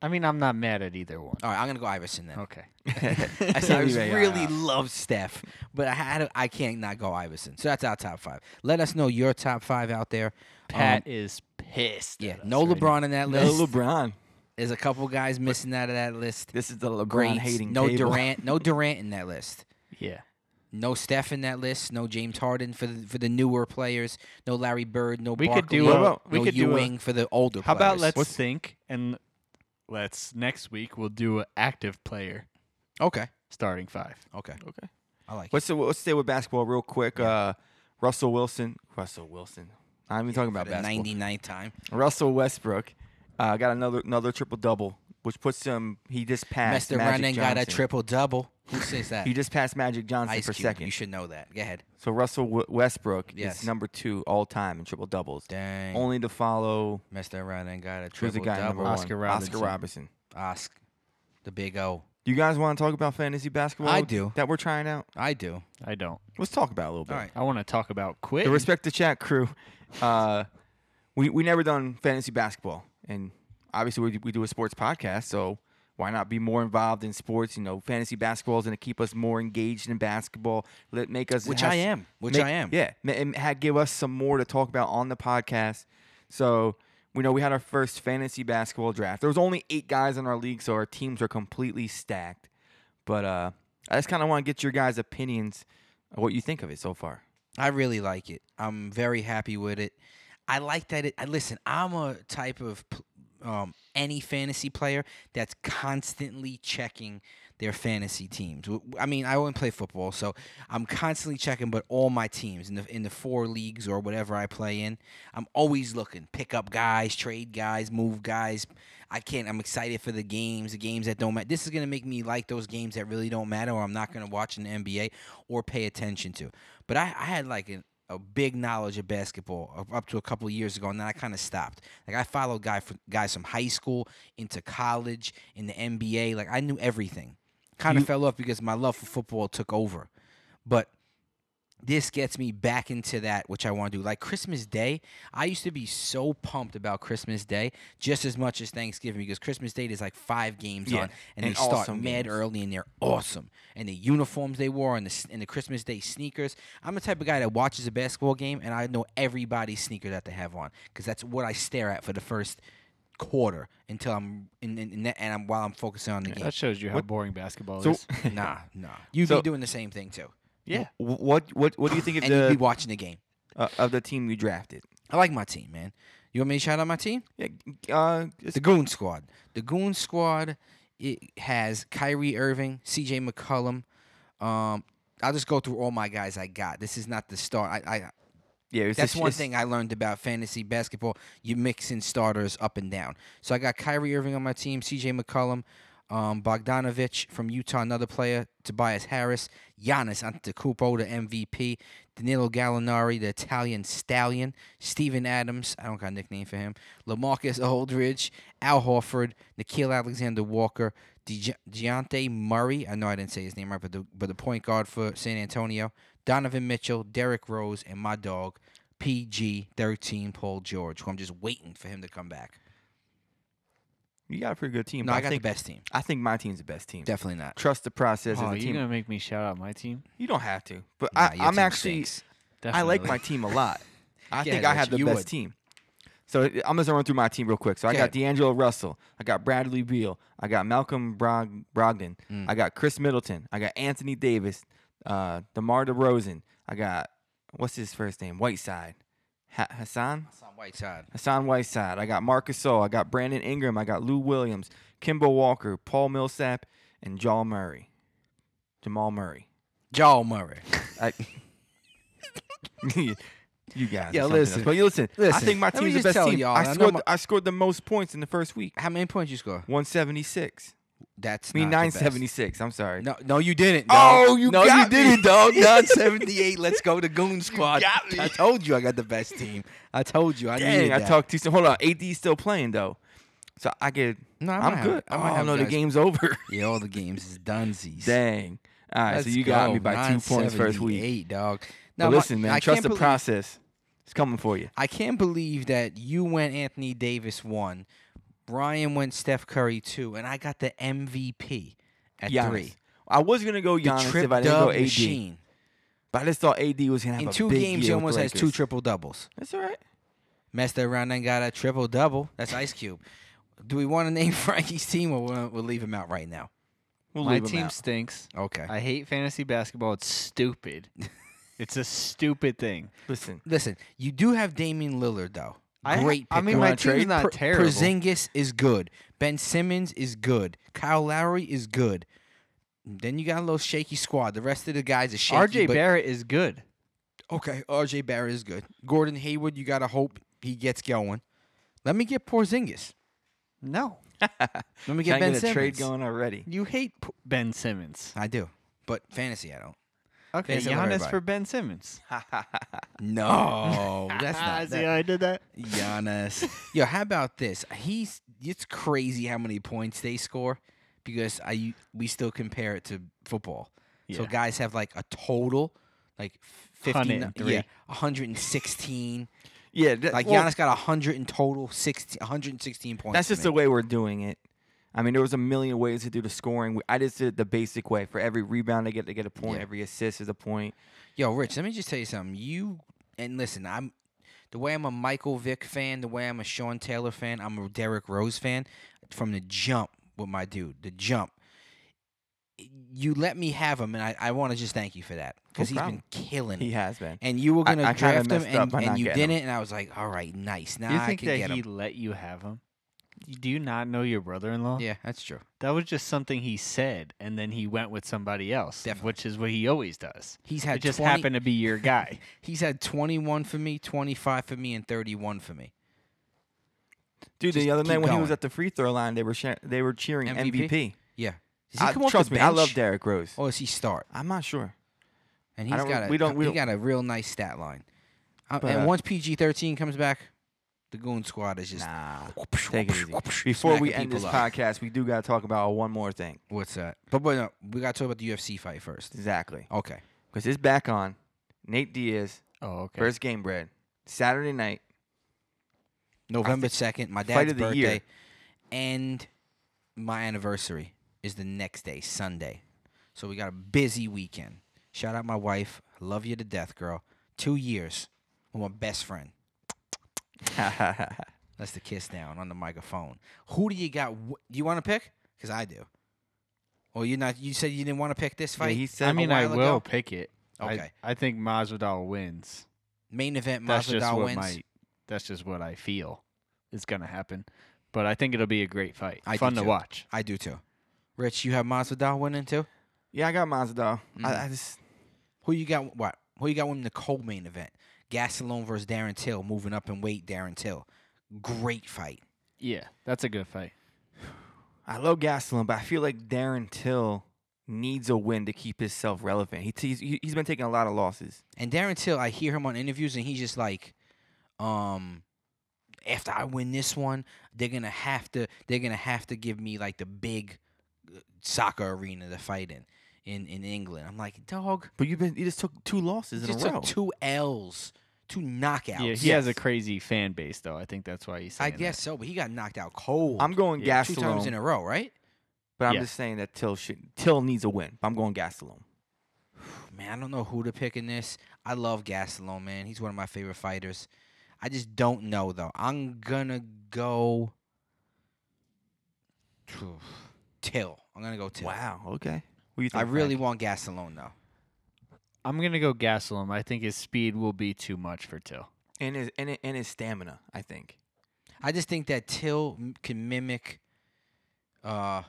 [SPEAKER 2] I mean, I'm not mad at either one.
[SPEAKER 3] All right, I'm gonna go Iverson then.
[SPEAKER 2] Okay.
[SPEAKER 3] I said I
[SPEAKER 1] Sorry,
[SPEAKER 3] was
[SPEAKER 1] baby.
[SPEAKER 2] uh,
[SPEAKER 3] really love Steph, but I had I can't not go Iverson. So that's our top five. Let us know your top five out there. Um,
[SPEAKER 2] Pat is pissed.
[SPEAKER 3] yeah,
[SPEAKER 2] at
[SPEAKER 3] no
[SPEAKER 2] us right
[SPEAKER 3] LeBron in that
[SPEAKER 1] No
[SPEAKER 3] list.
[SPEAKER 1] LeBron.
[SPEAKER 3] There's a couple guys missing out of that list.
[SPEAKER 1] This is the LeBron
[SPEAKER 3] Great.
[SPEAKER 1] hating
[SPEAKER 3] No
[SPEAKER 1] table.
[SPEAKER 3] Durant. No Durant in that list.
[SPEAKER 2] now. Yeah.
[SPEAKER 3] No Steph in that list. No James Harden for the, for the newer players. No Larry Bird. No
[SPEAKER 2] We could
[SPEAKER 3] Barkley.
[SPEAKER 2] do
[SPEAKER 1] What
[SPEAKER 2] a,
[SPEAKER 1] about-
[SPEAKER 2] we
[SPEAKER 3] no
[SPEAKER 2] could do a,
[SPEAKER 3] Ewing for the older.
[SPEAKER 2] How about
[SPEAKER 3] players.
[SPEAKER 2] let's think and let's next week we'll do an active player
[SPEAKER 3] Okay.
[SPEAKER 2] starting five.
[SPEAKER 3] Okay.
[SPEAKER 1] Okay.
[SPEAKER 3] I like. it.
[SPEAKER 1] Let's let's stay with basketball real quick. Uh, Russell Wilson. Russell Wilson. I'm even talking about
[SPEAKER 3] For the
[SPEAKER 1] basketball.
[SPEAKER 3] 99th time.
[SPEAKER 1] Russell Westbrook uh, got another another triple double, which puts him. He just passed
[SPEAKER 3] Mr.
[SPEAKER 1] Magic
[SPEAKER 3] Running
[SPEAKER 1] Johnson.
[SPEAKER 3] got a triple double. Who says that?
[SPEAKER 1] He just passed Magic Johnson
[SPEAKER 3] Ice
[SPEAKER 1] for
[SPEAKER 3] Cube. You
[SPEAKER 1] second.
[SPEAKER 3] should know that. Go ahead.
[SPEAKER 1] So Russell w- Westbrook
[SPEAKER 3] Yes.
[SPEAKER 1] is number two all time in triple doubles,
[SPEAKER 3] Dang.
[SPEAKER 1] only to follow
[SPEAKER 3] Messed around and got a
[SPEAKER 1] who's the
[SPEAKER 3] triple
[SPEAKER 1] guy number
[SPEAKER 3] double.
[SPEAKER 1] one?
[SPEAKER 2] Oscar Robertson.
[SPEAKER 1] Oscar Robertson.
[SPEAKER 3] Ask the big O.
[SPEAKER 1] You guys want to talk about fantasy basketball?
[SPEAKER 3] I do.
[SPEAKER 1] That we're trying out.
[SPEAKER 3] I do.
[SPEAKER 2] I don't.
[SPEAKER 1] Let's talk about it a little bit.
[SPEAKER 3] All right.
[SPEAKER 2] I want to talk about quit.
[SPEAKER 1] The respect the chat crew. Uh, we we never done fantasy basketball, and obviously we we do a sports podcast, so why not be more involved in sports? You know, fantasy basketball is going to keep us more engaged in basketball. Let make us
[SPEAKER 3] Which
[SPEAKER 1] has-
[SPEAKER 3] I am. Which
[SPEAKER 1] make-
[SPEAKER 3] I am.
[SPEAKER 1] Yeah, ma- and ha- give us some more to talk about on the podcast. So we know we had our first fantasy basketball draft. There was only eight guys in our league, so our teams are completely stacked. But uh, I just kind of want to get your guys' opinions, of what you think of it so far.
[SPEAKER 3] I really like it. I'm very happy with it. I like that it. I listen. I'm a type of pl- um, any fantasy player that's constantly checking their fantasy teams. W- I mean, I only play football, so I'm constantly checking. But all my teams in the in the four leagues or whatever I play in, I'm always looking. Pick up guys, trade guys, move guys. I can't. I'm excited for the games. The games that don't matter. This is gonna make me like those games that really don't matter, or I'm not gonna watch in the NBA or pay attention to. But I, I had like an, a big knowledge of basketball up- up to a couple of years ago, and then I kind of stopped. Like I followed guy from, guys from high school into college, in the NBA. Like I knew everything. Kind of fell off because my love for football took over. But this gets me back into that which I want to do. Like Christmas Day, I used to be so pumped about Christmas Day just as much as Thanksgiving because Christmas Day there's like five games
[SPEAKER 1] Yeah,
[SPEAKER 3] on and,
[SPEAKER 1] and
[SPEAKER 3] they start
[SPEAKER 1] awesome
[SPEAKER 3] mad
[SPEAKER 1] games.
[SPEAKER 3] early and they're awesome. And the uniforms they wore and the s- and the Christmas Day sneakers. I'm the type of guy that watches a basketball game and I know everybody's sneaker that they have on because that's what I stare at for the first quarter until I'm in, in, in that, and I'm while I'm focusing on the game.
[SPEAKER 2] that shows you how
[SPEAKER 1] What-
[SPEAKER 2] boring basketball
[SPEAKER 1] So
[SPEAKER 2] is.
[SPEAKER 3] Nah, nah. You'd
[SPEAKER 1] So-
[SPEAKER 3] be doing the same thing too,
[SPEAKER 2] Yeah.
[SPEAKER 1] Wh- What what what do you think of
[SPEAKER 3] and you'd be
[SPEAKER 1] the
[SPEAKER 3] watching the game.
[SPEAKER 1] uh, of the team you drafted?
[SPEAKER 3] I like my team, man. You want me to shout out my team?
[SPEAKER 1] Yeah, g- uh, it's-
[SPEAKER 3] The Goon Squad. The Goon Squad it has Kyrie Irving, CJ McCollum. Um, I'll just go through all my guys I got. This is not the start. I, I
[SPEAKER 1] yeah, it's
[SPEAKER 3] that's
[SPEAKER 1] just-
[SPEAKER 3] one
[SPEAKER 1] it's-
[SPEAKER 3] thing I learned about fantasy basketball. You mix in starters up and down. So I got Kyrie Irving on my team, CJ McCollum, um, Bogdanovich from Utah, another player, Tobias Harris, Giannis Antetokounmpo, the MVP, Danilo Gallinari, the Italian stallion, Steven Adams, I don't got a nickname for him, LaMarcus Aldridge, Al Horford, Nikhil Alexander Walker, Dejo- Deontay Murray. I know I didn't say his name right, but the but the point guard for San Antonio, Donovan Mitchell, Derrick Rose, and my dog PG thirteen Paul George, who I'm just waiting for him to come back.
[SPEAKER 1] you got a pretty good team.
[SPEAKER 3] No,
[SPEAKER 1] but
[SPEAKER 3] I got
[SPEAKER 1] think
[SPEAKER 3] the best team.
[SPEAKER 1] I think my team's the best team.
[SPEAKER 3] Definitely not.
[SPEAKER 1] Trust the process
[SPEAKER 2] Oh,
[SPEAKER 1] as a
[SPEAKER 2] you're
[SPEAKER 1] team.
[SPEAKER 2] gonna make me shout out my team.
[SPEAKER 1] You don't have to, but
[SPEAKER 3] Nah,
[SPEAKER 1] I,
[SPEAKER 3] your
[SPEAKER 1] I'm
[SPEAKER 3] team
[SPEAKER 1] actually
[SPEAKER 3] stinks.
[SPEAKER 1] I like
[SPEAKER 2] Definitely.
[SPEAKER 1] my team a lot. I
[SPEAKER 3] Go
[SPEAKER 1] think
[SPEAKER 3] ahead,
[SPEAKER 1] I have
[SPEAKER 3] Rich,
[SPEAKER 1] the
[SPEAKER 3] you
[SPEAKER 1] best
[SPEAKER 3] would.
[SPEAKER 1] team. So it- I'm just gonna run through my team real quick. So I
[SPEAKER 3] Go
[SPEAKER 1] got
[SPEAKER 3] ahead.
[SPEAKER 1] D'Angelo Russell, I got Bradley Beal, I got Malcolm Brog- Brogdon,
[SPEAKER 3] Mm.
[SPEAKER 1] I got Chris Middleton, I got Anthony Davis, uh, DeMar DeRozan, I got what's his first name? Whiteside, ha- Hassan.
[SPEAKER 3] It's on Whiteside.
[SPEAKER 1] Hassan Whiteside. I got Marcus Sol. I got Brandon Ingram. I got Lou Williams, Kimbo Walker, Paul Millsap, and Jamal Murray. Jamal Murray.
[SPEAKER 3] Jaw Murray.
[SPEAKER 1] I, you guys.
[SPEAKER 3] Yeah,
[SPEAKER 1] are something
[SPEAKER 3] listen.
[SPEAKER 1] else. But you listen, I
[SPEAKER 3] Listen,
[SPEAKER 1] think my
[SPEAKER 3] let me
[SPEAKER 1] team's the
[SPEAKER 3] just
[SPEAKER 1] best
[SPEAKER 3] tell
[SPEAKER 1] team.
[SPEAKER 3] y'all,
[SPEAKER 1] I
[SPEAKER 3] and I know
[SPEAKER 1] scored,
[SPEAKER 3] my-
[SPEAKER 1] I scored the most points in the first week,
[SPEAKER 3] How many points you score?
[SPEAKER 1] 176.
[SPEAKER 3] That's
[SPEAKER 1] I mean,
[SPEAKER 3] not the best.
[SPEAKER 1] 976. I'm sorry.
[SPEAKER 3] No, no, you didn't.
[SPEAKER 1] Oh,
[SPEAKER 3] dog.
[SPEAKER 1] you
[SPEAKER 3] no,
[SPEAKER 1] got
[SPEAKER 3] you
[SPEAKER 1] me.
[SPEAKER 3] didn't, dog. Nine seventy eight. Let's go to Goon Squad.
[SPEAKER 1] got me.
[SPEAKER 3] I told you I got the best team. I told you I
[SPEAKER 1] Dang,
[SPEAKER 3] needed
[SPEAKER 1] I
[SPEAKER 3] that.
[SPEAKER 1] talked to some. Hold on, AD is still playing though, so I could.
[SPEAKER 3] No, I might
[SPEAKER 1] I'm
[SPEAKER 3] have-
[SPEAKER 1] good.
[SPEAKER 3] I might
[SPEAKER 1] oh
[SPEAKER 3] have
[SPEAKER 1] no, the
[SPEAKER 3] guys-
[SPEAKER 1] game's over.
[SPEAKER 3] Yeah, all the games is dunsies.
[SPEAKER 1] Dang. All right,
[SPEAKER 3] Let's
[SPEAKER 1] so you got
[SPEAKER 3] go.
[SPEAKER 1] me by two points first week.
[SPEAKER 3] 978, dog.
[SPEAKER 1] But
[SPEAKER 3] my-
[SPEAKER 1] listen, man,
[SPEAKER 3] I
[SPEAKER 1] trust
[SPEAKER 3] can't
[SPEAKER 1] the
[SPEAKER 3] believe-
[SPEAKER 1] process. It's coming for you.
[SPEAKER 3] I can't believe that you went Anthony Davis one, Brian went Steph Curry two, and I got the MVP at
[SPEAKER 1] Giannis.
[SPEAKER 3] three.
[SPEAKER 1] I was gonna go
[SPEAKER 3] The
[SPEAKER 1] Giannis if
[SPEAKER 3] trip
[SPEAKER 1] I didn't go
[SPEAKER 3] dub
[SPEAKER 1] AD,
[SPEAKER 3] machine.
[SPEAKER 1] but I just thought AD was gonna have
[SPEAKER 3] In
[SPEAKER 1] a
[SPEAKER 3] two
[SPEAKER 1] big
[SPEAKER 3] games, he
[SPEAKER 1] year with
[SPEAKER 3] almost has
[SPEAKER 1] Lakers.
[SPEAKER 3] two triple doubles.
[SPEAKER 1] That's all right.
[SPEAKER 3] Messed around and got a triple double. That's Ice Cube. Do we want to name Frankie's team or we'll, we'll leave him out right now?
[SPEAKER 1] We'll
[SPEAKER 2] My
[SPEAKER 1] leave 'em
[SPEAKER 2] team
[SPEAKER 1] out.
[SPEAKER 2] stinks.
[SPEAKER 3] Okay.
[SPEAKER 2] I hate fantasy basketball. It's stupid. it's a stupid thing.
[SPEAKER 1] Listen,
[SPEAKER 3] Listen, you do have Damian Lillard though.
[SPEAKER 2] I-
[SPEAKER 3] Great.
[SPEAKER 2] I
[SPEAKER 3] pick
[SPEAKER 2] mean,
[SPEAKER 3] up.
[SPEAKER 2] my
[SPEAKER 1] Wanna
[SPEAKER 2] team's
[SPEAKER 1] trade?
[SPEAKER 2] not
[SPEAKER 3] Per-
[SPEAKER 2] terrible.
[SPEAKER 3] Porzingis is good. Ben Simmons is good. Kyle Lowry is good. Then you got a little shaky squad. The rest of the guys are shaky.
[SPEAKER 2] RJ
[SPEAKER 3] but-
[SPEAKER 2] Barrett is good.
[SPEAKER 3] Okay, RJ Barrett is good. Gordon Hayward, you gotta hope he gets going. Let me get Porzingis.
[SPEAKER 2] No,
[SPEAKER 3] Let me
[SPEAKER 1] can
[SPEAKER 3] get
[SPEAKER 1] I
[SPEAKER 3] Ben
[SPEAKER 1] get a
[SPEAKER 3] Simmons.
[SPEAKER 1] trade going already?
[SPEAKER 2] you hate P- Ben Simmons.
[SPEAKER 3] I do, but fantasy I don't.
[SPEAKER 2] Okay,
[SPEAKER 3] Fantasy over
[SPEAKER 2] Giannis
[SPEAKER 3] everybody.
[SPEAKER 2] for Ben Simmons.
[SPEAKER 3] No, that's
[SPEAKER 2] Ah,
[SPEAKER 3] not
[SPEAKER 2] See
[SPEAKER 3] that.
[SPEAKER 2] how I did that?
[SPEAKER 3] Giannis. Yo, how about this? He's it's crazy how many points they score because I we still compare it to football. So
[SPEAKER 2] Yeah.
[SPEAKER 3] guys have like a total like 50
[SPEAKER 2] 103.
[SPEAKER 3] yeah, 116.
[SPEAKER 1] Yeah, that,
[SPEAKER 3] like
[SPEAKER 1] Uh, well,
[SPEAKER 3] Giannis got 100 in total, 60 116 points.
[SPEAKER 1] That's just
[SPEAKER 3] to
[SPEAKER 1] the
[SPEAKER 3] me.
[SPEAKER 1] way we're doing it. I mean, there was a million ways to do the scoring. I just did it the basic way. For every rebound, I get to get a point.
[SPEAKER 3] Yeah.
[SPEAKER 1] Every assist is a point.
[SPEAKER 3] Yo, Rich, let me just tell you something. You and listen, I'm the way I'm a Michael Vick fan, the way I'm a Sean Taylor fan, I'm a Derrick Rose fan from the jump with my dude, the jump. You let me have him, and I, I want to just thank you for that because he's
[SPEAKER 1] problem.
[SPEAKER 3] been killing
[SPEAKER 1] He
[SPEAKER 3] it.
[SPEAKER 1] has been.
[SPEAKER 3] And you were
[SPEAKER 1] I-
[SPEAKER 3] gonna
[SPEAKER 1] I kinda
[SPEAKER 3] draft him,
[SPEAKER 1] messed up
[SPEAKER 3] and,
[SPEAKER 1] by
[SPEAKER 3] and
[SPEAKER 1] not
[SPEAKER 3] you
[SPEAKER 1] getting him.
[SPEAKER 3] didn't, and I was like, all right, nice. Now
[SPEAKER 2] you
[SPEAKER 3] I
[SPEAKER 2] think
[SPEAKER 3] can
[SPEAKER 2] that
[SPEAKER 3] get
[SPEAKER 2] he
[SPEAKER 3] him.
[SPEAKER 2] let you have him? Do you not know your brother-in-law?
[SPEAKER 3] Yeah, that's true.
[SPEAKER 2] That was just something he said, and then he went with somebody else,
[SPEAKER 3] Definitely.
[SPEAKER 2] which is what he always does.
[SPEAKER 3] He's had
[SPEAKER 2] it just
[SPEAKER 3] 20
[SPEAKER 2] happened to be your guy.
[SPEAKER 3] He's had 21 for me, 25 for me, and 31 for me.
[SPEAKER 1] Dude,
[SPEAKER 3] Just
[SPEAKER 1] the other
[SPEAKER 3] keep
[SPEAKER 1] night when he was
[SPEAKER 3] going.
[SPEAKER 1] at the free throw line, they were sh- they were cheering
[SPEAKER 3] MVP?
[SPEAKER 1] MVP.
[SPEAKER 3] Yeah. Does he
[SPEAKER 1] I,
[SPEAKER 3] come off the
[SPEAKER 1] trust me, I love
[SPEAKER 3] bench, Oh.
[SPEAKER 1] Derrick Rose.
[SPEAKER 3] Or does he start?
[SPEAKER 1] I'm not sure.
[SPEAKER 3] And
[SPEAKER 1] I
[SPEAKER 3] he's
[SPEAKER 1] don't-
[SPEAKER 3] got a
[SPEAKER 1] we don't- we
[SPEAKER 3] he
[SPEAKER 1] don't-
[SPEAKER 3] got a real nice stat line. Uh,
[SPEAKER 1] But,
[SPEAKER 3] and
[SPEAKER 1] uh,
[SPEAKER 3] once PG thirteen comes back, the Goon Squad is just
[SPEAKER 1] Nah, take it easy. Before
[SPEAKER 3] smacking
[SPEAKER 1] we end
[SPEAKER 3] people
[SPEAKER 1] this
[SPEAKER 3] up.
[SPEAKER 1] podcast, we do gotta talk about one more thing.
[SPEAKER 3] what's that? But but no, we got to talk about the UFC fight first.
[SPEAKER 1] Exactly,
[SPEAKER 3] Okay,
[SPEAKER 1] because it's back on. Nate Diaz
[SPEAKER 2] Oh, okay.
[SPEAKER 1] first game bread Saturday night.
[SPEAKER 3] November second, my dad's
[SPEAKER 1] of the
[SPEAKER 3] birthday,
[SPEAKER 1] year.
[SPEAKER 3] and my anniversary is the next day, Sunday. So we got a busy weekend. Shout out my wife, love you to death, girl. Two years with my best friend. That's the kiss down on the microphone. Who do you got? Wh- Do you want to pick? Because I do. Or you not? You said you didn't want to pick this
[SPEAKER 1] Yeah,
[SPEAKER 3] fight.
[SPEAKER 1] he said. oh,
[SPEAKER 2] I mean, I
[SPEAKER 3] while
[SPEAKER 2] will
[SPEAKER 3] ago?
[SPEAKER 2] pick it. I-
[SPEAKER 3] Okay.
[SPEAKER 2] I, think Masvidal wins.
[SPEAKER 3] Main event:
[SPEAKER 2] That's just
[SPEAKER 3] Masvidal
[SPEAKER 2] what
[SPEAKER 3] wins.
[SPEAKER 2] my. That's just what I feel is going to happen, but I think it'll be a great fight.
[SPEAKER 3] I do
[SPEAKER 2] Fun to
[SPEAKER 3] too.
[SPEAKER 2] watch.
[SPEAKER 3] I do too. Rich, you have Masvidal winning too.
[SPEAKER 1] yeah, I got Mazda.
[SPEAKER 3] Mhm.
[SPEAKER 1] I, I just
[SPEAKER 3] Who you got? What? Who you got winning the co-main event? Gastelum versus Darren Till, moving up in weight. Darren Till, great fight.
[SPEAKER 2] Yeah, that's a good fight.
[SPEAKER 1] I love Gastelum, but I feel like Darren Till needs a win to keep himself relevant. He, he's he- he's been taking a lot of losses.
[SPEAKER 3] And Darren Till, I hear him on interviews, and he's just like, um, after I win this one, they're gonna have to, they're gonna have to give me like the big uh, soccer arena to fight in, in in England. I'm like, dog,
[SPEAKER 1] But you've been you just took two losses
[SPEAKER 3] you
[SPEAKER 1] in
[SPEAKER 3] just
[SPEAKER 1] a row.
[SPEAKER 3] took two L's, two knockouts.
[SPEAKER 2] Yeah, he has a crazy fan base though. I think that's why he's.
[SPEAKER 3] I
[SPEAKER 2] saying that.
[SPEAKER 3] guess so, but he got knocked out cold.
[SPEAKER 1] I'm going
[SPEAKER 2] Yeah,
[SPEAKER 3] two times
[SPEAKER 1] Gastelum,
[SPEAKER 3] in a row, right?
[SPEAKER 1] but I'm
[SPEAKER 2] Yeah.
[SPEAKER 1] just saying that Till should Till needs a win. I'm going Gastelum.
[SPEAKER 3] Man, I don't know who to pick in this. I love Gastelum, man. He's one of my favorite fighters. I just don't know though. I'm gonna go Till. I'm gonna go Till.
[SPEAKER 1] Wow. Okay. What do you
[SPEAKER 3] I
[SPEAKER 1] think?
[SPEAKER 3] really
[SPEAKER 1] Frank?
[SPEAKER 3] want Gastelum though.
[SPEAKER 2] I'm gonna go Gastelum. I think his speed will be too much for Till.
[SPEAKER 1] and his and, his- and his stamina. I think.
[SPEAKER 3] I just think that Till m- can mimic uh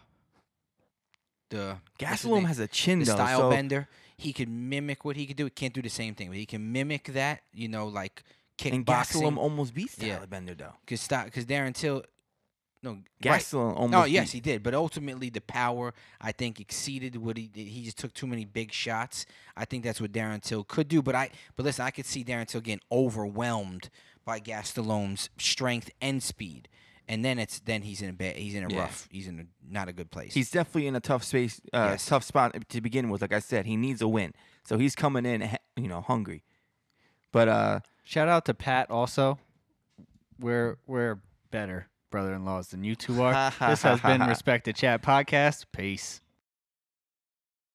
[SPEAKER 3] the what's his
[SPEAKER 1] Gastelum
[SPEAKER 3] name?
[SPEAKER 1] has a chin
[SPEAKER 3] the
[SPEAKER 1] though.
[SPEAKER 3] style
[SPEAKER 1] so
[SPEAKER 3] bender. He can mimic what he could do. He can't do the same thing, but he can mimic that. You know, like
[SPEAKER 1] and Gastelum
[SPEAKER 3] kickboxing.
[SPEAKER 1] almost beat style
[SPEAKER 3] Yeah.
[SPEAKER 1] bender though.
[SPEAKER 3] Because Darren Till No, right.
[SPEAKER 1] Gastelum almost.
[SPEAKER 3] Oh yes,
[SPEAKER 1] beat-
[SPEAKER 3] he did. But ultimately, the power I think exceeded what he did. He just took too many big shots. I think that's what Darren Till could do. But I, but listen, I could see Darren Till getting overwhelmed by Gastelum's strength and speed, and then it's then he's in a bad, he's in a
[SPEAKER 1] Yeah.
[SPEAKER 3] rough, he's in a, not a good place.
[SPEAKER 1] He's definitely in a tough space, uh,
[SPEAKER 3] Yes.
[SPEAKER 1] tough spot to begin with. Like I said, he needs a win, so he's coming in, he- you know, hungry. But uh,
[SPEAKER 2] Shout out to Pat also. We're we're better brother-in-laws than you two are. this has been Respect the Chat podcast. Peace.